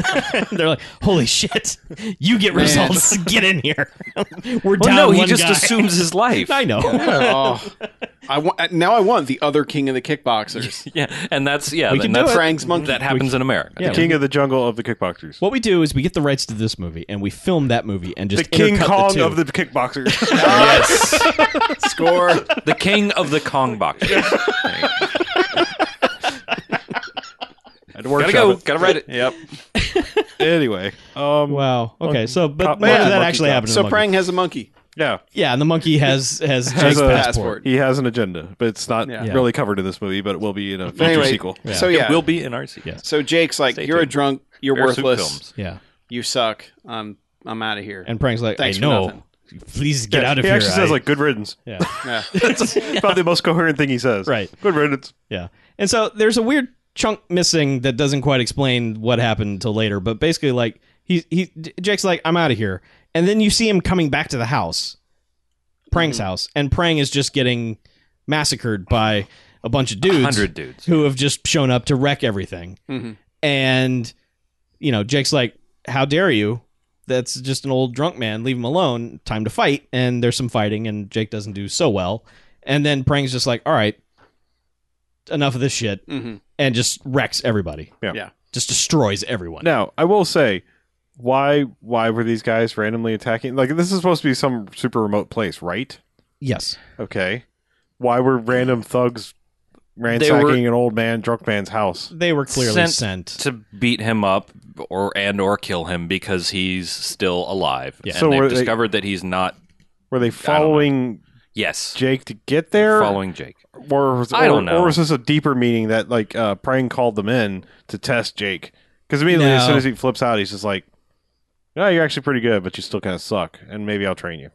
Speaker 4: They're like, "Holy shit, you get results! Get in here! We're
Speaker 5: Well,
Speaker 4: down
Speaker 5: no, he
Speaker 4: one
Speaker 5: just
Speaker 4: guy."
Speaker 5: assumes his life.
Speaker 4: I know.
Speaker 3: oh, I want now. I want the other king of the kickboxers,
Speaker 5: Yeah, and that's yeah,
Speaker 4: We
Speaker 5: and
Speaker 4: can do
Speaker 5: that's
Speaker 4: it.
Speaker 3: Prang's monkey.
Speaker 5: that happens in America.
Speaker 4: Yeah.
Speaker 2: King of the jungle of the kickboxers.
Speaker 4: What we do is we get the rights to this movie and we film that movie and
Speaker 2: the
Speaker 4: just
Speaker 2: King
Speaker 4: intercut
Speaker 2: Kong
Speaker 4: two.
Speaker 2: of the kickboxers.
Speaker 5: Yes,
Speaker 3: Score.
Speaker 5: the king of the Kong boxers.
Speaker 2: I'd
Speaker 5: gotta
Speaker 2: workshop
Speaker 5: go.
Speaker 2: it.
Speaker 5: Gotta write it.
Speaker 3: Yep.
Speaker 2: Anyway, um,
Speaker 4: Wow. Okay. So, but
Speaker 2: Cop-
Speaker 4: none of
Speaker 2: Yeah.
Speaker 4: that actually
Speaker 2: Monkey
Speaker 4: happened. to the
Speaker 3: So
Speaker 4: monkey.
Speaker 3: Prang has a monkey.
Speaker 2: yeah,
Speaker 4: Yeah, and the monkey has has Jake's
Speaker 2: a
Speaker 4: passport.
Speaker 3: passport.
Speaker 2: he has an agenda, but it's not
Speaker 3: Yeah.
Speaker 4: Yeah.
Speaker 2: really covered in this movie. But it will be in a future
Speaker 3: Anyway,
Speaker 2: sequel.
Speaker 3: so yeah,
Speaker 5: It will be in our sequel.
Speaker 4: Yes.
Speaker 3: So Jake's like,
Speaker 5: Stay
Speaker 3: "You're
Speaker 5: tuned.
Speaker 3: a drunk. You're
Speaker 5: Bear suit
Speaker 3: worthless.
Speaker 5: films.
Speaker 4: Yeah.
Speaker 3: You suck. I'm I'm out of here."
Speaker 4: And Prang's like,
Speaker 3: Thanks
Speaker 4: I
Speaker 3: for
Speaker 4: know.
Speaker 3: nothing.
Speaker 4: Please get out of
Speaker 2: he
Speaker 4: here.
Speaker 2: actually
Speaker 4: I-
Speaker 2: says like "Good riddance."
Speaker 4: yeah.
Speaker 3: yeah.
Speaker 2: Probably the most coherent thing he says.
Speaker 4: Right.
Speaker 2: Good riddance.
Speaker 4: Yeah. And so there's a weird chunk missing that doesn't quite explain what happened until later, but basically like he he J- Jake's like I'm out of here. And then you see him coming back to the house. Prang's
Speaker 3: Mm-hmm.
Speaker 4: house, and Prang is just getting massacred by a bunch of dudes
Speaker 5: Hundred dudes.
Speaker 4: who have just shown up to wreck everything.
Speaker 3: Mhm.
Speaker 4: And you know, Jake's like, "How dare you? That's just an old drunk man. Leave him alone. Time to fight." And there's some fighting, and Jake doesn't do so well. And then Prang's just like, "All right, enough of this shit,"
Speaker 3: hmm
Speaker 4: and just wrecks everybody.
Speaker 2: Yeah.
Speaker 3: Yeah.
Speaker 4: just destroys everyone.
Speaker 2: Now, I will say, why? Why were these guys randomly attacking? Like this is supposed to be some super remote place, right?
Speaker 4: Yes,
Speaker 2: Okay. Why were random thugs ransacking an old man, drunk man's house?
Speaker 4: they were clearly
Speaker 5: Sent-
Speaker 4: sent.
Speaker 5: To beat him up or and or kill him because he's still alive.
Speaker 4: Yeah.
Speaker 5: And
Speaker 2: So
Speaker 5: they've
Speaker 2: were they-
Speaker 5: discovered that he's not
Speaker 2: Were they following
Speaker 5: yes.
Speaker 2: Jake to get there?
Speaker 5: Following Jake.
Speaker 2: or was,
Speaker 5: I don't
Speaker 2: or-
Speaker 5: know.
Speaker 2: Or was this a deeper meaning that like uh, Prang called them in to test Jake? Because immediately, as
Speaker 4: No.
Speaker 2: soon as he flips out, he's just like, "No, you're actually pretty good, but you still kind of suck, and maybe I'll train you."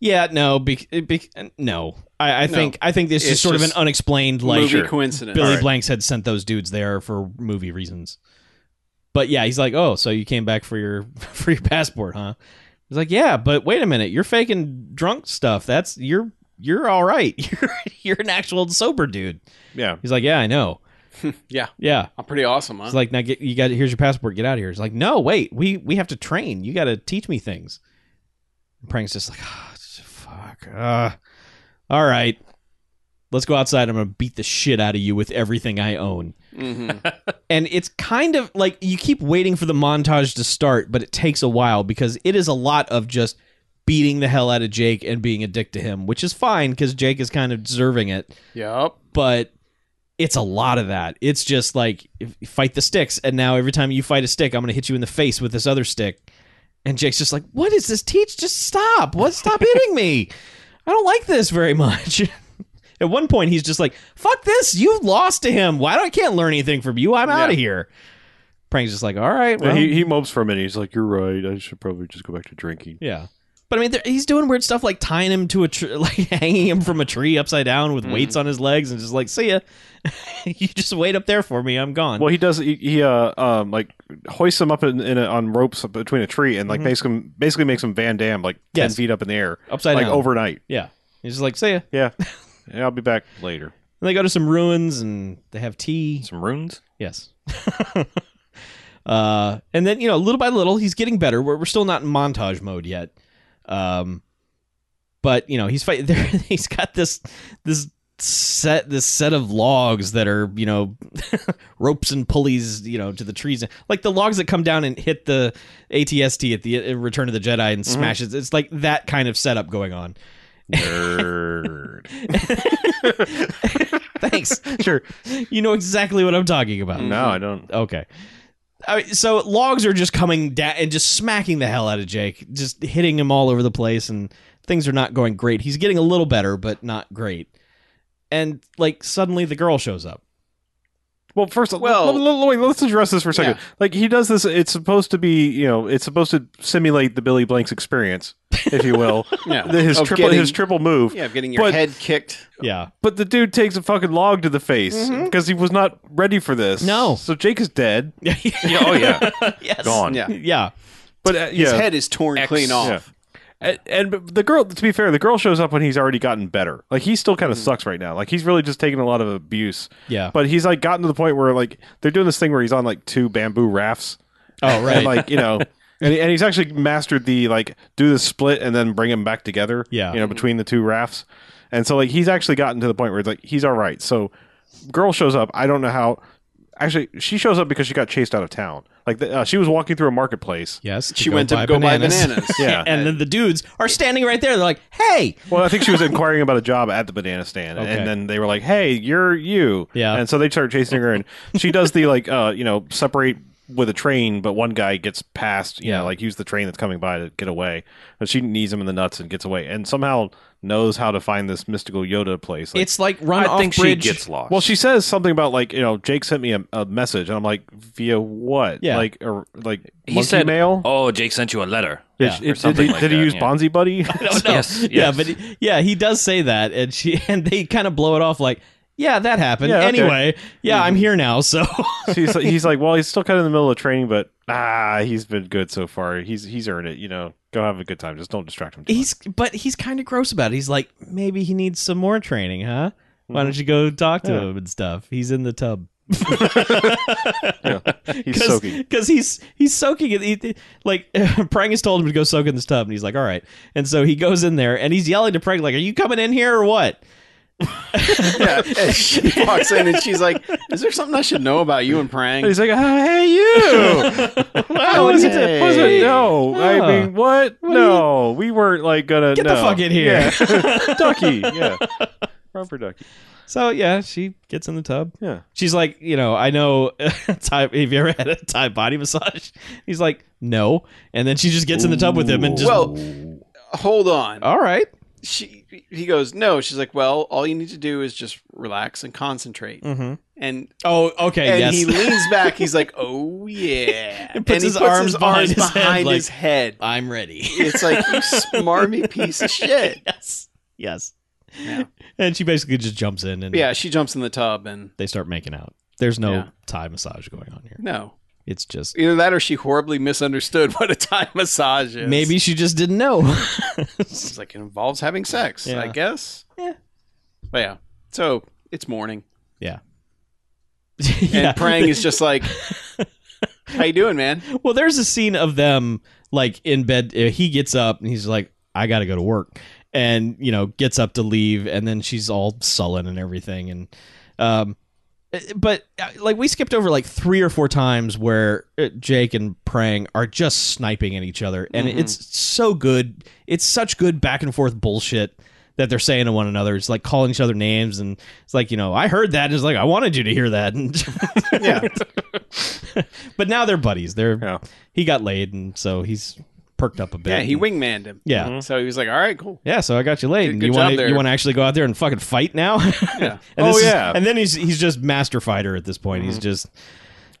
Speaker 4: yeah, no, be, be, no. I, I
Speaker 3: No.
Speaker 4: think I think this is
Speaker 3: It's
Speaker 4: sort of
Speaker 3: just
Speaker 4: an unexplained like
Speaker 3: Movie coincidence.
Speaker 4: Billy
Speaker 3: All right.
Speaker 4: Blanks had sent those dudes there for movie reasons. But yeah, he's like, "Oh, so you came back for your for your passport, huh?" He's like, "Yeah, but wait a minute, you're faking drunk stuff. That's you're you're all right. You're you're an actual sober dude."
Speaker 2: Yeah,
Speaker 4: He's like, "Yeah, I know."
Speaker 3: Yeah.
Speaker 4: Yeah.
Speaker 3: I'm Oh, pretty awesome, huh?
Speaker 4: He's like, "Now get you got here's your passport. Get out of here." He's like, "No, wait. We we have to train. You got to teach me things." And Prang's just like, "Ah, fuck. Uh, all ah." right." Let's go outside. I'm going to beat the shit out of you with everything I own. and it's kind of like you keep waiting for the montage to start, but it takes a while because it is a lot of just beating the hell out of Jake and being a dick to him, which is fine because Jake is kind of deserving it
Speaker 3: Yep.
Speaker 4: but it's a lot of that. It's just like if- fight the sticks, and now every time you fight a stick, I'm gonna hit you in the face with this other stick. And Jake's just like, "What is this? Teach, just stop! What? Stop hitting me! I don't like this very much." At one point, he's just like, "Fuck this! You lost to him. Why don't I can't learn anything from you? I'm out of
Speaker 3: Yeah.
Speaker 4: here." Prang's just like, "All right, well,
Speaker 2: And he, he mopes for a minute. He's like, "You're right. I should probably just go back to drinking."
Speaker 4: yeah." But I mean, there- he's doing weird stuff like tying him to a tr- like hanging him from a tree upside down
Speaker 2: Mm.
Speaker 4: with weights on his legs, and just like, "See ya, you just wait up there for me. I'm gone."
Speaker 2: Well, he does. He, he uh, um, like hoists him up in, in a, on ropes between a tree and like
Speaker 3: Mm-hmm.
Speaker 2: makes him basically makes him Van Dam like
Speaker 4: Yes.
Speaker 2: ten feet up in the air,
Speaker 4: Upside
Speaker 2: like
Speaker 4: down.
Speaker 2: overnight.
Speaker 4: Yeah. He's just like, see ya. And
Speaker 2: Yeah. yeah, I'll be back later.
Speaker 4: they go to some ruins and they have tea.
Speaker 5: Some runes.
Speaker 4: Yes. uh, and then, you know, little by little, he's getting better. We're, we're still not in montage mode yet. Um, but, you know, he's fight- there, he's got this this set this set of logs that are, you know, ropes and pulleys, you know, to the trees. Like the logs that come down and hit the ATST at the uh, Return of the Jedi
Speaker 2: Mm-hmm.
Speaker 4: and smashes. It's like that kind of setup going on.
Speaker 2: Nerd.
Speaker 4: Thanks.
Speaker 2: sure.
Speaker 4: you know exactly what I'm talking about.
Speaker 2: No, I don't.
Speaker 4: Okay. I mean, so logs are just coming down and just smacking the hell out of Jake, just hitting him all over the place, and things are not going great. He's getting a little better, but not great. And like suddenly the girl shows up.
Speaker 2: Well, first,
Speaker 3: Well-
Speaker 2: well, wait, let's address this for a second. Like he does this. It's supposed to be, you know, it's supposed to simulate the Billy Blanks experience, if you will.
Speaker 3: Yeah.
Speaker 2: The- his
Speaker 3: Of
Speaker 2: triple,
Speaker 3: getting-
Speaker 2: his triple move.
Speaker 3: Yeah, getting your
Speaker 2: But-
Speaker 3: head kicked.
Speaker 4: Yeah.
Speaker 2: But the dude takes a fucking log to the face
Speaker 3: Mm-hmm.
Speaker 2: because he was not ready for this.
Speaker 4: No.
Speaker 2: So Jake is dead.
Speaker 5: Yeah, oh yeah,
Speaker 4: yes.
Speaker 5: gone.
Speaker 3: Yeah.
Speaker 4: Yeah.
Speaker 2: But uh,
Speaker 3: His
Speaker 2: yeah.
Speaker 3: head is torn
Speaker 5: X.
Speaker 3: clean off.
Speaker 2: Yeah. And, and the girl, to be fair, the girl shows up when he's already gotten better. Like he still kind of sucks right now. Like he's really just taking a lot of abuse.
Speaker 4: Yeah.
Speaker 2: But he's like gotten to the point where like they're doing this thing where he's on like two bamboo rafts.
Speaker 4: Oh, right.
Speaker 2: And like you know, and, and he's actually mastered the like do the split and then bring him back together.
Speaker 4: Yeah.
Speaker 2: You know, between the two rafts. And so like he's actually gotten to the point where it's like he's all right. So girl shows up. I don't know how. Actually, she shows up because she got chased out of town. Like the, uh, she was walking through a marketplace.
Speaker 4: yes. to
Speaker 3: She went to go buy bananas.
Speaker 2: Yeah.
Speaker 4: and then the dudes are standing right there. They're like, hey.
Speaker 2: Well, I think she was inquiring about a job at the banana stand,
Speaker 4: Okay.
Speaker 2: and then they were like, "Hey, you're you."
Speaker 4: Yeah.
Speaker 2: And so they start chasing her, and she does the like, uh, you know, separate with a train, but one guy gets past, you
Speaker 4: Yeah.
Speaker 2: know, like use the train that's coming by to get away, but she knees him in the nuts and gets away, and somehow knows how to find this mystical Yoda place. Like,
Speaker 4: It's like run
Speaker 5: I
Speaker 4: off
Speaker 5: think
Speaker 4: bridge.
Speaker 5: she gets lost.
Speaker 2: well, she says something about like you know Jake sent me a, a message, and I'm like via what?
Speaker 4: Yeah.
Speaker 2: like or like
Speaker 5: he
Speaker 2: monkey
Speaker 5: said,
Speaker 2: mail.
Speaker 5: "Oh, Jake sent you a letter."
Speaker 2: Did-
Speaker 5: or
Speaker 2: did, did,
Speaker 5: something
Speaker 2: he-
Speaker 5: like
Speaker 2: did he
Speaker 5: that,
Speaker 2: use
Speaker 5: yeah.
Speaker 2: Bonzi Buddy?
Speaker 5: don't know. Yes,
Speaker 4: Yeah,
Speaker 5: yes.
Speaker 4: but he- yeah, he does say that, and she and they kind of blow it off like, yeah, that happened.
Speaker 2: Yeah, okay.
Speaker 4: Anyway, yeah, I'm here now, so
Speaker 2: he's, he's like, well, he's still kind of in the middle of training, but ah, he's been good so far. He's he's earned it. You know, go have a good time. Just don't distract him. Too
Speaker 4: he's but he's kind of gross about it. He's like, maybe he needs some more training, huh? Why don't you go talk to
Speaker 2: Yeah.
Speaker 4: him and stuff? He's in the tub.
Speaker 2: much. he's soaking.
Speaker 4: because he's he's soaking it. He, like Prang has told him to go soak in this tub, and he's like, "All right." And so he goes in there, and he's yelling to Prang, "Like, are you coming in here or what?"
Speaker 3: yeah. And she walks in and she's like, Is there something I should know about you and
Speaker 2: And
Speaker 3: Prang?
Speaker 2: he's like, oh, hey you.
Speaker 4: Oh,
Speaker 2: was
Speaker 4: yeah.
Speaker 2: it? Was it? No,
Speaker 4: Ah.
Speaker 2: I mean, what? no, we weren't like gonna
Speaker 4: Get the
Speaker 2: no.
Speaker 4: fuck in here.
Speaker 2: Yeah. ducky. Yeah, run for ducky.
Speaker 4: So yeah, she gets in the tub.
Speaker 2: Yeah.
Speaker 4: She's like, you know, I know. Thai, have you ever had a Thai body massage? He's like, no. And then she just gets in the tub with him and just,
Speaker 3: Well, hold on.
Speaker 4: all right,
Speaker 3: She he goes, No. She's like, Well, all you need to do is just relax and concentrate.
Speaker 4: Mm-hmm.
Speaker 3: And
Speaker 4: Oh, okay,
Speaker 3: and
Speaker 4: yes.
Speaker 3: he leans back, he's like, Oh yeah.
Speaker 4: He puts
Speaker 3: and he
Speaker 4: his arms behind his head, like-
Speaker 3: his head.
Speaker 4: I'm ready.
Speaker 3: It's like you smarmy piece of shit.
Speaker 4: yes, yes.
Speaker 3: Yeah.
Speaker 4: And she basically just jumps in and
Speaker 3: Yeah, she jumps in the tub and
Speaker 4: they start making out. There's no
Speaker 3: Yeah.
Speaker 4: Thai massage going on here.
Speaker 3: no.
Speaker 4: It's just
Speaker 3: Either that or she horribly misunderstood what a Thai massage is.
Speaker 4: maybe she just didn't know.
Speaker 3: It's like it involves having sex,
Speaker 4: Yeah.
Speaker 3: I guess.
Speaker 4: Yeah.
Speaker 3: But yeah. So it's morning. And
Speaker 4: yeah.
Speaker 3: Prang is just like How you doing, man?
Speaker 4: Well, there's a scene of them like in bed. uh, He gets up and he's like, "I got to go to work," and you know gets up to leave, and then she's all sullen and everything, and um, but uh, like we skipped over like three or four times where uh, Jake and Prang are just sniping at each other, and
Speaker 3: Mhm.
Speaker 4: it's so good. It's such good back and forth bullshit that they're saying to one another. It's like calling each other names, and it's like you know I heard that, and it's like I wanted you to hear that, and
Speaker 3: Yeah.
Speaker 4: but now they're buddies. They're
Speaker 2: Yeah.
Speaker 4: he got laid, and so he's perked up a bit.
Speaker 3: Yeah, he
Speaker 4: And-
Speaker 3: wingmaned him.
Speaker 4: Yeah.
Speaker 3: So he was like, all right, cool.
Speaker 4: Yeah, so I got you laid.
Speaker 3: Good-
Speaker 4: and
Speaker 3: good
Speaker 4: you
Speaker 3: job
Speaker 4: want
Speaker 3: there.
Speaker 4: you want to actually go out there and fucking fight now?
Speaker 3: Yeah.
Speaker 2: Oh,
Speaker 4: and this is-
Speaker 2: yeah. Mm-hmm.
Speaker 4: and then he's he's just master fighter at this point. He's just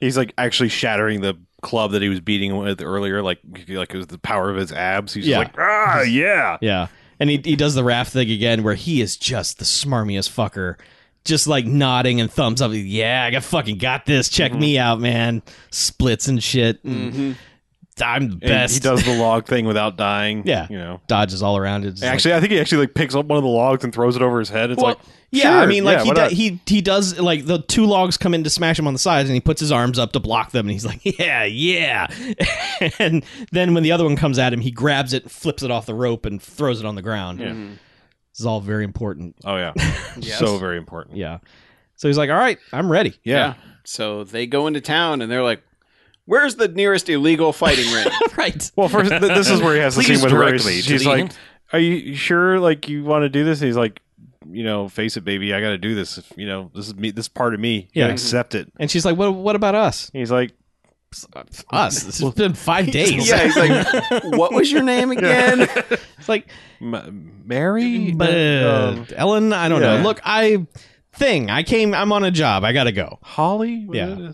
Speaker 2: He's like actually shattering the club that he was beating with earlier, like like it was the power of his abs. He's
Speaker 4: Yeah.
Speaker 2: just like, ah, yeah.
Speaker 4: yeah. And he he does the raft thing again, where he is just the smarmiest fucker, just like nodding and thumbs up. Yeah, I got fucking got this. Check
Speaker 2: Mm-hmm.
Speaker 4: me out, man. Splits and shit. and I'm the
Speaker 2: And
Speaker 4: best.
Speaker 2: he does the log thing without dying.
Speaker 4: Yeah.
Speaker 2: you know.
Speaker 4: dodges all around. It's just like-
Speaker 2: actually, I think he actually like picks up one of the logs and throws it over his head. It's
Speaker 4: Well,
Speaker 2: like,
Speaker 4: yeah,
Speaker 2: sure,
Speaker 4: I mean,
Speaker 2: yeah, why
Speaker 4: like he, do,
Speaker 2: not?
Speaker 4: he he does like the two logs come in to smash him on the sides, and he puts his arms up to block them, and he's like, yeah, yeah. and then when the other one comes at him, he grabs it, flips it off the rope, and throws it on the ground.
Speaker 2: Yeah.
Speaker 4: This is all very important.
Speaker 2: oh yeah,
Speaker 3: Yes.
Speaker 2: so very important.
Speaker 4: Yeah. So he's like, all right, I'm ready.
Speaker 2: Yeah.
Speaker 3: So they go into town and they're like, where's the nearest illegal fighting ring?
Speaker 4: right.
Speaker 2: Well, first th- this is where he has the
Speaker 5: Please
Speaker 2: scene with her.
Speaker 5: direct me to
Speaker 2: She's
Speaker 5: the
Speaker 2: like,
Speaker 5: end.
Speaker 2: "Are you you sure? Like you want to do this?" And he's like, "You know, face it, baby. I got to do this. If, you know, this is me. This is part of me. You
Speaker 4: Yeah.
Speaker 2: gotta accept it."
Speaker 4: And she's like, what What about us?
Speaker 2: And he's like,
Speaker 4: Us. It's been five days.
Speaker 3: yeah. He's like, what was your name again?
Speaker 4: It's like,
Speaker 2: M- "Mary,
Speaker 4: but uh,
Speaker 2: Um,
Speaker 4: Ellen, I don't
Speaker 2: yeah.
Speaker 4: know. Look, I thing. I came. I'm on a job. I gotta go.
Speaker 2: Holly."
Speaker 4: Yeah.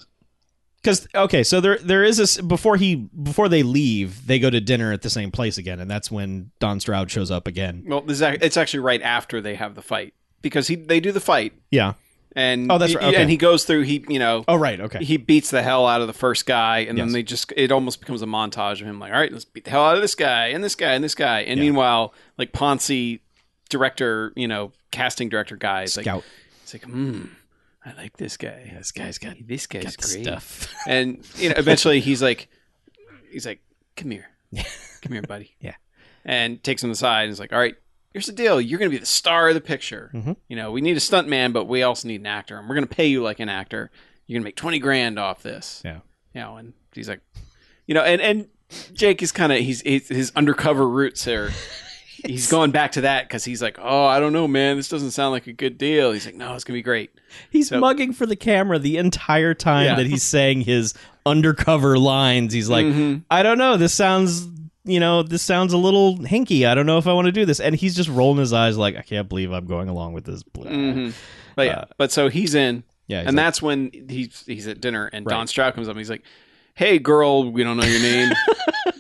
Speaker 4: Because okay, so there there is this before he before they leave, they go to dinner at the same place again, and that's when Don Stroud shows up again.
Speaker 3: well, this is, ac- it's actually right after they have the fight because he they do the fight
Speaker 4: Yeah.
Speaker 3: and
Speaker 4: Oh, that's right, okay.
Speaker 3: and he goes through he you know
Speaker 4: Oh right. Okay.
Speaker 3: he beats the hell out of the first guy and then
Speaker 4: Yes.
Speaker 3: they just it almost becomes a montage of him like all right let's beat the hell out of this guy and this guy and this guy and
Speaker 4: Yeah.
Speaker 3: meanwhile like Ponzi director you know casting director guy is like
Speaker 4: Scout
Speaker 3: it's like hmm I like this guy this guy's got this guy's
Speaker 4: got the
Speaker 3: great
Speaker 4: stuff.
Speaker 3: and you know eventually he's like he's like come here come here buddy
Speaker 4: Yeah.
Speaker 3: and takes him aside and is like all right here's the deal you're gonna be the star of the picture
Speaker 4: Mhm.
Speaker 3: you know we need a stunt man but we also need an actor and we're gonna pay you like an actor you're gonna make 20 grand off this
Speaker 4: Yeah.
Speaker 3: you know and he's like you know and and jake is kind of he's, he's his undercover roots here he's going back to that because he's like oh i don't know man this doesn't sound like a good deal he's like no it's gonna be great
Speaker 4: He's
Speaker 3: So-
Speaker 4: mugging for the camera the entire time
Speaker 3: Yeah.
Speaker 4: that he's saying his undercover lines. He's like,
Speaker 3: Mhm.
Speaker 4: I don't know. This sounds, you know, this sounds a little hinky. I don't know if I want to do this. And he's just rolling his eyes like, I can't believe I'm going along with this. Blah.
Speaker 3: Mhm. but yeah
Speaker 4: Uh,
Speaker 3: but so he's in
Speaker 4: Yeah. he's
Speaker 3: and
Speaker 4: like,
Speaker 3: that's when he's he's at dinner and Don
Speaker 4: Right.
Speaker 3: Stroud comes up and he's like, "Hey, girl, we don't know your name. I,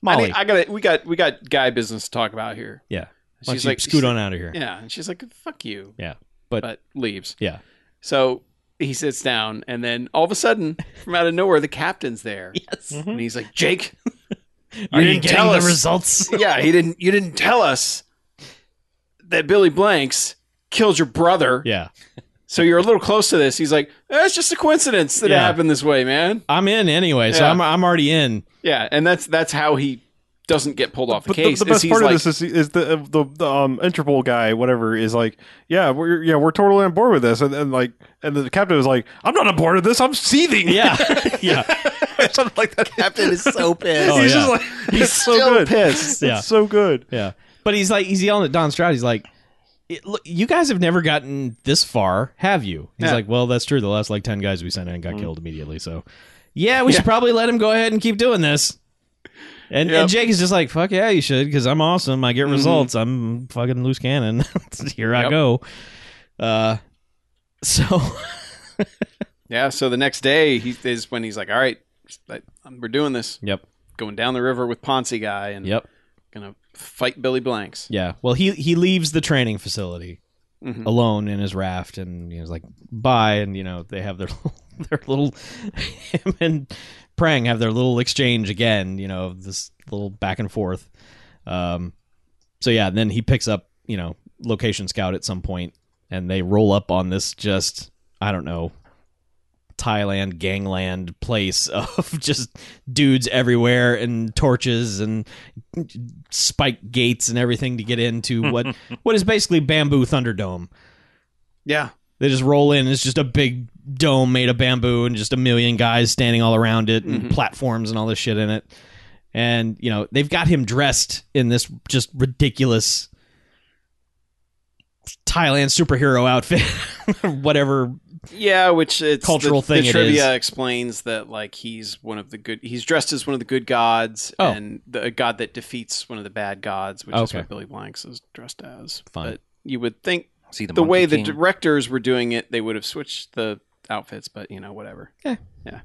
Speaker 4: Molly.
Speaker 3: need- I got we got we got guy business to talk about here."
Speaker 4: yeah.
Speaker 3: And
Speaker 4: Why don't
Speaker 3: she's
Speaker 4: you
Speaker 3: like,
Speaker 4: scoot
Speaker 3: she's
Speaker 4: on out of here.
Speaker 3: like- yeah, and she's like, "Fuck you."
Speaker 4: Yeah, but-
Speaker 3: but leaves.
Speaker 4: Yeah.
Speaker 3: So he sits down, and then all of a sudden, from out of nowhere, the captain's there,
Speaker 4: Yes.
Speaker 3: and he's like, "Jake, you
Speaker 4: Are Mm-hmm. you,
Speaker 3: didn't
Speaker 4: getting
Speaker 3: tell
Speaker 4: the
Speaker 3: us.
Speaker 4: results?
Speaker 3: yeah, he didn't. You didn't tell us that Billy Blanks killed your brother,
Speaker 4: Yeah.
Speaker 3: so you're a little close to this." He's like, "That's just a coincidence that it
Speaker 4: Yeah.
Speaker 3: happened this way, man."
Speaker 4: I'm in anyway, so
Speaker 3: Yeah.
Speaker 4: I'm I'm already in.
Speaker 3: Yeah, and that's that's how he doesn't get pulled off the
Speaker 2: But the,
Speaker 3: case.
Speaker 2: the
Speaker 3: is
Speaker 2: best
Speaker 3: he's
Speaker 2: part
Speaker 3: like,
Speaker 2: of this is, is the, the the um Interpol guy, whatever, is like, yeah, we're yeah, we're totally on board with this, and, and like, and the captain was like, I'm not on board with this, I'm seething,
Speaker 4: Yeah, yeah,
Speaker 2: something like that.
Speaker 3: Captain is so pissed.
Speaker 4: Oh,
Speaker 2: he's
Speaker 4: yeah.
Speaker 2: just like,
Speaker 3: He's
Speaker 2: it's so
Speaker 3: still
Speaker 2: good.
Speaker 3: pissed.
Speaker 4: Yeah.
Speaker 2: It's so good.
Speaker 4: yeah. But he's like, he's yelling at Don Stroud. He's like, "It- look, you guys have never gotten this far, have you? He's
Speaker 3: Yeah.
Speaker 4: like, well, that's true. The last like ten guys we sent in got killed immediately. So, Mm-hmm. yeah, we should probably let him go ahead and keep doing this. And,
Speaker 3: Yep.
Speaker 4: and Jake is just like, fuck yeah, you should, because I'm awesome. I get results. I'm fucking loose cannon. Here I
Speaker 3: Yep.
Speaker 4: go. Uh, so
Speaker 3: Yeah. So the next day he is when he's like, "All right, I- we're doing this.
Speaker 4: yep,
Speaker 3: Going down the river with Ponzi guy and
Speaker 4: yep.
Speaker 3: gonna fight Billy Blanks."
Speaker 4: Yeah. Well, he he leaves the training facility
Speaker 3: Mhm.
Speaker 4: alone in his raft, and you know, he's like, "Bye." And you know, they have their little, their little him and Prang have their little exchange again. You know, this little back and forth. Um. So yeah, and then he picks up you know location scout at some point, and they roll up on this just I don't know Thailand gangland place of just dudes everywhere and torches and spike gates and everything to get into what what is basically bamboo thunderdome.
Speaker 3: Yeah.
Speaker 4: They just roll in. And it's just a big dome made of bamboo and just a million guys standing all around it and
Speaker 3: Mhm.
Speaker 4: platforms and all this shit in it. And you know they've got him dressed in this just ridiculous Thailand superhero outfit, whatever.
Speaker 3: Yeah, which it's
Speaker 4: Cultural
Speaker 3: the,
Speaker 4: thing
Speaker 3: The
Speaker 4: it
Speaker 3: trivia explains that like he's one of the good. He's dressed as one of the good gods,
Speaker 4: Oh.
Speaker 3: and the a god that defeats one of the bad gods, which is
Speaker 4: Okay.
Speaker 3: what Billy Blanks is dressed as.
Speaker 4: Fine.
Speaker 3: But you would think
Speaker 5: See the,
Speaker 3: the way
Speaker 5: Monkey
Speaker 3: the
Speaker 5: King.
Speaker 3: directors were doing it, they would have switched the outfits, but you know, whatever.
Speaker 4: Okay.
Speaker 3: Yeah.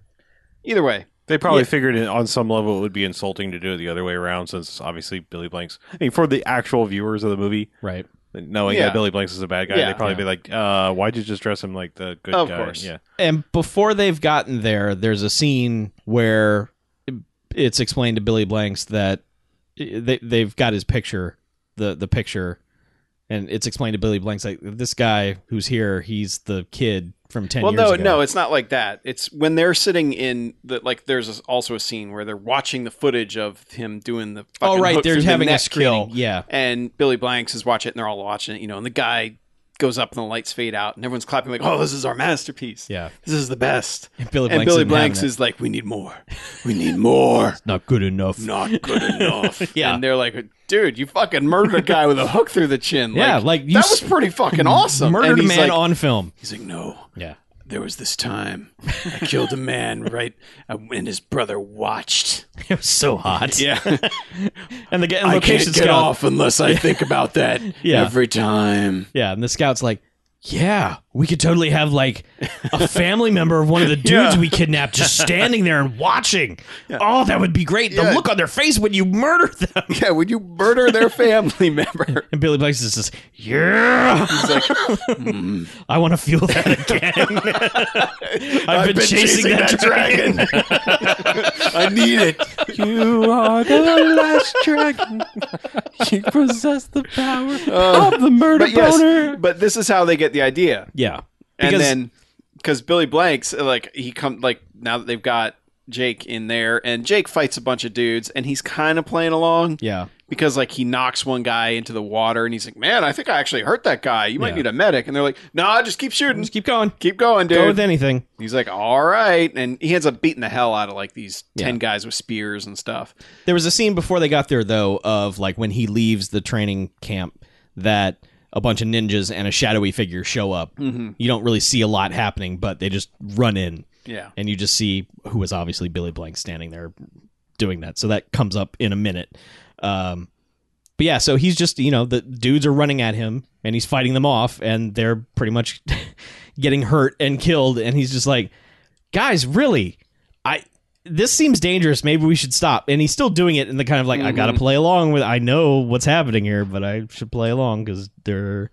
Speaker 3: Either way,
Speaker 2: They probably figured it on some level it would be insulting to do it the other way around, since obviously Billy Blanks. I mean, for the actual viewers of the movie,
Speaker 4: Right.
Speaker 2: knowing
Speaker 3: Yeah.
Speaker 2: that Billy Blanks is a bad guy,
Speaker 3: Yeah.
Speaker 2: they'd probably be like, uh, "Why'd you just dress him like the good
Speaker 3: Of
Speaker 2: guy?"
Speaker 3: course.
Speaker 2: Yeah,
Speaker 4: And before they've gotten there, there's a scene where it's explained to Billy Blanks that they they've got his picture, the the picture, and it's explained to Billy Blanks like this guy who's here, he's the kid from ten
Speaker 3: well,
Speaker 4: years
Speaker 3: no,
Speaker 4: ago.
Speaker 3: no, it's not like that. It's when they're sitting in the like. There's also a scene where they're watching the footage of him doing the.
Speaker 4: oh
Speaker 3: fucking
Speaker 4: right,
Speaker 3: hook
Speaker 4: they're
Speaker 3: through the
Speaker 4: having a
Speaker 3: neck
Speaker 4: screening.
Speaker 3: kill.
Speaker 4: Yeah,
Speaker 3: and Billy Blanks is watching it, and they're all watching it, you know, and the guy goes up and the lights fade out, and everyone's clapping like, "Oh, this is our masterpiece!
Speaker 4: yeah.
Speaker 3: This is the best!"
Speaker 4: Billy
Speaker 3: and Billy Blanks is like, "We need more, we need more,
Speaker 4: not good enough.
Speaker 3: not good enough."
Speaker 4: Yeah.
Speaker 3: and they're like, "Dude, you fucking murdered a guy with a hook through the chin!
Speaker 4: Yeah, like, you
Speaker 3: that
Speaker 4: s-
Speaker 3: was pretty fucking awesome."
Speaker 4: Murdered
Speaker 3: and
Speaker 4: a
Speaker 3: he's
Speaker 4: man
Speaker 3: like,
Speaker 4: on film.
Speaker 3: He's like, "No,
Speaker 4: Yeah.
Speaker 3: there was this time I killed a man right, uh, and his brother watched."
Speaker 4: It was so hot.
Speaker 3: Yeah.
Speaker 4: And the and
Speaker 3: I
Speaker 4: location
Speaker 3: can't get
Speaker 4: scout.
Speaker 3: off unless I think about that
Speaker 4: Yeah.
Speaker 3: every time.
Speaker 4: Yeah, and the scout's like, yeah, we could totally have like a family member of one of the dudes
Speaker 3: Yeah.
Speaker 4: we kidnapped just standing there and watching. Oh, that would be great. The
Speaker 3: Yeah.
Speaker 4: look on their face when you murder them.
Speaker 3: Yeah, would you murder their family member?
Speaker 4: And Billy Blanks is just, yeah,
Speaker 3: He's like,
Speaker 4: I want to feel that again. I've, been, chasing, that, dragon.
Speaker 3: I need it.
Speaker 2: you are the last dragon. Oh. You possess the power of the murder
Speaker 3: But yes, but this is how they get the idea.
Speaker 4: Yeah.
Speaker 3: And
Speaker 4: Because-
Speaker 3: then, because Billy Blanks, uh, like he come like now that they've got Jake in there, and Jake fights a bunch of dudes, and he's kind of playing along
Speaker 4: Yeah.
Speaker 3: because like he knocks one guy into the water, and he's like, "Man, I think I actually hurt that guy. You might
Speaker 4: Yeah.
Speaker 3: need a medic." And they're like, "Nah, just keep shooting,
Speaker 4: Just keep going.
Speaker 3: keep going, dude."
Speaker 4: Go with anything.
Speaker 3: He's like, all right. And he ends up beating the hell out of like these 10
Speaker 4: Yeah.
Speaker 3: guys with spears and stuff.
Speaker 4: There was a scene before they got there, though, of like when he leaves the training camp that a bunch of ninjas and a shadowy figure show up.
Speaker 3: Mhm.
Speaker 4: You don't really see a lot happening, but they just run in
Speaker 3: Yeah.
Speaker 4: and you just see who was obviously Billy Blank standing there doing that. So that comes up in a minute. Um, but yeah, so he's just, you know, the dudes are running at him and he's fighting them off and they're pretty much getting hurt and killed. And he's just like, guys, really? I. This seems dangerous. Maybe we should stop. And he's still doing it in the kind of like I got to play along with. I know what's happening here, but I should play along because they're,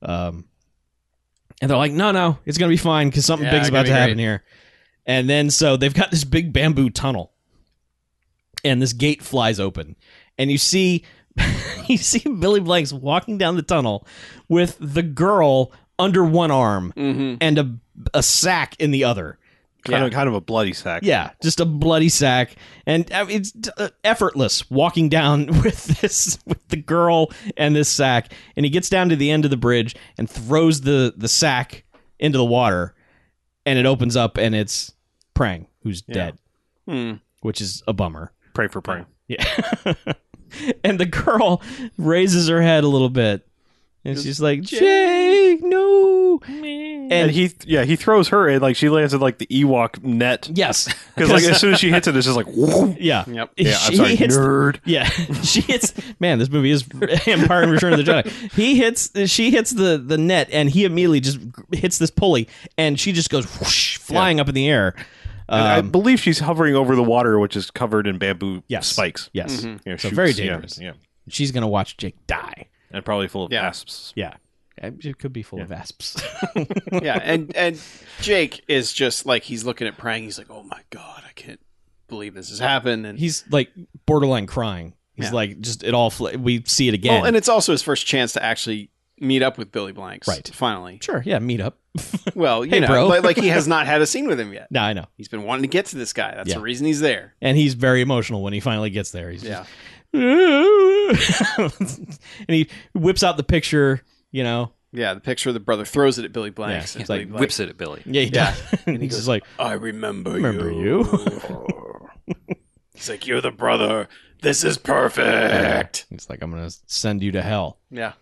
Speaker 4: um, and they're like, no, no, it's gonna be fine because something
Speaker 3: Yeah,
Speaker 4: big's
Speaker 3: it's
Speaker 4: about
Speaker 3: gonna
Speaker 4: to
Speaker 3: be
Speaker 4: happen
Speaker 3: great.
Speaker 4: here. And then so they've got this big bamboo tunnel. And this gate flies open. And you see you see Billy Blanks walking down the tunnel with the girl under one arm
Speaker 3: Mm-hmm.
Speaker 4: and a a sack in the other.
Speaker 2: Kind of, kind of a bloody sack.
Speaker 4: Yeah, just a bloody sack, and uh, it's uh, effortless walking down with this with the girl and this sack, and he gets down to the end of the bridge and throws the the sack into the water, and it opens up and it's Prang who's
Speaker 2: Yeah.
Speaker 4: dead,
Speaker 3: Hmm.
Speaker 4: which is a bummer.
Speaker 2: Pray for praying.
Speaker 4: Yeah, and the girl raises her head a little bit, and she's like, "Jake, no,"
Speaker 2: And
Speaker 4: and
Speaker 2: he, th- yeah, he throws her in like she lands in like the Ewok net
Speaker 4: yes,
Speaker 2: because like as soon as she hits it, it's just like, whoom.
Speaker 4: yeah.
Speaker 3: Yep.
Speaker 2: yeah, I'm
Speaker 4: He
Speaker 2: sorry,
Speaker 4: hits-
Speaker 2: nerd.
Speaker 4: Yeah, she hits. man, this movie is Empire and Return of the Jedi. He hits. She hits the the net, and he immediately just hits this pulley, and she just goes whoosh, flying up in the air.
Speaker 2: And I
Speaker 4: Um,
Speaker 2: believe she's hovering over the water, which is covered in bamboo
Speaker 4: Yes.
Speaker 2: spikes.
Speaker 4: yes,
Speaker 2: Yeah,
Speaker 4: So
Speaker 2: shoots.
Speaker 4: very
Speaker 2: Yeah,
Speaker 4: dangerous.
Speaker 2: Yeah,
Speaker 4: she's gonna watch Jake die.
Speaker 2: and probably full of
Speaker 3: Yeah.
Speaker 2: asps.
Speaker 4: Yeah, it could be full of asps.
Speaker 3: yeah. And, and Jake is just like, he's looking at Prang. He's like, oh my God, I can't believe this has happened. And,
Speaker 4: He's like borderline crying. He's
Speaker 3: Yeah.
Speaker 4: like just it all. Fl- we see it again.
Speaker 3: Oh, well, and it's also his first chance to actually meet up with Billy Blanks.
Speaker 4: Right.
Speaker 3: Finally.
Speaker 4: Sure, yeah, meet up.
Speaker 3: Well, you
Speaker 4: Hey,
Speaker 3: know,
Speaker 4: bro.
Speaker 3: Like, like he has not had a scene with him yet.
Speaker 4: No, I know.
Speaker 3: He's been wanting to get to this guy. That's
Speaker 4: Yeah.
Speaker 3: the reason he's there.
Speaker 4: And he's very emotional when he finally gets there. He's
Speaker 3: Yeah.
Speaker 4: just and he whips out the picture, you know.
Speaker 3: Yeah. The picture of the brother throws it at Billy Blanks.
Speaker 4: Yeah,
Speaker 3: and
Speaker 4: he's like,
Speaker 3: Billy Blanks,
Speaker 5: Whips it at Billy.
Speaker 4: Yeah, he does. and he's just like,
Speaker 3: I remember,
Speaker 4: Remember
Speaker 3: you. he's like, You're the brother. This is perfect.
Speaker 4: he's like, I'm gonna send you to hell
Speaker 3: Yeah.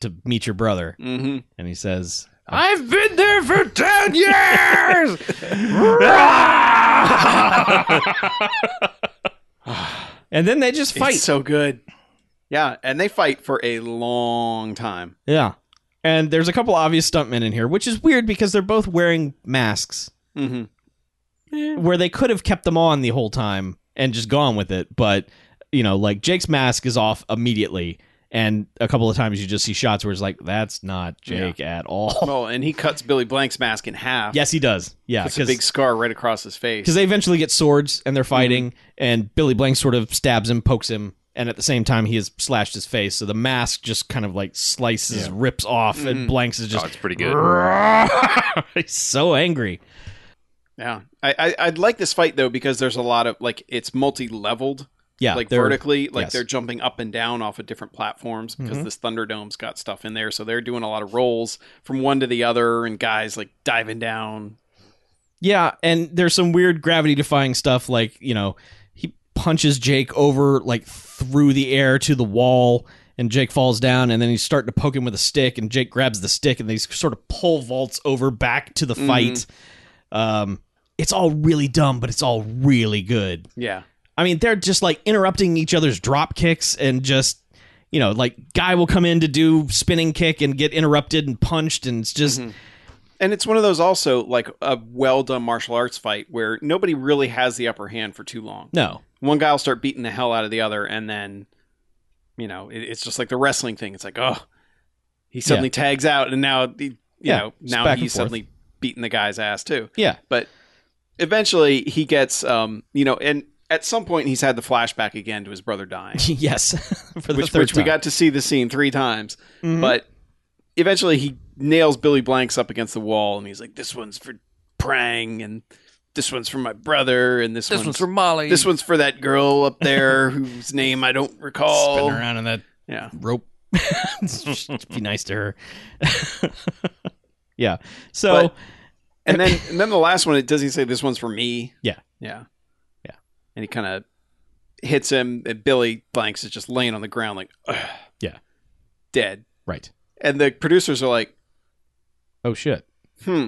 Speaker 4: to meet your brother.
Speaker 3: Mm-hmm.
Speaker 4: And he says,
Speaker 2: I've been there for 10 years!
Speaker 4: and then they just fight.
Speaker 3: It's so good. Yeah. And they fight for a long time.
Speaker 4: yeah. And there's a couple obvious stuntmen in here, which is weird because they're both wearing masks. Eh.
Speaker 3: Mm-hmm.
Speaker 4: where they could have kept them on the whole time and just gone with it. But you know, like Jake's mask is off immediately, and a couple of times you just see shots where it's like, that's not Jake at all.
Speaker 3: Oh, and he cuts Billy Blank's mask in half.
Speaker 4: yes, he does. Yeah,
Speaker 3: It's a big
Speaker 4: because
Speaker 3: scar right across his face.
Speaker 4: they eventually get swords and they're fighting, and Billy Blank sort of stabs him, pokes him. And at the same time, he has slashed his face, so the mask just kind of like slices, rips off, and Blanks is
Speaker 5: Oh,
Speaker 4: just
Speaker 5: it's pretty good.
Speaker 4: he's so angry.
Speaker 3: Yeah, I, I I'd like this fight though because there's a lot of like it's multi-leveled,
Speaker 4: Yeah,
Speaker 3: like
Speaker 4: they're-
Speaker 3: vertically, like
Speaker 4: yes. Mm-hmm.
Speaker 3: they're jumping up and down off of different platforms because this Thunderdome's got stuff in there, so they're doing a lot of rolls from one to the other, and guys like diving down.
Speaker 4: Yeah, and there's some weird gravity defying stuff like, you know, he punches Jake over like through the air to the wall and Jake falls down and then he's starting to poke him with a stick and Jake grabs the stick and they sort of pole vaults over back to the fight. Um it's all really dumb, but it's all really good.
Speaker 3: Yeah,
Speaker 4: I mean, they're just like interrupting each other's drop kicks and just, you know, like guy will come in to do spinning kick and get interrupted and punched and it's just
Speaker 3: and it's one of those also like a well done martial arts fight where nobody really has the upper hand for too long.
Speaker 4: no.
Speaker 3: One guy will start beating the hell out of the other, and then you know it, it's just like the wrestling thing. It's like oh, he suddenly tags out, and now he, you
Speaker 4: Yeah,
Speaker 3: know
Speaker 4: just
Speaker 3: now
Speaker 4: back and
Speaker 3: he's
Speaker 4: forth.
Speaker 3: suddenly beating the guy's ass too.
Speaker 4: Yeah.
Speaker 3: but eventually he gets um you know and at some point he's had the flashback again to his brother dying
Speaker 4: yes. For the
Speaker 3: which,
Speaker 4: third
Speaker 3: which we
Speaker 4: time.
Speaker 3: got to see the scene three times
Speaker 4: Mhm.
Speaker 3: but eventually he nails billy blanks up against the wall and he's like this one's for prang and this one's for my brother and this,
Speaker 5: This one's for Molly.
Speaker 3: this one's for that girl up there whose name i don't recall
Speaker 4: spinning around in that
Speaker 3: yeah
Speaker 4: rope. Oh. Just be nice to her. yeah. So
Speaker 3: But- and then and then the last one it doesn't say this one's for me
Speaker 4: Yeah.
Speaker 3: yeah
Speaker 4: Yeah.
Speaker 3: and he kind of hits him and billy blanks is just laying on the ground like ugh,
Speaker 4: Yeah.
Speaker 3: dead
Speaker 4: right.
Speaker 3: and the producers are like
Speaker 4: Oh shit.
Speaker 3: hmm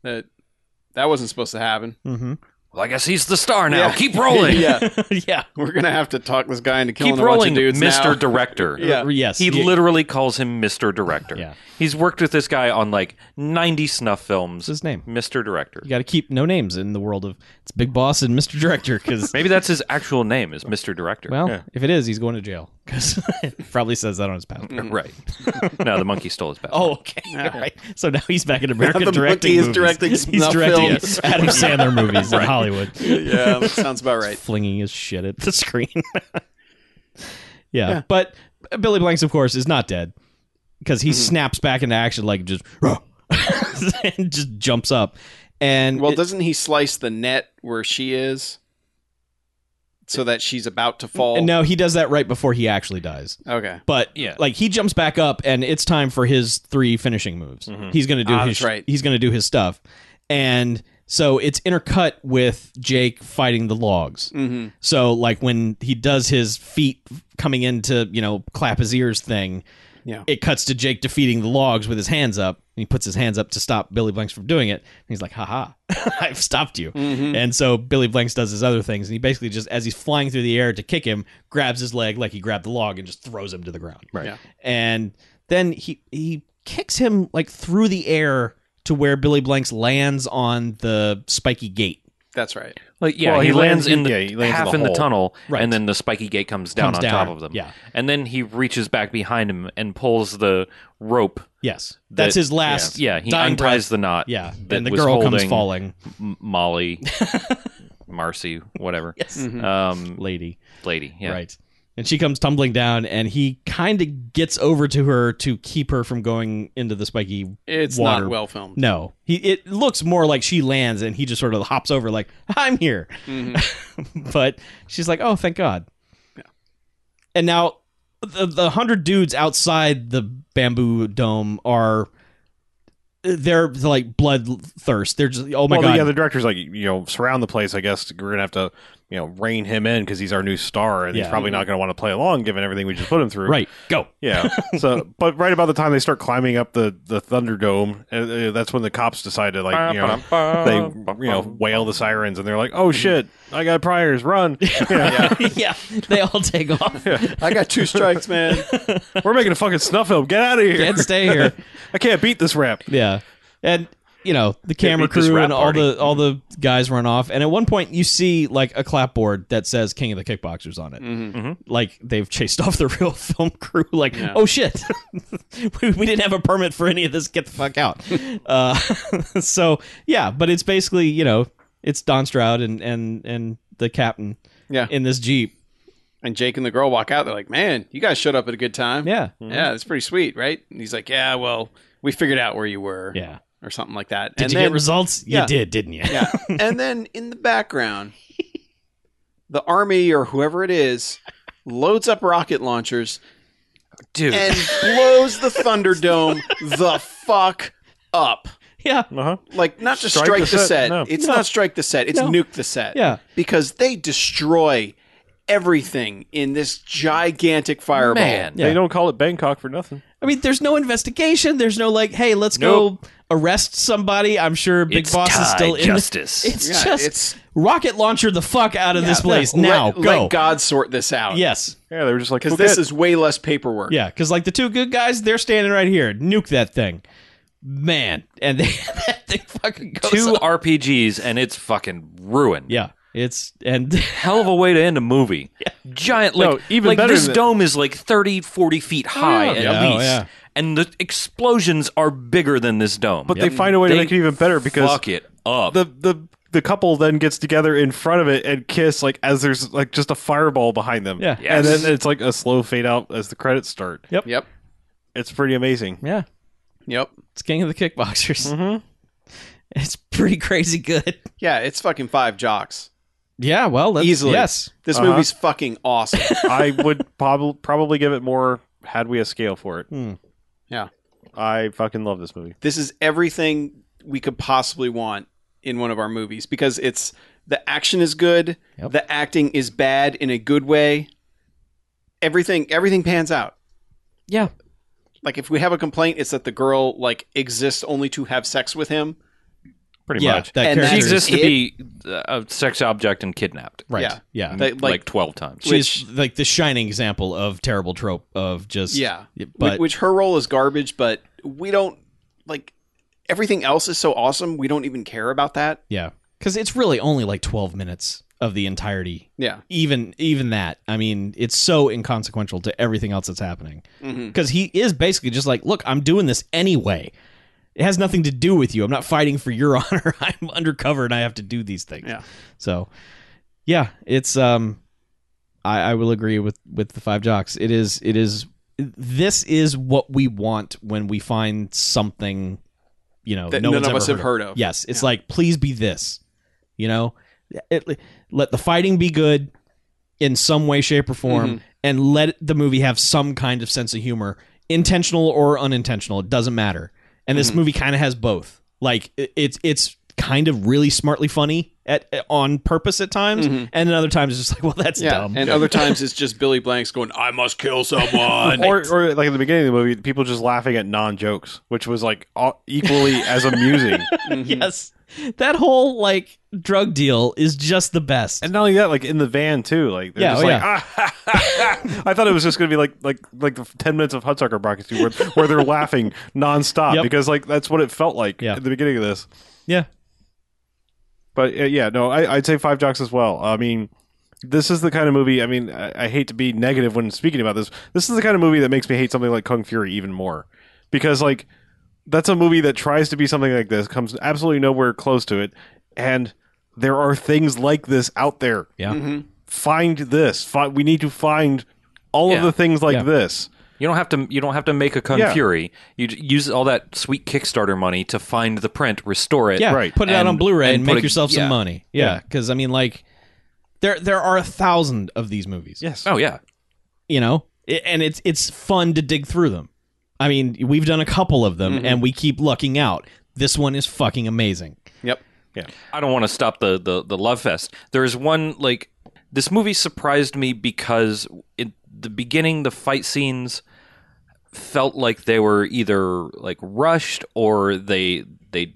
Speaker 3: that "Uh, that wasn't supposed to happen
Speaker 4: Mm-hmm.
Speaker 5: well, I guess he's the star now.
Speaker 3: Yeah.
Speaker 5: Keep rolling.
Speaker 3: yeah
Speaker 4: yeah.
Speaker 3: we're gonna have to talk this guy into killing
Speaker 5: Keep
Speaker 3: a
Speaker 5: rolling,
Speaker 3: bunch of dudes
Speaker 5: Mr.
Speaker 3: now.
Speaker 5: Director.
Speaker 3: Yeah.
Speaker 4: Yes.
Speaker 5: He
Speaker 4: yeah.
Speaker 5: literally calls him Mr. Director.
Speaker 4: Yeah.
Speaker 5: He's worked with this guy on like 90 snuff
Speaker 4: What's
Speaker 5: films.
Speaker 4: his name?
Speaker 5: Mr. Director.
Speaker 4: You got to keep no names in the world of it's Big Boss and Mr. Director because
Speaker 5: Maybe that's his actual name is Mr. Director.
Speaker 4: well,
Speaker 2: Yeah.
Speaker 4: if it is, he's going to jail because probably says that on his
Speaker 3: Mm-hmm.
Speaker 4: passport.
Speaker 5: right. no, the monkey stole his back.
Speaker 4: Oh, okay. All right. So now he's back in America
Speaker 3: The
Speaker 4: directing.
Speaker 3: monkey is
Speaker 4: movies.
Speaker 3: directing
Speaker 4: he's
Speaker 3: snuff
Speaker 4: directing
Speaker 3: films.
Speaker 4: Adam Sandler movies in Hollywood.
Speaker 3: yeah that sounds about right
Speaker 4: flinging his shit at the screen. yeah,
Speaker 3: Yeah.
Speaker 4: but Billy Blanks, of course, is not dead because he snaps back into action like just and just jumps up. And
Speaker 3: well
Speaker 4: it-
Speaker 3: doesn't he slice the net where she is so that she's about to fall
Speaker 4: and no, he does that right before he actually dies.
Speaker 3: okay
Speaker 4: But
Speaker 5: Yeah.
Speaker 4: like he jumps back up, and it's time for his three finishing moves. He's gonna do
Speaker 3: Ah,
Speaker 4: his
Speaker 3: that's right.
Speaker 4: he's gonna do his stuff, and so it's intercut with Jake fighting the logs.
Speaker 3: mm-hmm
Speaker 4: So like when he does his feet coming into, you know, clap his ears thing,
Speaker 3: Yeah.
Speaker 4: it cuts to Jake defeating the logs with his hands up. And he puts his hands up to stop Billy Blanks from doing it. And he's like, haha, I've stopped you.
Speaker 3: Mm-hmm.
Speaker 4: And so Billy Blanks does his other things. And he basically just, as he's flying through the air to kick him, grabs his leg like he grabbed the log and just throws him to the ground. Right.
Speaker 3: Yeah.
Speaker 4: And then he, he kicks him like through the air to where Billy Blanks lands on the spiky gate.
Speaker 3: that's right
Speaker 5: Like, yeah,
Speaker 2: Well,
Speaker 5: he,
Speaker 2: he lands-
Speaker 5: lands in the,
Speaker 2: yeah, he lands in
Speaker 5: half
Speaker 2: the
Speaker 5: in the,
Speaker 2: hole.
Speaker 5: tunnel,
Speaker 4: Right.
Speaker 5: and then the spiky gate comes down
Speaker 4: Comes
Speaker 5: on
Speaker 4: down,
Speaker 5: top of them.
Speaker 4: yeah.
Speaker 5: and then he reaches back behind him and pulls the rope.
Speaker 4: Yes. That's
Speaker 5: that-
Speaker 4: his last.
Speaker 5: Yeah, he
Speaker 4: dying breath.
Speaker 5: unties the knot.
Speaker 4: Yeah,
Speaker 5: that
Speaker 4: and the
Speaker 5: was
Speaker 4: girl comes
Speaker 5: holding
Speaker 4: falling.
Speaker 5: M- Molly, Marcy, whatever.
Speaker 4: Yes,
Speaker 3: Mm-hmm.
Speaker 5: Um,
Speaker 4: lady.
Speaker 5: lady. Yeah.
Speaker 4: Right. and she comes tumbling down, and he kind of gets over to her to keep her from going into the spiky.
Speaker 3: It's
Speaker 4: water.
Speaker 3: not well filmed.
Speaker 4: No, he. It looks more like she lands, and he just sort of hops over, like I'm here.
Speaker 3: Mhm.
Speaker 4: but she's like, "Oh, thank God." And now, the the hundred dudes outside the bamboo dome are they're, like bloodthirst. They're just oh my
Speaker 2: well,
Speaker 4: god,
Speaker 2: the, yeah, the director's like, you know, surround the place. I guess we're gonna have to, you know, rein him in because he's our new star, and
Speaker 4: Yeah.
Speaker 2: he's probably not gonna want to play along given everything we just put him through.
Speaker 4: right? Go.
Speaker 2: Yeah. So, but right about the time they start climbing up the the Thunderdome, uh, uh, that's when the cops decide to like, you know, they you know wail the sirens, and they're like, "Oh shit, I got priors, run! Yeah.
Speaker 4: yeah, they all take off.
Speaker 3: I got two strikes, man.
Speaker 2: We're making a fucking snuff film. Get out of here!
Speaker 4: Can't stay here.
Speaker 2: I can't beat this rap."
Speaker 4: Yeah, and you know the camera
Speaker 5: beat this
Speaker 4: crew
Speaker 5: rap
Speaker 4: and all
Speaker 5: party.
Speaker 4: the all the guys run off. And at one point, you see like a clapboard that says "King of the Kickboxers" on it. Like they've chased off the real film crew. Like,
Speaker 3: Yeah.
Speaker 4: oh shit, we, we didn't have a permit for any of this. Get the fuck out. uh, so yeah, but it's basically you know it's Don Stroud and and and the captain
Speaker 3: Yeah.
Speaker 4: in this jeep.
Speaker 3: And Jake and the girl walk out. They're like, man, you guys showed up at a good time.
Speaker 4: Yeah, Mm-hmm.
Speaker 3: Yeah, it's pretty sweet, right? And he's like, yeah, well, we figured out where you were.
Speaker 4: yeah.
Speaker 3: Or something like that.
Speaker 4: Did
Speaker 3: and
Speaker 4: you
Speaker 3: then,
Speaker 4: get results?
Speaker 3: yeah.
Speaker 4: You did, didn't you?
Speaker 3: yeah. And then in the background, the army or whoever it is loads up rocket launchers
Speaker 5: Dude,
Speaker 3: and blows the Thunderdome the fuck up.
Speaker 4: yeah.
Speaker 2: Uh huh.
Speaker 3: Like not just strike, the, set.
Speaker 2: no.
Speaker 3: It's
Speaker 4: No.
Speaker 3: not strike the set. It's
Speaker 4: No.
Speaker 3: nuke the set.
Speaker 4: Yeah.
Speaker 3: Because they destroy everything in this gigantic fireball.
Speaker 5: man.
Speaker 4: Yeah.
Speaker 2: They don't call it Bangkok for nothing.
Speaker 4: I mean, there's no investigation. There's no like, hey, let's go arrest somebody. I'm sure Big
Speaker 5: It's
Speaker 4: Boss is
Speaker 5: Thai
Speaker 4: still in. this-
Speaker 5: justice.
Speaker 4: It's
Speaker 3: Yeah,
Speaker 4: just
Speaker 3: it's- uh,
Speaker 4: rocket launcher the fuck out of this place
Speaker 3: Let-
Speaker 4: now.
Speaker 3: let,
Speaker 4: go.
Speaker 3: God sort this out.
Speaker 4: yes.
Speaker 2: Yeah, they were just like,
Speaker 3: because
Speaker 2: "We'll
Speaker 3: this
Speaker 2: get-
Speaker 3: is way less paperwork.
Speaker 4: Yeah, because like the two good guys, they're standing right here. Nuke that thing, man. And they that thing fucking goes
Speaker 5: Two
Speaker 4: up.
Speaker 5: RPGs and it's fucking ruined.
Speaker 4: Yeah, it's and
Speaker 5: Hell of a way to end a movie. Giant, like,
Speaker 2: No, even
Speaker 5: like
Speaker 2: better
Speaker 5: this
Speaker 2: than-
Speaker 5: dome is like 30, 40 feet high at
Speaker 4: Yeah, oh,
Speaker 5: least.
Speaker 4: yeah.
Speaker 5: And the explosions are bigger than this dome.
Speaker 2: but they find a way to make it even better because
Speaker 5: fuck it up.
Speaker 2: the the the couple then gets together in front of it and kiss like as there's like just a fireball behind them.
Speaker 4: Yeah.
Speaker 5: Yes.
Speaker 2: And then it's like a slow fade out as the credits start.
Speaker 4: Yep.
Speaker 3: Yep.
Speaker 2: It's pretty amazing.
Speaker 4: yeah,
Speaker 3: Yep.
Speaker 4: it's King of the Kickboxers.
Speaker 3: Mm-hmm.
Speaker 2: Mhm.
Speaker 4: It's pretty crazy good.
Speaker 3: Yeah, it's fucking five jocks.
Speaker 4: Yeah, well, that's,
Speaker 3: Easily.
Speaker 4: yes,
Speaker 3: This
Speaker 2: Uh-huh.
Speaker 3: movie's fucking awesome.
Speaker 2: I would prob- probably give it more had we a scale for it.
Speaker 4: Hmm.
Speaker 3: Yeah.
Speaker 2: I fucking love this movie.
Speaker 3: this is everything we could possibly want in one of our movies because it's the action is good,
Speaker 4: Yep.
Speaker 3: the acting is bad in a good way. Everything everything pans out.
Speaker 4: yeah.
Speaker 3: Like if we have a complaint, it's that the girl like exists only to have sex with him.
Speaker 2: Pretty
Speaker 4: Yeah,
Speaker 2: much.
Speaker 4: that
Speaker 3: And
Speaker 4: character
Speaker 5: she
Speaker 3: that's-
Speaker 5: exists
Speaker 4: is-
Speaker 5: to
Speaker 3: it-
Speaker 5: be uh, a sex object and kidnapped.
Speaker 4: right.
Speaker 3: yeah.
Speaker 4: yeah.
Speaker 3: That,
Speaker 5: like,
Speaker 3: like-
Speaker 5: 12 times.
Speaker 4: She's
Speaker 3: Which-
Speaker 4: like the shining example of terrible trope of just
Speaker 3: Yeah.
Speaker 4: but
Speaker 3: Which, which her role is garbage, but we don't like everything else is so awesome. We don't even care about that.
Speaker 4: yeah, because it's really only like twelve minutes of the entirety.
Speaker 3: Yeah.
Speaker 4: Even even that, I mean, it's so inconsequential to everything else that's happening.
Speaker 3: Mhm.
Speaker 4: Because he is basically just like, look, I'm doing this anyway. It has nothing to do with you. I'm not fighting for your honor. I'm undercover and I have to do these things.
Speaker 3: Yeah.
Speaker 4: So, yeah, it's um, I, I will agree with with the five jocks. It is it is this is what we want when we find something, you know,
Speaker 3: That
Speaker 4: no
Speaker 3: none
Speaker 4: one's
Speaker 3: of
Speaker 4: ever
Speaker 3: us have heard of.
Speaker 4: Yes, it's like please be this, you know, It- let the fighting be good in some way, shape, or form, and let the movie have some kind of sense of humor, intentional or unintentional. It doesn't matter. And this movie kind of has both. Like i- it's it's kind of really smartly funny at on purpose at times, and then other times it's just like, well, that's
Speaker 3: Yeah.
Speaker 4: dumb.
Speaker 3: And other times it's just Billy Blanks going, I must kill someone.
Speaker 2: Or, or like at the beginning of the movie, people just laughing at non jokes, which was like all, equally as amusing.
Speaker 4: yes, that whole like drug deal is just the best.
Speaker 2: And not only that, like in the van too, like they're
Speaker 4: Yeah,
Speaker 2: just
Speaker 4: oh,
Speaker 2: like,
Speaker 4: yeah.
Speaker 2: "Ah, ha, ha, ha." I thought it was just gonna be like like like the ten minutes of Hudsucker Brockets where where they're laughing nonstop
Speaker 4: Yep.
Speaker 2: because like that's what it felt like
Speaker 4: Yeah.
Speaker 2: at the beginning of this.
Speaker 4: yeah,
Speaker 2: But uh, yeah, no, I, I'd say five jocks as well. I mean, this is the kind of movie. I mean, I, I hate to be negative when speaking about this. This is the kind of movie that makes me hate something like Kung Fury even more because like that's a movie that tries to be something like this, comes absolutely nowhere close to it, and there are things like this out there
Speaker 4: yeah.
Speaker 2: find this. Fi- we need to find all of
Speaker 5: Yeah.
Speaker 2: the things like
Speaker 4: Yeah.
Speaker 2: this.
Speaker 5: You don't have to. You don't have to make a Kung
Speaker 2: Yeah.
Speaker 5: Fury. You j- use all that sweet Kickstarter money to find the print, restore it.
Speaker 4: Yeah,
Speaker 2: Right.
Speaker 4: put it out
Speaker 5: And-
Speaker 4: on Blu-ray and,
Speaker 5: and put
Speaker 4: make
Speaker 5: a-
Speaker 4: yourself some
Speaker 5: yeah.
Speaker 4: money. Yeah, because I mean, like, there there are a thousand of these movies.
Speaker 2: Yes.
Speaker 5: Oh yeah.
Speaker 4: you know, I- and it's it's fun to dig through them. I mean, we've done a couple of
Speaker 5: Mm-hmm.
Speaker 4: them, and we keep lucking out. This one is fucking amazing.
Speaker 3: Yep.
Speaker 5: I don't want to stop the, the the love fest. There is one like this movie surprised me because in the beginning the fight scenes felt like they were either like rushed or they they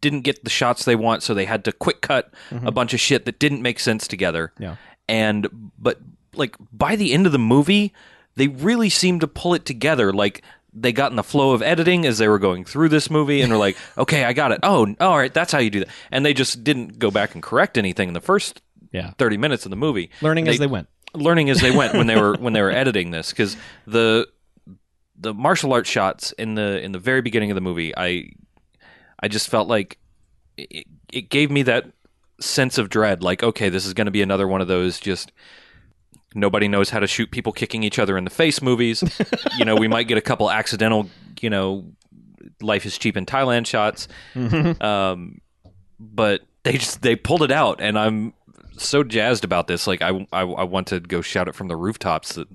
Speaker 5: didn't get the shots they want so they had to quick cut a bunch of shit that didn't make sense together.
Speaker 4: Mm-hmm. Yeah.
Speaker 5: And but like by the end of the movie they really seemed to pull it together like they got in the flow of editing as they were going through this movie and were like, "Okay, I got it. Oh, all right, that's how you do that." And they just didn't go back and correct anything in the first
Speaker 4: Yeah,
Speaker 5: 30 minutes of the movie
Speaker 4: learning as they went.
Speaker 5: learning as they went when they were when they were editing this because the the martial arts shots in the in the very beginning of the movie I I just felt like it, it gave me that sense of dread like okay this is going to be another one of those just nobody knows how to shoot people kicking each other in the face movies you know we might get a couple accidental you know life is cheap in Thailand shots um, but they just they pulled it out and I'm so jazzed about this. Like I, I, I want to go shout it from the rooftops that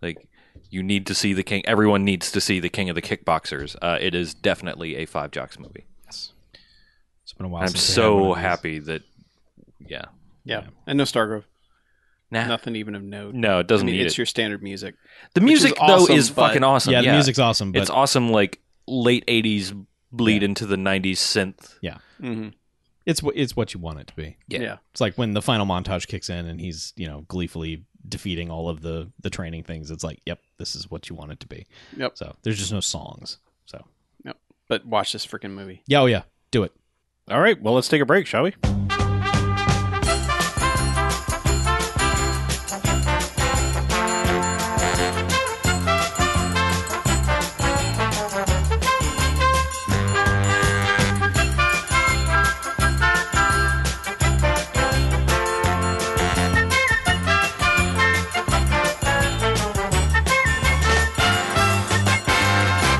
Speaker 5: like you need to see the king. Everyone needs to see the king of the kickboxers. Uh, it is definitely a five jocks movie.
Speaker 4: It's been a while.
Speaker 5: I'm
Speaker 4: since we had one
Speaker 5: so
Speaker 4: of these.
Speaker 5: happy that yeah.
Speaker 3: Yeah. And no Stargrove.
Speaker 5: Nah,
Speaker 3: Nothing even of note.
Speaker 5: no, it doesn't
Speaker 3: I mean,
Speaker 5: need
Speaker 3: it's
Speaker 5: it.
Speaker 3: your standard music.
Speaker 5: the
Speaker 3: which is
Speaker 5: music
Speaker 3: awesome,
Speaker 5: though is
Speaker 3: but-
Speaker 5: fucking awesome.
Speaker 4: Yeah, the music's awesome, but
Speaker 5: it's awesome. Like late '80s bleed into the '90s synth.
Speaker 3: Mm-hmm.
Speaker 4: it's wh- it's what you want it to be.
Speaker 5: Yeah.
Speaker 3: yeah.
Speaker 4: It's like when the final montage kicks in and he's you know gleefully defeating all of the the training things. It's like, yep, this is what you want it to be.
Speaker 3: Yep.
Speaker 4: So there's just no songs. So
Speaker 3: But watch this freaking movie.
Speaker 4: yeah, oh yeah, do it.
Speaker 2: All right. Well, let's take a break, shall we?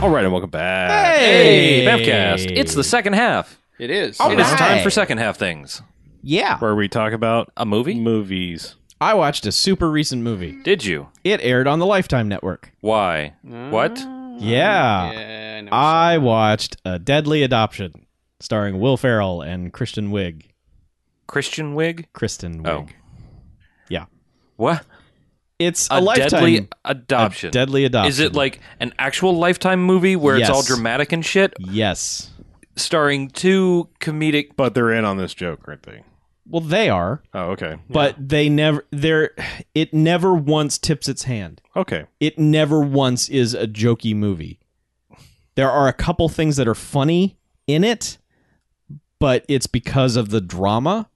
Speaker 2: All right, and welcome back.
Speaker 5: Hey, Bevcast! It's the second half.
Speaker 3: It is.
Speaker 4: All
Speaker 5: It is
Speaker 4: right.
Speaker 5: time for second half things.
Speaker 4: Yeah,
Speaker 2: Where we talk about
Speaker 5: A movie?
Speaker 2: movies.
Speaker 4: I watched a super recent movie.
Speaker 5: Did you?
Speaker 4: It aired on the Lifetime network.
Speaker 5: Why?
Speaker 4: Mm.
Speaker 5: What?
Speaker 4: Yeah.
Speaker 3: Yeah, I know.
Speaker 4: I watched A Deadly Adoption starring Will Ferrell and Christian Wig.
Speaker 5: Christian Wig?
Speaker 4: Kristen Wig.
Speaker 5: Oh.
Speaker 4: Yeah.
Speaker 5: What?
Speaker 4: It's
Speaker 5: a,
Speaker 4: a, lifetime
Speaker 5: deadly
Speaker 4: a
Speaker 5: adoption.
Speaker 4: deadly adoption.
Speaker 5: Is it like an actual lifetime movie where it's all
Speaker 4: Yes.
Speaker 5: dramatic and shit,
Speaker 4: Yes.
Speaker 5: starring two comedic?
Speaker 2: But they're in on this joke, aren't they?
Speaker 4: Well, they are,
Speaker 2: Oh, okay.
Speaker 4: but they never they're it never once tips its hand.
Speaker 2: Okay.
Speaker 4: It never once is a jokey movie. There are a couple things that are funny in it, but it's because of the drama.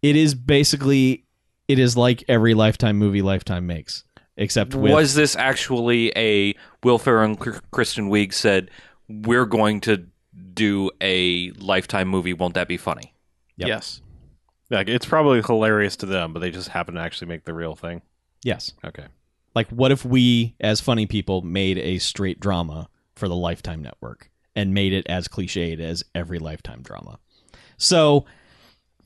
Speaker 4: It is basically it is like every lifetime movie lifetime makes, except with
Speaker 5: Was this actually a Will Ferrell and Kr- Kristen Wiig said we're going to do a lifetime movie? Won't that be funny?
Speaker 4: Yep.
Speaker 3: Yes.
Speaker 2: Like it's probably hilarious to them, but they just happen to actually make the real thing.
Speaker 4: yes.
Speaker 2: Okay.
Speaker 4: Like what if we as funny people made a straight drama for the lifetime network and made it as cliched as every lifetime drama. So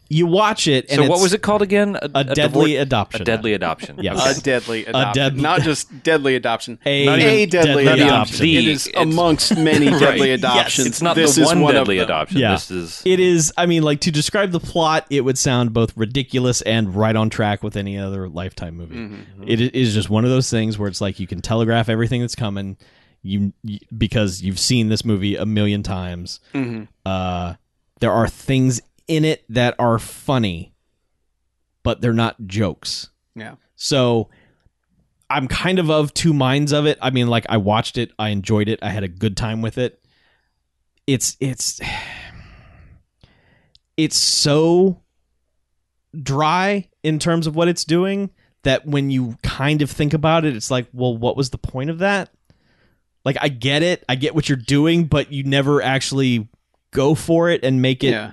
Speaker 4: you watch it and
Speaker 5: so what
Speaker 4: it's
Speaker 5: was it called again?
Speaker 4: a, deadly
Speaker 5: divor-
Speaker 4: adoption.
Speaker 5: a deadly adoption.
Speaker 4: Yeah.
Speaker 5: Okay.
Speaker 3: A deadly adoption.
Speaker 4: dead-
Speaker 3: Not just deadly adoption.
Speaker 4: A
Speaker 3: Not even deadly,
Speaker 4: deadly
Speaker 3: adoption.
Speaker 5: adoption.
Speaker 3: It is
Speaker 5: It's-
Speaker 3: amongst many deadly
Speaker 5: Yes,
Speaker 3: adoptions.
Speaker 5: it's not
Speaker 3: this
Speaker 5: the
Speaker 3: is
Speaker 5: one,
Speaker 3: one of
Speaker 5: deadly
Speaker 3: them.
Speaker 5: adoption.
Speaker 4: Yeah.
Speaker 5: This is
Speaker 4: It is. I mean, like to describe the plot, it would sound both ridiculous and right on track with any other Lifetime movie.
Speaker 3: Mm-hmm.
Speaker 4: It i- is just one of those things where it's like you can telegraph everything that's coming, you, you because you've seen this movie a million times.
Speaker 3: Mhm.
Speaker 4: Uh, there are things in it that are funny, but they're not jokes.
Speaker 3: Yeah.
Speaker 4: So I'm kind of of two minds of it. I mean, like I watched it, I enjoyed it, I had a good time with it. It's it's it's so dry in terms of what it's doing that when you kind of think about it, it's like, well, what was the point of that? Like I get it, I get what you're doing, but you never actually go for it and make it
Speaker 3: Yeah.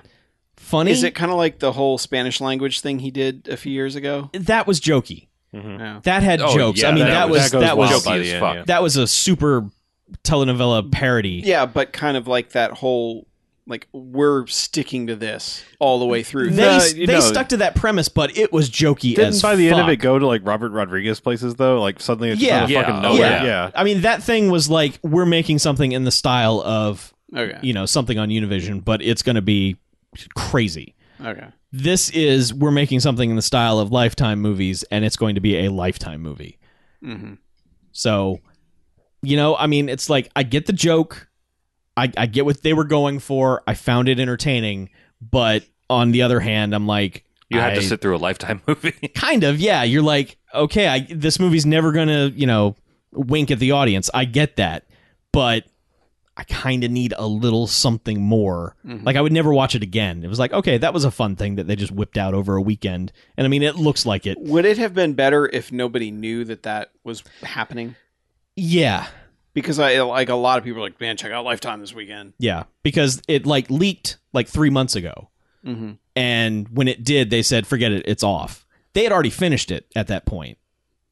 Speaker 4: funny.
Speaker 3: Is it kind of like the whole Spanish language thing he did a few years ago?
Speaker 4: that was jokey.
Speaker 2: Mhm.
Speaker 4: That had
Speaker 5: Oh,
Speaker 4: jokes.
Speaker 5: yeah,
Speaker 4: I mean,
Speaker 5: that
Speaker 4: that,
Speaker 5: was-
Speaker 4: was
Speaker 2: that goes
Speaker 4: that was
Speaker 2: wild
Speaker 5: Joke
Speaker 4: that
Speaker 5: by
Speaker 4: was,
Speaker 5: the
Speaker 2: as
Speaker 5: end,
Speaker 2: fuck.
Speaker 5: yeah.
Speaker 4: a super telenovela parody.
Speaker 3: Yeah, but kind of like that whole like we're sticking to this all the way through.
Speaker 4: They,
Speaker 2: The- Uh, you
Speaker 4: they
Speaker 2: know-
Speaker 4: stuck to that premise, but it was jokey
Speaker 2: Didn't
Speaker 4: as
Speaker 2: by the
Speaker 4: fuck.
Speaker 2: end of it go to like Robert Rodriguez places though? Like suddenly it's
Speaker 4: Yeah.
Speaker 2: just out of
Speaker 5: Yeah.
Speaker 2: fucking
Speaker 5: Oh,
Speaker 2: nowhere.
Speaker 4: yeah. I mean, that thing was like we're making something in the style of
Speaker 3: Okay.
Speaker 4: you know something on Univision, but it's going to be crazy.
Speaker 3: Okay.
Speaker 4: This is we're making something in the style of Lifetime movies, and it's going to be a Lifetime movie.
Speaker 3: hmm
Speaker 4: So, you know, I mean, it's like I get the joke, I, I get what they were going for. I found it entertaining, but on the other hand, I'm like,
Speaker 5: You have to
Speaker 4: I-
Speaker 5: sit through a lifetime movie.
Speaker 4: kind of, yeah. You're like, okay, I, this movie's never gonna, you know, wink at the audience. I get that, but I kind of need a little something more.
Speaker 3: Mhm.
Speaker 4: Like, I would never watch it again. It was like, okay, that was a fun thing that they just whipped out over a weekend, and I mean, it looks like it.
Speaker 3: Would it have been better if nobody knew that that was happening?
Speaker 4: Yeah,
Speaker 3: Because I like a lot of people are like, man, check out Lifetime this weekend.
Speaker 4: yeah, because it like leaked like three months ago.
Speaker 3: Mm-hmm.
Speaker 4: And when it did, they said, forget it, it's off. They had already finished it at that point.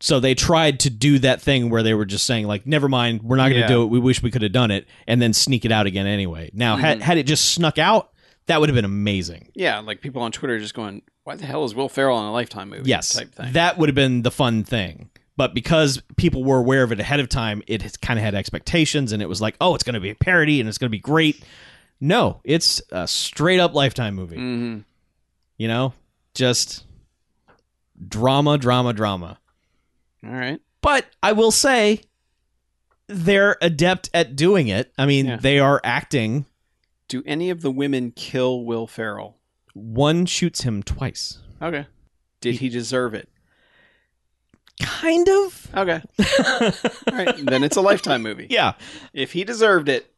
Speaker 4: So they tried to do that thing where they were just saying, like, never mind, we're not going to
Speaker 3: Yeah.
Speaker 4: do it. We wish we could have done it and then sneak it out again anyway. Now,
Speaker 3: Mm-hmm.
Speaker 4: had, had it just snuck out, that would have been amazing.
Speaker 3: Yeah, like people on Twitter just going, "Why the hell is Will Ferrell in a Lifetime movie?"
Speaker 4: Yes.
Speaker 3: type thing.
Speaker 4: That would have been the fun thing. But because people were aware of it ahead of time, it kind of had expectations and it was like, oh, it's going to be a parody and it's going to be great. No, it's a straight up Lifetime movie.
Speaker 3: hmm
Speaker 4: you know just drama drama drama
Speaker 3: All right.
Speaker 4: but i will say they're adept at doing it i mean
Speaker 3: Yeah.
Speaker 4: they are acting
Speaker 3: Do any of the women kill Will Ferrell?
Speaker 4: one shoots him twice
Speaker 3: Okay. Did he deserve it?
Speaker 4: kind of
Speaker 3: Okay. All right. Then it's a Lifetime movie.
Speaker 4: yeah
Speaker 3: If he deserved it,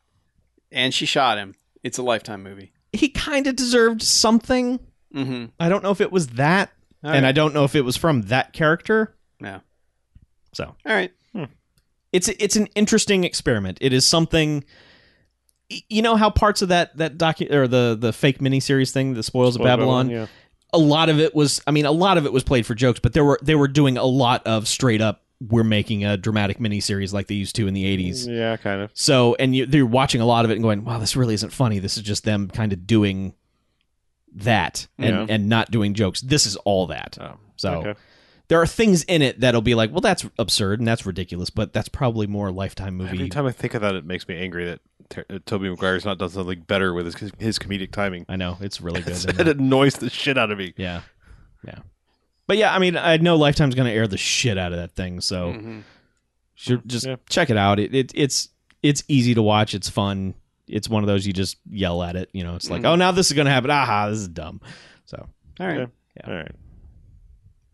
Speaker 3: and she shot him, it's a Lifetime movie.
Speaker 4: he kind of deserved something
Speaker 3: Mm-hmm.
Speaker 4: i don't know if it was that and i don't know if it was from that character
Speaker 3: No.
Speaker 4: so
Speaker 3: All right.
Speaker 4: it's it's an interesting experiment it is something y- you know how parts of that that docu or the the fake miniseries thing the spoils, of babylon
Speaker 2: yeah.
Speaker 4: a lot of it was I mean a lot of it was played for jokes, but there were they were doing a lot of straight up we're making a dramatic miniseries like they used to in the 80s.
Speaker 2: Yeah, kind of.
Speaker 4: So and you they're watching a lot of it and going, "Wow, this really isn't funny. This is just them kind of doing that and
Speaker 2: Yeah.
Speaker 4: and not doing jokes. This is all that."
Speaker 2: Oh,
Speaker 4: so
Speaker 2: okay.
Speaker 4: there are things in it that'll be like, "Well, that's absurd and that's ridiculous, but that's probably more a lifetime movie."
Speaker 2: Every time I think of that, it makes me angry that Ter- uh, Toby McGuire's not done something better with his his comedic timing.
Speaker 4: I know, it's really good. isn't
Speaker 2: It
Speaker 4: it?
Speaker 2: annoys the shit out of me.
Speaker 4: yeah. Yeah. But yeah, I mean, I know Lifetime's going to air the shit out of that thing, so
Speaker 3: Mhm.
Speaker 4: Should just
Speaker 2: Yeah.
Speaker 4: check it out. It, it it's it's easy to watch. It's fun. It's one of those you just yell at it. You know, it's like,
Speaker 3: Mhm.
Speaker 4: oh, now this is gonna happen. Aha, this is dumb. So
Speaker 3: All right.
Speaker 2: Okay. All right,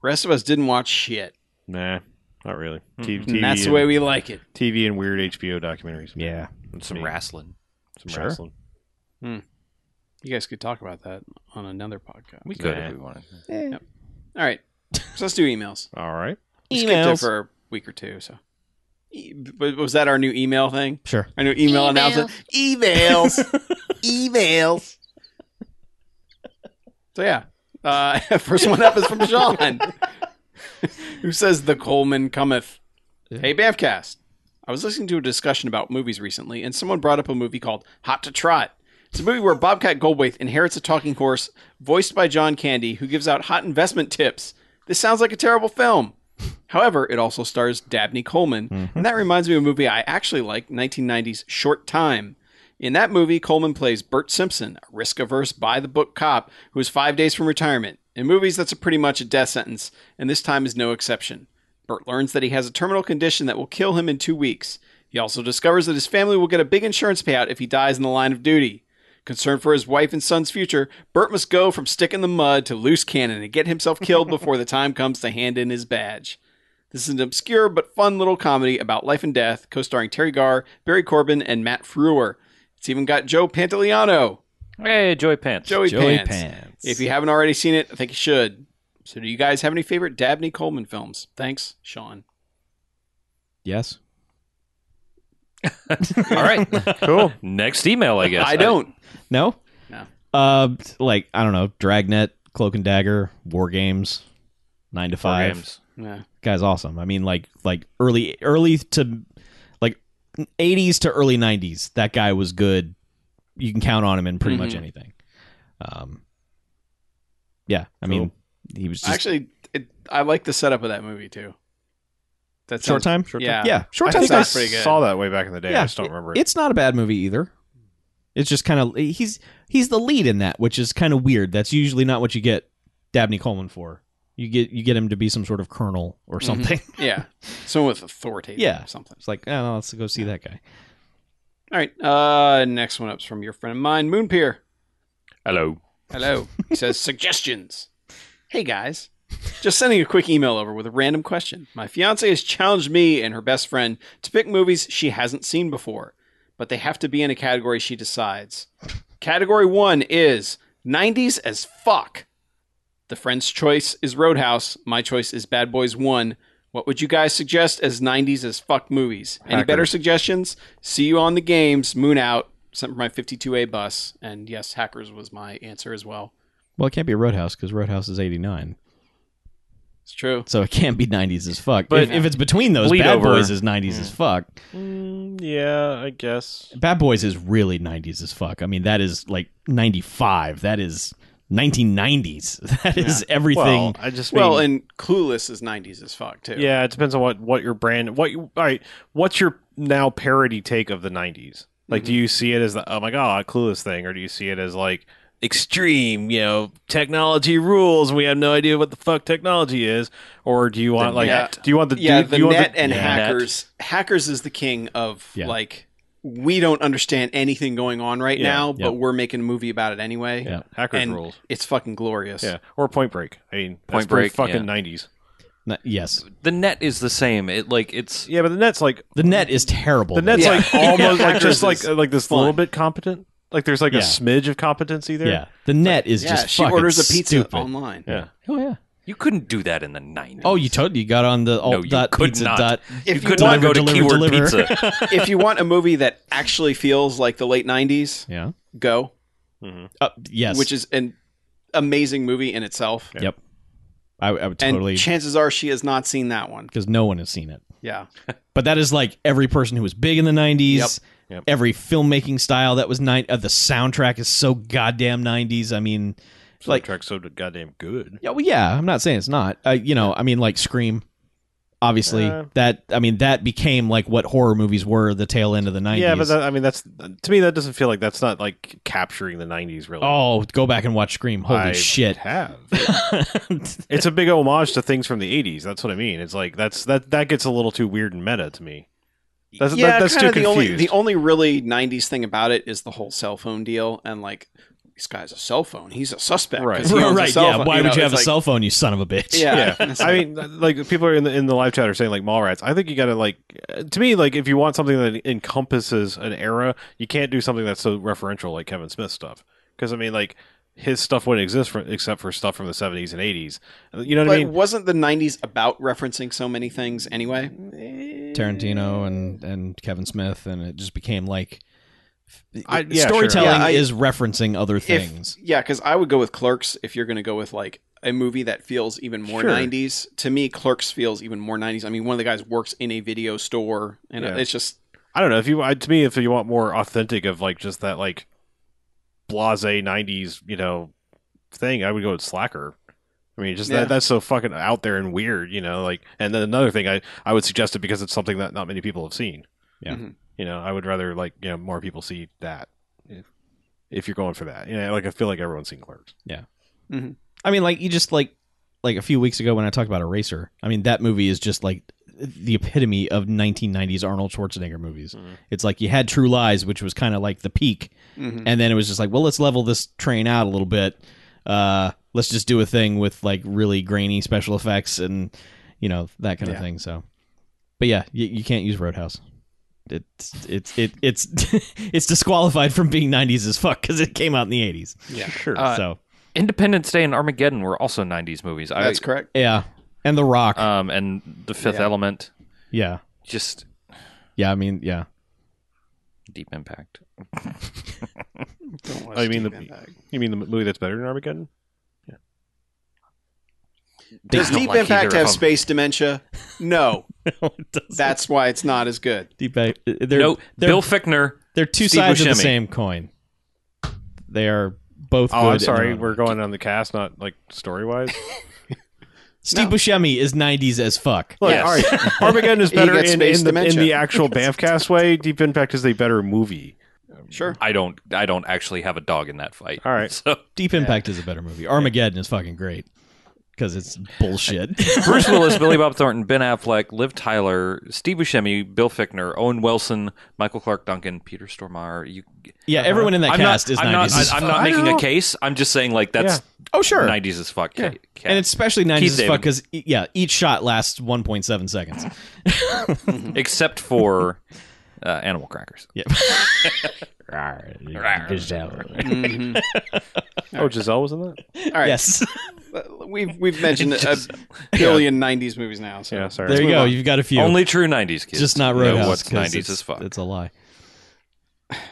Speaker 3: Rest of us didn't watch shit.
Speaker 2: nah, not really. T- TV
Speaker 3: Mm-hmm. And that's the
Speaker 2: and-
Speaker 3: way we like it.
Speaker 2: TV and weird HBO documentaries.
Speaker 4: yeah,
Speaker 5: And some
Speaker 2: Yeah.
Speaker 5: wrestling.
Speaker 2: some
Speaker 4: Sure.
Speaker 2: wrestling.
Speaker 3: You guys could talk about that on another podcast.
Speaker 5: We could
Speaker 2: Nah.
Speaker 5: if we wanted.
Speaker 3: All right. So let's do emails.
Speaker 2: All right.
Speaker 3: We skipped it for a week or two. So, E- but was that our new email thing?
Speaker 4: sure.
Speaker 3: Our new email, announcement? Emails. emails. So, yeah. Uh, first one up is from Sean, who says, The Coleman cometh. Hey, Bamfcast. I was listening to a discussion about movies recently, and someone brought up a movie called Hot to Trot. It's a movie where Bobcat Goldthwait inherits a talking horse voiced by John Candy, who gives out hot investment tips. This sounds like a terrible film. However, it also stars Dabney Coleman, and that reminds me of a movie I actually like, 1990's Short Time. In that movie, Coleman plays Bert Simpson, a risk averse, by the book cop who is five days from retirement. In movies, that's a pretty much a death sentence, and this time is no exception. Bert learns that he has a terminal condition that will kill him in two weeks. He also discovers that his family will get a big insurance payout if he dies in the line of duty. Concerned for his wife and son's future, Bert must go from stick in the mud to loose cannon and get himself killed before the time comes to hand in his badge. This is an obscure but fun little comedy about life and death, co starring Terry Garr, Barry Corbin, and Matt Frewer. It's even got Joe Pantoliano.
Speaker 5: Hey, Joy Pants.
Speaker 3: Joey,
Speaker 4: Joey
Speaker 3: Pants.
Speaker 4: Pants.
Speaker 3: If you haven't already seen it, I think you should. So, do you guys have any favorite Dabney Coleman films? Thanks, Sean.
Speaker 4: yes,
Speaker 5: All right.
Speaker 2: Cool.
Speaker 5: Next email, I guess.
Speaker 3: I don't.
Speaker 4: no,
Speaker 3: No.
Speaker 4: Uh, like I don't know, Dragnet, Cloak and Dagger, War Games, Nine to
Speaker 5: Four
Speaker 4: Five,
Speaker 5: games.
Speaker 3: Yeah.
Speaker 4: guy's awesome. I mean, like like early early to like 80s to early 90s, that guy was good. You can count on him in pretty much
Speaker 3: Mhm.
Speaker 4: anything. Um, yeah, I mean, he was just
Speaker 3: Actually, it, I like the setup of that movie too. That
Speaker 4: short
Speaker 3: sounds-
Speaker 4: time.
Speaker 3: Yeah.
Speaker 4: yeah, short
Speaker 3: I
Speaker 4: time.
Speaker 2: I think I
Speaker 3: sounds pretty good.
Speaker 2: saw that way back in the day. I just don't
Speaker 4: it-
Speaker 2: remember it.
Speaker 4: It's not a bad movie either. It's just kind of he's he's the lead in that, which is kind of weird. That's usually not what you get Dabney Coleman for. You get you get him to be some sort of colonel or something.
Speaker 3: Yeah. Someone with authority.
Speaker 4: Yeah.
Speaker 3: Or something.
Speaker 4: it's like, oh, no, let's go see that guy.
Speaker 3: All right. Uh, next one up's from your friend of mine, Moonpeer.
Speaker 5: Hello.
Speaker 3: Hello. He says, suggestions. Hey, guys. Just sending a quick email over with a random question. My fiance has challenged me and her best friend to pick movies she hasn't seen before, but they have to be in a category she decides. Category one is 90s as fuck. The friend's choice is Roadhouse. My choice is Bad Boys 1. What would you guys suggest as 90s as fuck movies? Any better suggestions? See you on the games. Moon out. Sent for my 52A bus. And yes, Hackers was my answer as well.
Speaker 4: Well, it can't be Roadhouse because Roadhouse is eighty nine,
Speaker 3: It's true.
Speaker 4: so it can't be nineties as fuck. But
Speaker 5: But
Speaker 4: if, if it's between those,
Speaker 5: Bleed
Speaker 4: Bad
Speaker 5: Over-
Speaker 4: Boys is nineties as fuck.
Speaker 2: Mm, yeah, I guess.
Speaker 4: Bad Boys is really nineties as fuck. I mean, that is like ninety five. That is nineteen nineties. That is everything.
Speaker 2: Well, I just mean,
Speaker 3: Well, and Clueless is 90s as fuck, too.
Speaker 2: yeah, it depends on what what your brand. What you all right? What's your now parody take of the '90s? Like,
Speaker 3: Mm-hmm.
Speaker 2: do you see it as the oh my god clueless thing, or do you see it as like extreme? You know, technology rules. and We have no idea what the fuck technology is, or do you want like
Speaker 3: net.
Speaker 2: do you want the
Speaker 3: Yeah,
Speaker 2: do,
Speaker 3: the
Speaker 2: you want
Speaker 3: net and
Speaker 2: Yeah.
Speaker 3: hackers. Hackers is the king of
Speaker 4: Yeah.
Speaker 3: like we don't understand anything going on right
Speaker 2: Yeah,
Speaker 3: now,
Speaker 4: yeah.
Speaker 3: but we're making a movie about it anyway.
Speaker 4: Yeah.
Speaker 2: hackers
Speaker 3: and
Speaker 2: rules?
Speaker 3: It's fucking glorious.
Speaker 2: Yeah, or Point Break. I mean, that's
Speaker 5: Point
Speaker 2: pretty
Speaker 5: Break,
Speaker 2: fucking
Speaker 5: yeah.
Speaker 2: '90s.
Speaker 4: Not- yes,
Speaker 5: The net is the same. It like it's
Speaker 2: Yeah, but the net's like
Speaker 4: the net is terrible.
Speaker 2: The net's
Speaker 3: Yeah.
Speaker 2: like almost like
Speaker 3: Hackers
Speaker 2: just like
Speaker 3: is
Speaker 2: like this
Speaker 3: fun.
Speaker 2: little bit competent. Like there's like
Speaker 4: Yeah.
Speaker 2: a smidge of competency there.
Speaker 4: Yeah, the net is
Speaker 3: Yeah,
Speaker 4: just.
Speaker 3: she
Speaker 4: fucking
Speaker 3: orders a pizza
Speaker 4: stupid.
Speaker 3: online.
Speaker 2: Yeah.
Speaker 4: Oh yeah.
Speaker 5: you couldn't do that in the nineties.
Speaker 4: Oh, you totally you got on the alt
Speaker 5: you
Speaker 4: dot
Speaker 5: could
Speaker 4: pizza
Speaker 5: not.
Speaker 4: dot.
Speaker 3: If you,
Speaker 5: could
Speaker 3: want,
Speaker 5: not go to
Speaker 4: deliver,
Speaker 5: keyword
Speaker 4: deliver.
Speaker 5: pizza.
Speaker 3: if you want a movie that actually feels like the late 90s,
Speaker 4: Yeah.
Speaker 3: go,
Speaker 4: Uh, yes.
Speaker 3: which is an amazing movie in itself.
Speaker 4: yep. I, I would
Speaker 3: And
Speaker 4: totally
Speaker 3: chances are she has not seen that one.
Speaker 4: because no one has seen it.
Speaker 3: Yeah.
Speaker 4: But that is like every person who was big in the '90s.
Speaker 3: Yep.
Speaker 2: Yep.
Speaker 4: Every filmmaking style that was nine. Uh, the soundtrack is so goddamn '90s. I mean,
Speaker 2: like
Speaker 4: like
Speaker 2: track's so goddamn good.
Speaker 4: yeah, well, yeah. I'm not saying it's not. Uh, you know, I mean, like Scream. Obviously,
Speaker 2: Uh,
Speaker 4: that I mean, that became like what horror movies were the tail end of the '90s.
Speaker 2: Yeah, but that, I mean that's to me that doesn't feel like that's not like capturing the '90s really.
Speaker 4: oh, go back and watch Scream. Holy
Speaker 2: I
Speaker 4: shit!
Speaker 2: have. it's a big homage to things from the '80s. That's what I mean. It's like that's that that gets a little too weird and meta to me. That's, that- that's too
Speaker 3: kinda
Speaker 2: confused.
Speaker 3: the only the only really '90s thing about it is the whole cell phone deal, and like this guy's a cell phone. He's a suspect. 'cause he owns a
Speaker 4: right?
Speaker 3: cell
Speaker 4: Yeah.
Speaker 3: phone,
Speaker 4: Why would
Speaker 3: know,
Speaker 4: you have a
Speaker 3: it's
Speaker 4: cell phone, you son of a bitch?
Speaker 3: like- Yeah,
Speaker 2: yeah. I mean, like people are in the in the live chat are saying like Mallrats. I think you got to like uh, to me like if you want something that encompasses an era, you can't do something that's so referential like Kevin Smith stuff. Because I mean, like his stuff wouldn't exist for, except for stuff from the seventies and eighties. Uh, You know
Speaker 3: but
Speaker 2: what
Speaker 3: wasn't the '90s about referencing so many things anyway?
Speaker 2: I mean?
Speaker 4: Tarantino and and Kevin Smith, and it just became like
Speaker 2: I- yeah, sure.
Speaker 4: storytelling
Speaker 3: Yeah, I-
Speaker 4: is referencing other things.
Speaker 3: If, yeah, because I would go with Clerks if you're going to go with like a movie that feels even more
Speaker 2: Sure.
Speaker 3: '90s. To me, Clerks feels even more '90s. I mean, one of the guys works in a video store, and
Speaker 2: Yeah.
Speaker 3: it's just
Speaker 2: I don't know if you I- to me if you want more authentic of like just that like blase nineties you know thing, I would go with Slacker. I mean, just
Speaker 3: Yeah.
Speaker 2: that, that's so fucking out there and weird, you know. Like, and then another thing, I I would suggest it because it's something that not many people have seen.
Speaker 4: Yeah.
Speaker 3: Mhm.
Speaker 2: you know, I would rather like you know more people see that if, if you're going for that. You know, like I feel like everyone's seen Clerks.
Speaker 4: I mean, like you just like like a few weeks ago when I talked about Eraser. I mean, that movie is just like the epitome of 1990s Arnold Schwarzenegger movies.
Speaker 3: Mm-hmm.
Speaker 4: It's like you had True Lies, which was kind of like the peak,
Speaker 3: mhm.
Speaker 4: and then it was just like, well, let's level this train out a little bit. Uh, let's just do a thing with like really grainy special effects and you know that kind of
Speaker 3: Yeah.
Speaker 4: thing. So, but yeah, you, you can't use Roadhouse. It's it's it, it's it's disqualified from being '90s as fuck because it came out in the '80s.
Speaker 3: yeah,
Speaker 2: Sure.
Speaker 5: Uh,
Speaker 4: so
Speaker 5: Independence Day and Armageddon were also nineties movies. I-
Speaker 3: that's correct.
Speaker 4: yeah, and The Rock.
Speaker 5: Um, and The Fifth
Speaker 3: Yeah.
Speaker 5: Element,
Speaker 4: yeah,
Speaker 5: just
Speaker 4: yeah. I mean, yeah.
Speaker 5: Deep Impact.
Speaker 3: Don't watch
Speaker 2: I mean,
Speaker 3: Steven
Speaker 2: the-
Speaker 3: Bag.
Speaker 2: you mean the movie that's better than Armageddon?
Speaker 5: They
Speaker 3: Does
Speaker 5: don't
Speaker 3: Deep
Speaker 5: like
Speaker 3: Impact
Speaker 5: either
Speaker 3: have
Speaker 5: of 'em.
Speaker 3: space dementia? No. That's why it's not as good.
Speaker 4: Deep Impact. They're,
Speaker 5: Oh, no,
Speaker 4: they're,
Speaker 5: Bill Fickner.
Speaker 4: they're two
Speaker 5: Steve
Speaker 4: sides of
Speaker 5: Buscemi.
Speaker 4: the same coin. They are both.
Speaker 2: Oh, I'm
Speaker 4: good in their
Speaker 2: sorry.
Speaker 4: own
Speaker 2: We're
Speaker 4: way.
Speaker 2: going on the cast, not like story wise.
Speaker 4: Steve Buscemi is '90s as fuck.
Speaker 2: Look,
Speaker 5: Yes.
Speaker 2: Oh, all right. Armageddon is
Speaker 3: He
Speaker 2: better
Speaker 3: gets
Speaker 2: in,
Speaker 3: space
Speaker 2: in, the, in
Speaker 3: dementia.
Speaker 2: the actual Banffcast way. Deep Impact is a better movie.
Speaker 3: Sure.
Speaker 5: I don't. I don't actually have a dog in that fight.
Speaker 2: All right.
Speaker 5: So
Speaker 4: Deep Impact is a better movie. Armageddon is fucking great because it's bullshit.
Speaker 5: Bruce Willis, Billy Bob Thornton, Ben Affleck, Liv Tyler, Steve Buscemi, Bill Fickner, Owen Wilson, Michael Clark Duncan, Peter Stormare. You,
Speaker 4: yeah, everyone in that
Speaker 5: I'm
Speaker 4: cast
Speaker 5: not.
Speaker 4: is
Speaker 5: I'm
Speaker 4: 90s.
Speaker 5: not.
Speaker 4: as
Speaker 5: I, am
Speaker 4: fuck.
Speaker 5: not
Speaker 2: I
Speaker 5: making
Speaker 2: know.
Speaker 5: a case. I'm just saying like that's
Speaker 4: oh sure,
Speaker 5: 90s as fuck. ca- cat.
Speaker 4: and it's especially 90s
Speaker 5: Keith
Speaker 4: as
Speaker 5: David.
Speaker 4: fuck because yeah, each shot lasts 1.7 seconds.
Speaker 5: except for uh, animal crackers.
Speaker 4: Yeah.
Speaker 3: Mm-hmm.
Speaker 2: Oh, Giselle was in that.
Speaker 3: All right.
Speaker 4: Yes.
Speaker 3: We've we've mentioned a billion '90s movies now. So.
Speaker 2: Yeah, sorry.
Speaker 4: There you go. You've got a few.
Speaker 5: Only true 90s kids.
Speaker 4: It's just not
Speaker 5: know
Speaker 4: Roadhouse.
Speaker 5: what's
Speaker 4: 'cause
Speaker 5: 90s
Speaker 4: it's-
Speaker 5: as fuck.
Speaker 4: It's a lie.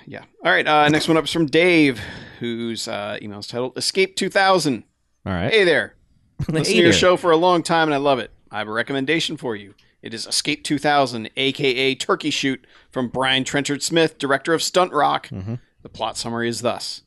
Speaker 3: Yeah. All right. Uh, next one up is from Dave, whose uh, email is titled "Escape 2000."
Speaker 4: All right.
Speaker 3: Hey there. Listen to your
Speaker 4: there.
Speaker 3: show for a long time, and I love it. I have a recommendation for you. It is Escape 2000, aka Turkey Shoot, from Brian Trenchard Smith, director of Stunt Rock.
Speaker 2: Mm-hmm.
Speaker 3: The plot summary is thus.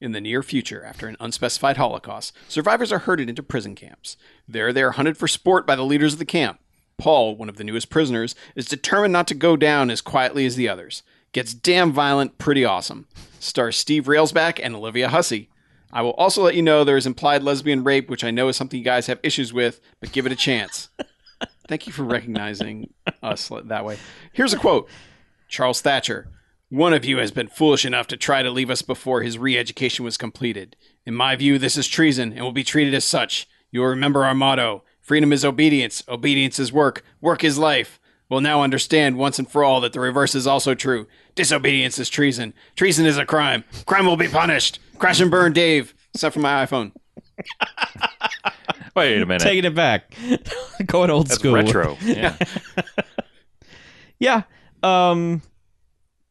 Speaker 3: In the near future, after an unspecified Holocaust, survivors are herded into prison camps. There, they are hunted for sport by the leaders of the camp. Paul, one of the newest prisoners, is determined not to go down as quietly as the others. Gets damn violent, pretty awesome. Stars Steve Railsback and Olivia Hussey. I will also let you know there is implied lesbian rape, which I know is something you guys have issues with, but give it a chance. Thank you for recognizing us that way. Here's a quote Charles Thatcher. One of you has been foolish enough to try to leave us before his re education was completed. In my view, this is treason and will be treated as such. You will remember our motto freedom is obedience, obedience is work, work is life. We'll now understand once and for all that the reverse is also true. Disobedience is treason. Treason is a crime. Crime will be punished. Crash and burn, Dave. Except for my iPhone.
Speaker 5: Wait a minute.
Speaker 4: Taking it back. going old
Speaker 5: that's
Speaker 4: school.
Speaker 5: retro. Yeah.
Speaker 4: Yeah. Um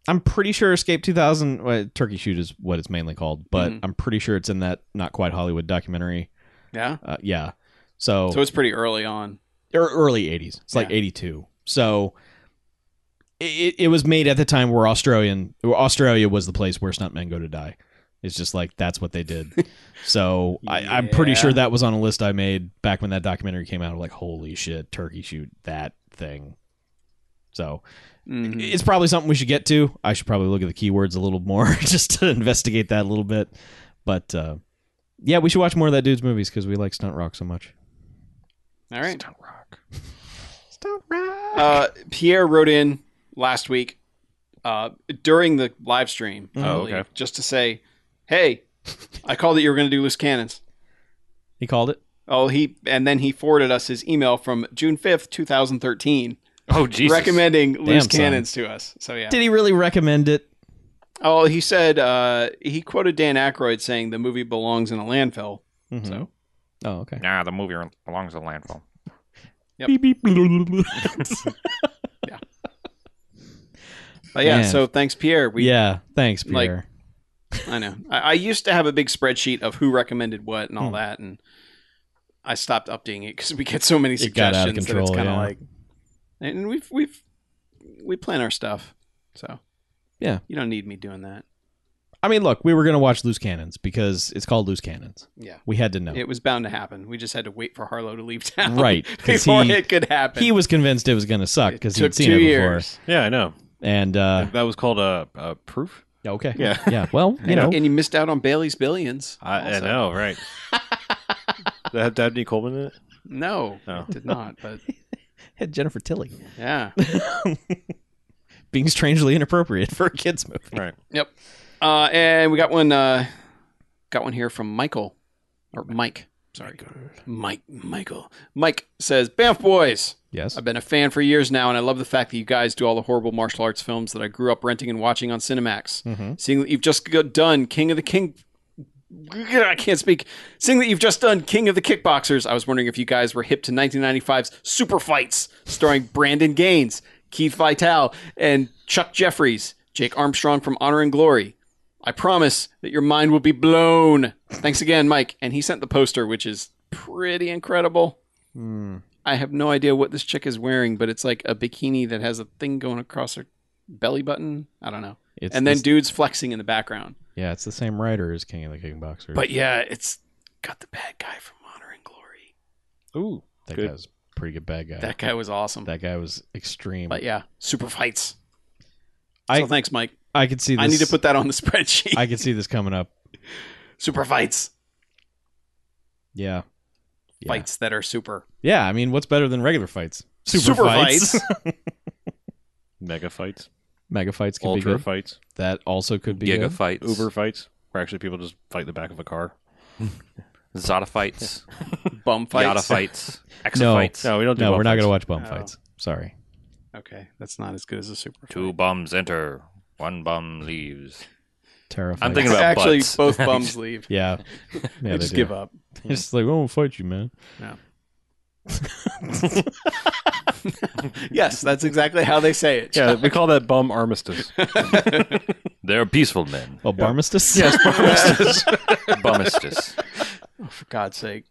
Speaker 4: I'm pretty sure Escape 2000 well, Turkey Shoot is what it's mainly called, but I'm pretty sure it's in that not quite Hollywood documentary.
Speaker 3: Yeah?
Speaker 4: Uh, yeah. So,
Speaker 3: So it's pretty early on.
Speaker 4: or early 80s. It's like
Speaker 3: Yeah.
Speaker 4: 82. So it, it was made at the time where Australian where Australia was the place where stuntmen go to die. It's just like that's what they did. so I, I'm pretty
Speaker 3: Yeah.
Speaker 4: sure that was on a list I made back when that documentary came out. I'm Like holy shit, turkey shoot that thing. So
Speaker 3: Mhm.
Speaker 4: it's probably something we should get to. I should probably look at the keywords a little more just to investigate that a little bit. But uh, yeah, we should watch more of that dude's movies because we like stunt rock so much.
Speaker 3: All right. Stunt Rock. Stunt Rock. Uh, Pierre wrote in last week uh, during the live stream. I
Speaker 2: Oh,
Speaker 3: believe,
Speaker 2: okay.
Speaker 3: Just to say, hey, I called that you were going to do loose cannons.
Speaker 4: He called it.
Speaker 3: Oh, he and then he forwarded us his email from June fifth, two thousand thirteen,
Speaker 5: Oh, Jesus.
Speaker 3: recommending loose
Speaker 4: son.
Speaker 3: cannons to us. So yeah.
Speaker 4: Did he really recommend it?
Speaker 3: oh, he said uh, he quoted Dan Aykroyd saying the movie belongs in a landfill.
Speaker 4: Mhm.
Speaker 3: So
Speaker 4: Oh, okay.
Speaker 5: Nah, the movie belongs to landfill.
Speaker 3: but yeah.
Speaker 4: Man.
Speaker 3: So thanks, Pierre. We
Speaker 4: yeah, thanks,
Speaker 3: like-
Speaker 4: Pierre.
Speaker 3: I know. I, I used to have a big spreadsheet of who recommended what and all
Speaker 4: Hmm.
Speaker 3: that, and I stopped updating it because we get so many
Speaker 4: It got out of
Speaker 3: suggestions that it's
Speaker 4: control,
Speaker 3: kind of
Speaker 4: yeah.
Speaker 3: like, and we've we've we plan our stuff, so
Speaker 4: Yeah.
Speaker 3: you don't need me doing that.
Speaker 4: I mean, look, we were gonna watch Loose Cannons because it's called Loose Cannons.
Speaker 3: Yeah.
Speaker 4: we had to know.
Speaker 3: It was bound to happen. We just had to wait for Harlow to leave town,
Speaker 4: Right, 'cause
Speaker 3: Before
Speaker 4: he-
Speaker 3: it could happen.
Speaker 4: he was convinced it was gonna suck
Speaker 3: It
Speaker 4: because
Speaker 3: took
Speaker 4: he'd seen
Speaker 3: two
Speaker 4: it before.
Speaker 3: years.
Speaker 2: Yeah, I know.
Speaker 4: And uh,
Speaker 2: That was called a, a proof.
Speaker 4: okay,
Speaker 2: Yeah.
Speaker 4: yeah. Well, you know,
Speaker 3: and you missed out on Bailey's Billions.
Speaker 2: I, I
Speaker 3: also.
Speaker 2: know, right? Did that have Dabney Coleman in it?
Speaker 3: No,
Speaker 2: No.
Speaker 3: it did not. But
Speaker 4: had Jennifer Tilly
Speaker 3: yeah.
Speaker 4: being strangely inappropriate for a kids movie.
Speaker 2: Right.
Speaker 3: Yep. Uh, and we got one. Uh, got one here from Michael or Mike. Sorry, Mike. Michael. Mike says, "Banff boys,
Speaker 4: Yes.
Speaker 3: I've been a fan for years now, and I love the fact that you guys do all the horrible martial arts films that I grew up renting and watching on Cinemax. Seeing that you've just got done King of the King." I can't speak. Seeing that you've just done King of the Kickboxers, I was wondering if you guys were hip to 1995's Super Fights, starring Brandon Gaines, Keith Vitale, and Chuck Jeffries, Jake Armstrong from Honor and Glory. I promise that your mind will be blown. Thanks again, Mike. And he sent the poster, which is pretty incredible.
Speaker 2: Hmm.
Speaker 3: I have no idea what this chick is wearing, but it's like a bikini that has a thing going across her belly button. I don't know.
Speaker 4: It's
Speaker 3: and then
Speaker 4: this-
Speaker 3: dudes flexing in the background.
Speaker 4: yeah, it's the same writer as King of the Kickboxers.
Speaker 3: But yeah, it's got the bad guy from Honor and Glory.
Speaker 2: Ooh.
Speaker 4: that
Speaker 2: good.
Speaker 4: guy was a pretty good bad guy. That,
Speaker 3: That guy was awesome.
Speaker 4: guy was extreme.
Speaker 3: But yeah, super fights. So
Speaker 4: I
Speaker 3: thanks, Mike.
Speaker 4: I could see. This,
Speaker 3: I need to put that on the spreadsheet.
Speaker 4: I could see this coming up.
Speaker 3: super fights.
Speaker 4: Yeah. Yeah.
Speaker 3: Fights that are super.
Speaker 4: Yeah, I mean, what's better than regular fights?
Speaker 2: Mega fights,
Speaker 4: Mega fights can
Speaker 5: Ultra
Speaker 4: be
Speaker 2: ultra
Speaker 4: good.
Speaker 2: fights,
Speaker 4: That also could be
Speaker 5: Giga
Speaker 4: good.
Speaker 5: fights,
Speaker 2: Uber fights, where actually people just fight the back of a car.
Speaker 5: Zada fights,
Speaker 3: Bum fights.
Speaker 5: Yada fights, Exa
Speaker 4: No.
Speaker 5: fights.
Speaker 2: No, we don't do
Speaker 4: No,
Speaker 2: bum
Speaker 4: we're not
Speaker 2: fights.
Speaker 4: going to watch bum
Speaker 3: Oh.
Speaker 4: fights. Sorry.
Speaker 3: Okay, that's not as good as a super.
Speaker 5: Two
Speaker 3: fight.
Speaker 5: bums enter, one bum leaves.
Speaker 4: Terrifying.
Speaker 5: I'm thinking about
Speaker 3: actually
Speaker 5: butts.
Speaker 3: both bums leave.
Speaker 4: Yeah. Yeah,
Speaker 3: they just give up.
Speaker 4: It's like, I won't fight you, man.
Speaker 3: Yes, that's exactly how they say it.
Speaker 2: Yeah, we call that bum armistice.
Speaker 5: They're peaceful men.
Speaker 4: Oh, Barmistus?
Speaker 2: yes, bum armistice.
Speaker 5: Bumistus.
Speaker 3: For God's sake,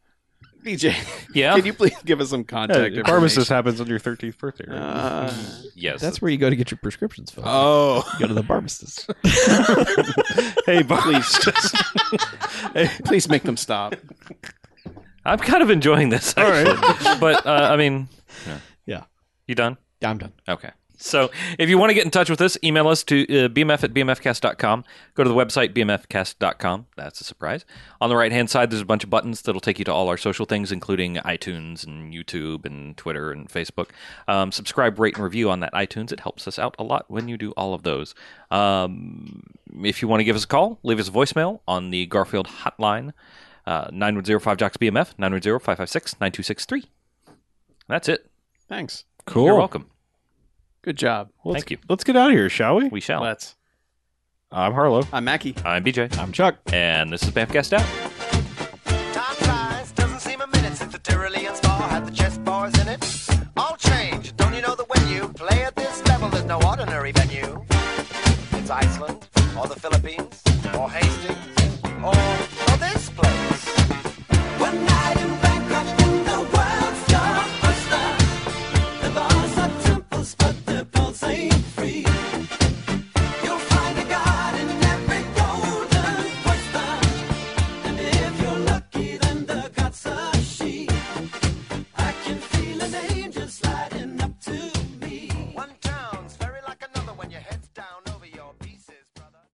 Speaker 3: BJ,
Speaker 5: Yeah.
Speaker 3: can you please give us some contact?
Speaker 2: Yeah, armistice
Speaker 3: information?
Speaker 2: happens on your 13th birthday. Right?
Speaker 3: Uh,
Speaker 5: Yes.
Speaker 4: That's where you go to get your prescriptions filled.
Speaker 3: oh,
Speaker 4: You go to the Barmistus.
Speaker 2: hey, please.
Speaker 3: please make them stop.
Speaker 5: I'm kind of enjoying this actually. but uh, I mean,
Speaker 4: Yeah.
Speaker 5: you done?
Speaker 4: I'm done.
Speaker 5: Okay. So if you want to get in touch with us, email us to uh, bmf at bmfcast.com. Go to the website, bmfcast.com. That's a surprise. On the right hand side, there's a bunch of buttons that'll take you to all our social things, including iTunes and YouTube and Twitter and Facebook. Um, subscribe, rate, and review on that iTunes. It helps us out a lot when you do all of those. Um, if you want to give us a call, leave us a voicemail on the Garfield hotline, uh, 905 Jocks BMF, 910 556 9263. That's it.
Speaker 3: Thanks.
Speaker 2: cool.
Speaker 5: You're welcome.
Speaker 3: Good job.
Speaker 2: Let's-
Speaker 5: Thank you.
Speaker 2: Let's get out of here, shall we?
Speaker 5: We shall.
Speaker 3: Let's.
Speaker 2: I'm Harlow.
Speaker 3: I'm Mackie.
Speaker 5: I'm BJ.
Speaker 4: I'm Chuck.
Speaker 5: And this is Bamcast Out.
Speaker 6: Time flies, doesn't seem a minute since the Tyrolean spa had the chess bars in it. All change, don't you know that when you play at this level, there's no ordinary venue. It's Iceland, or the Philippines, or Hastings, or